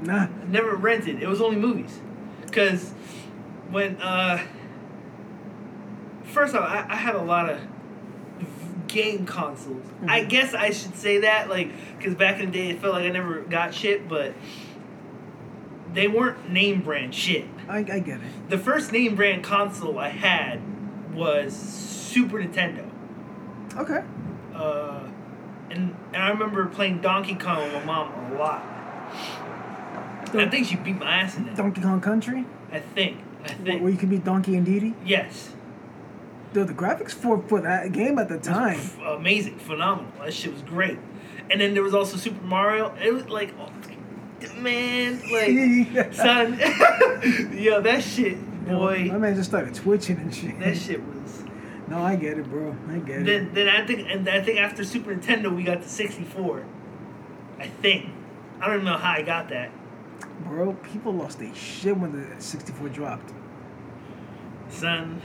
Nah. Never rented. It was only movies. Cause when uh, first off, I, I had a lot of game consoles. Mm-hmm. I guess I should say that, like, cause back in the day, it felt like I never got shit, but they weren't name brand shit. I, I get it. The first name brand console I had was Super Nintendo. Okay. Uh, and, and I remember playing Donkey Kong with my mom a lot. And I think she beat my ass in that. Donkey Kong Country, I think. I where think. you can be Donkey and Dee Dee. Yes. the, the graphics for for that game at the time. F- amazing, phenomenal. That shit was great. And then there was also Super Mario. It was like, oh, man, like, son, yo, that shit, my boy, man just started twitching and shit. that shit was. No, I get it, bro. I get it. Then, then I think, and I think after Super Nintendo, we got the sixty four. I think. I don't even know how I got that. Bro, people lost their shit when the 64 dropped. Son,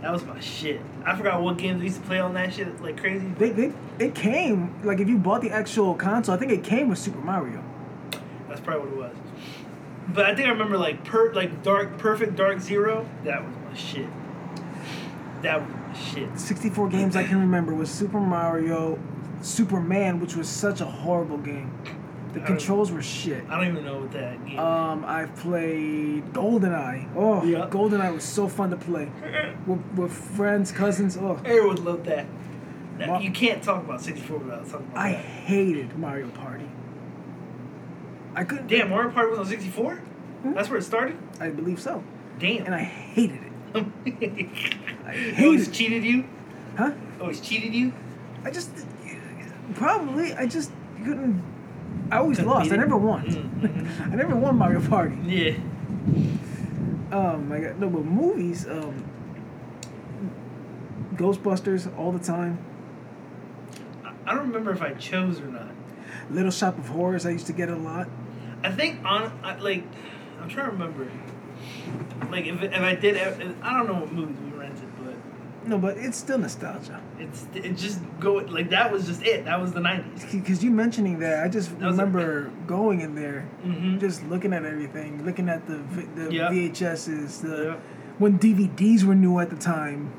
that was my shit. I forgot what games we used to play on that shit like crazy. They, they, it came, like, if you bought the actual console, I think it came with Super Mario. That's probably what it was. But I think I remember like per like dark perfect dark zero. That was my shit. That was my shit. 64 games I can remember was Super Mario, Superman, which was such a horrible game. The I- controls were shit. I don't even know what that game. Um, I've played GoldenEye. Oh, Yeah. GoldenEye was so fun to play with, with friends, cousins. Oh, Everyone would love that. That- Ma- you can't talk about sixty four without talking about I that. hated Mario Party. I couldn't. Damn, Mario Party was on sixty That's where it started. I believe so. Hmm? Damn. And I hated it. I I hated always it. cheated you. Huh? Always cheated you. I just probably I just couldn't. I always Couldn't lost. beat I it. never won. Mhm. I never won Mario Party. Yeah. Oh my god! No, but movies. Um, Ghostbusters all the time. I- I don't remember if I chose or not. Little Shop of Horrors. I used to get a lot. I think on I, like I'm trying to remember. Like if, if I did, I don't know what movies we rented, but No, but it's still nostalgia. it's it just go like that was just it. That was the '90s. Because you mentioning that, I just That was a- remember going in there, Mhm. just looking at everything, looking at the v- the Yeah. VHSs, the Yeah. when DVDs were new at the time,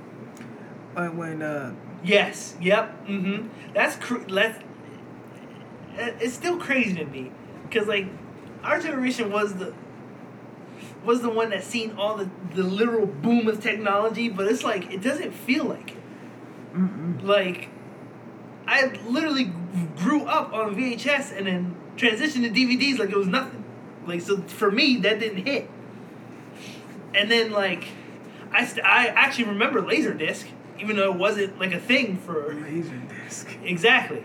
uh, when uh, Yes. Yep. Mm-hmm. That's cr- that's it- it's still crazy to me because like our generation was the was the one that seen all the the literal boom of technology, but it's like it doesn't feel like it. Like I literally grew up on VHS and then transitioned to DVDs like it was nothing. Like so for me that didn't hit. And then like I st- I actually remember Laserdisc even though it wasn't like a thing for Laserdisc. Exactly.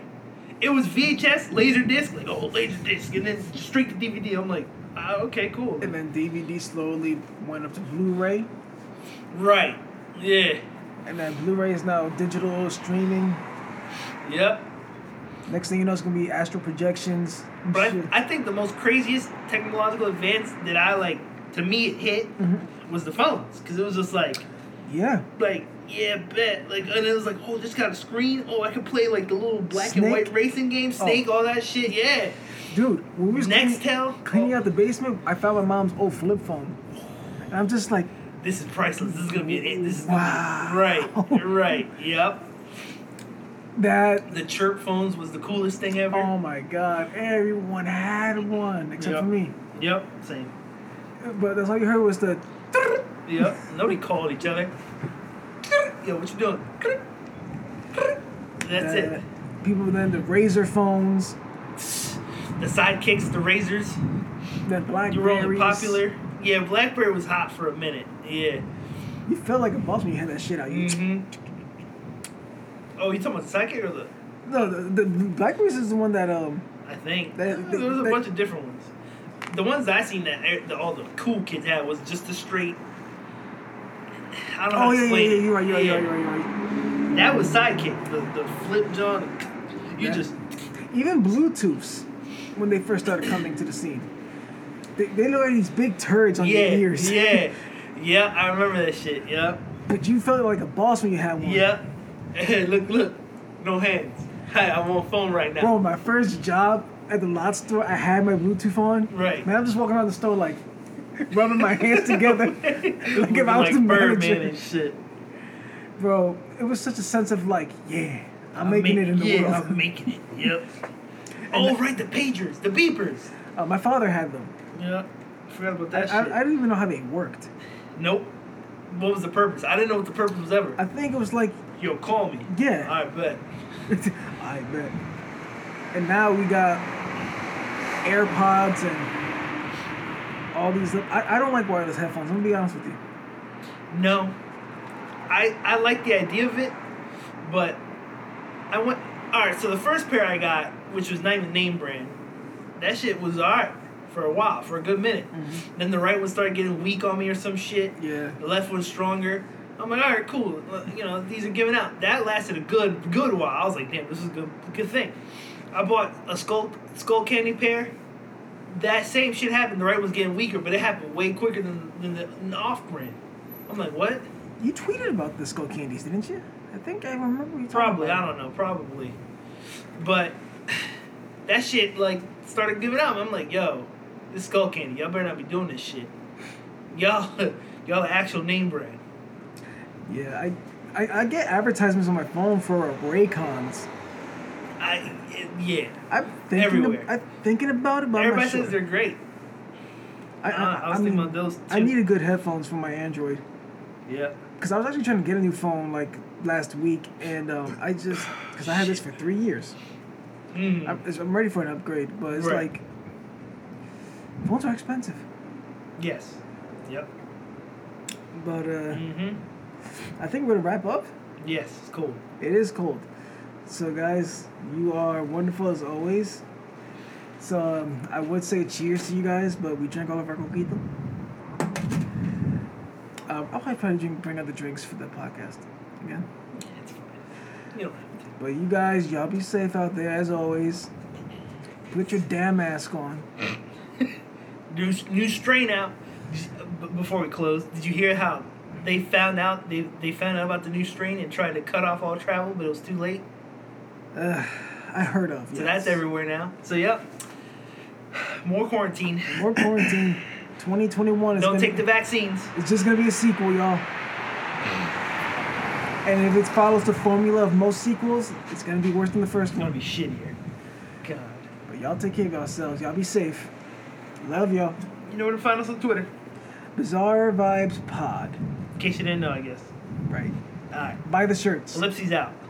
It was VHS, Laserdisc, like, oh, Laserdisc, and then straight to DVD. I'm like, ah, okay, cool. And then DVD slowly went up to Blu-ray, Right. Yeah. and then Blu-ray is now digital streaming. Yep. Next thing you know, it's gonna be astral projections. and But shit. I, I think the most craziest technological advance that I, like, to me, it hit Mm-hmm. was the phones. Because it was just like, yeah, like, yeah, bet. Like, and it was like, oh, this got a screen. Oh, I could play, like, the little black and Snake? Oh. white racing game, Snake, all that shit. Yeah. dude, when we was cleaning, Nextel. cleaning oh, out the basement, I found my mom's old flip phone, and I'm just like, This is priceless. This is going to be an it. This is Wow. gonna be, right. Right. Yep. that The chirp phones was the coolest thing ever. Oh my god, everyone had one except Yep. for me. Yep, same. But that's all you heard was the Yep. Nobody called each other. Yo, what you doing? That's uh, it. people then the razor phones, The sidekicks, the razors. then You were only Blackberries. popular. Yeah, Blackberry was hot for a minute. Yeah. You felt like a boss when you had that shit out. You hmm Oh, you talking about sidekick or the? No, the, the Blackberries is the one that um I think They- they- there was a they- bunch of different ones. The ones I seen that e- the, all the cool kids had was just the straight. I don't know Oh how yeah, to yeah, yeah, explain it. you're right, you're right, Yeah. you're right, you're right, you're right. That was sidekick. The the flip John. You Yeah. just Even Bluetooths, when they first started coming to the scene. They, they look like these big turds on yeah your ears. yeah yeah. I remember that shit. Yep but you felt like a boss when you had one. yep. look look, no hands. Hi, I'm on phone right now. Bro, my first job at the lot store, I had my Bluetooth on. Right. Man, I'm just walking around the store like rubbing my hands together. like if I was the Birdman manager. and shit. Bro, it was such a sense of like, yeah, I'm, making ma- it in the yeah, world. I'm making it. Yep. oh right, the pagers, the beepers. Uh, my father had them. Yeah. Forgot about I, that shit. I, I didn't even know how they worked. nope. What was the purpose? I didn't know what the purpose was ever. I think it was like, Yo, call me. Yeah. I bet. I bet. And now we got AirPods and all these. I, I don't like wireless headphones. I'm gonna be honest with you. No. I, I like the idea of it, but I went. All right, so the first pair I got, which was not even name brand, that shit was all right for a while, for a good minute. Then the right one started getting weak on me or some shit. Yeah. The left one's stronger. I'm like, all right, cool. Uh, You know, these are giving out. That lasted a good, good while. I was like, damn, this is a good, good thing. I bought a skull, skull candy pair. That same shit happened. The right one's getting weaker, but it happened way quicker than, than the, than the off brand. I'm like, what? You tweeted about the skull candies, didn't you? I think I remember you talking Probably, I about don't know, probably. But that shit like started giving up. I'm like, yo, this skull candy, y'all better not be doing this shit. Y'all y'all the actual name brand. it. Yeah, I, I I get advertisements on my phone for Raycons. I it- yeah. I'm thinking Everywhere. ab- I'm thinking about it, but Everybody I'm not sure. says they're great. I, I, Uh, I was I thinking mean, about those too. I needed good headphones for my Android Yeah. because I was actually trying to get a new phone like last week, and um, I just because I had this for three years. Mm. I'm, it's- I'm ready for an upgrade, but it's Right. like phones are expensive. yes. Yep. But uh, Mm-hmm. I think we're gonna wrap up. Yes, it's cool. It is cold. So, guys, you are wonderful as always. So, um, I would say cheers to you guys, but we drank all of our coquito. Um, I'll probably try to drink, bring other drinks for the podcast again. Yeah, it's fine. You don't have to. But you guys, y'all be safe out there as always. Put your damn mask on. New, new strain out. Just, uh, b- Before we close, did you hear how they found out they, they found out about the new strain and tried to cut off all travel, but it was too late. Ugh, I heard of. So yes. that's everywhere now. So yep, more quarantine. More quarantine. 2021 is Don't gonna take the vaccines. It's just gonna be a sequel, y'all. And if it follows the formula of most sequels, it's gonna be worse than the first It's gonna be one. shittier. God, But y'all take care of yourselves. Y'all be safe. Love y'all. you know where to find us on Twitter. Bizarre Vibes Pod. In case you didn't know, I guess. Right. All right, Buy the shirts. ellipses out.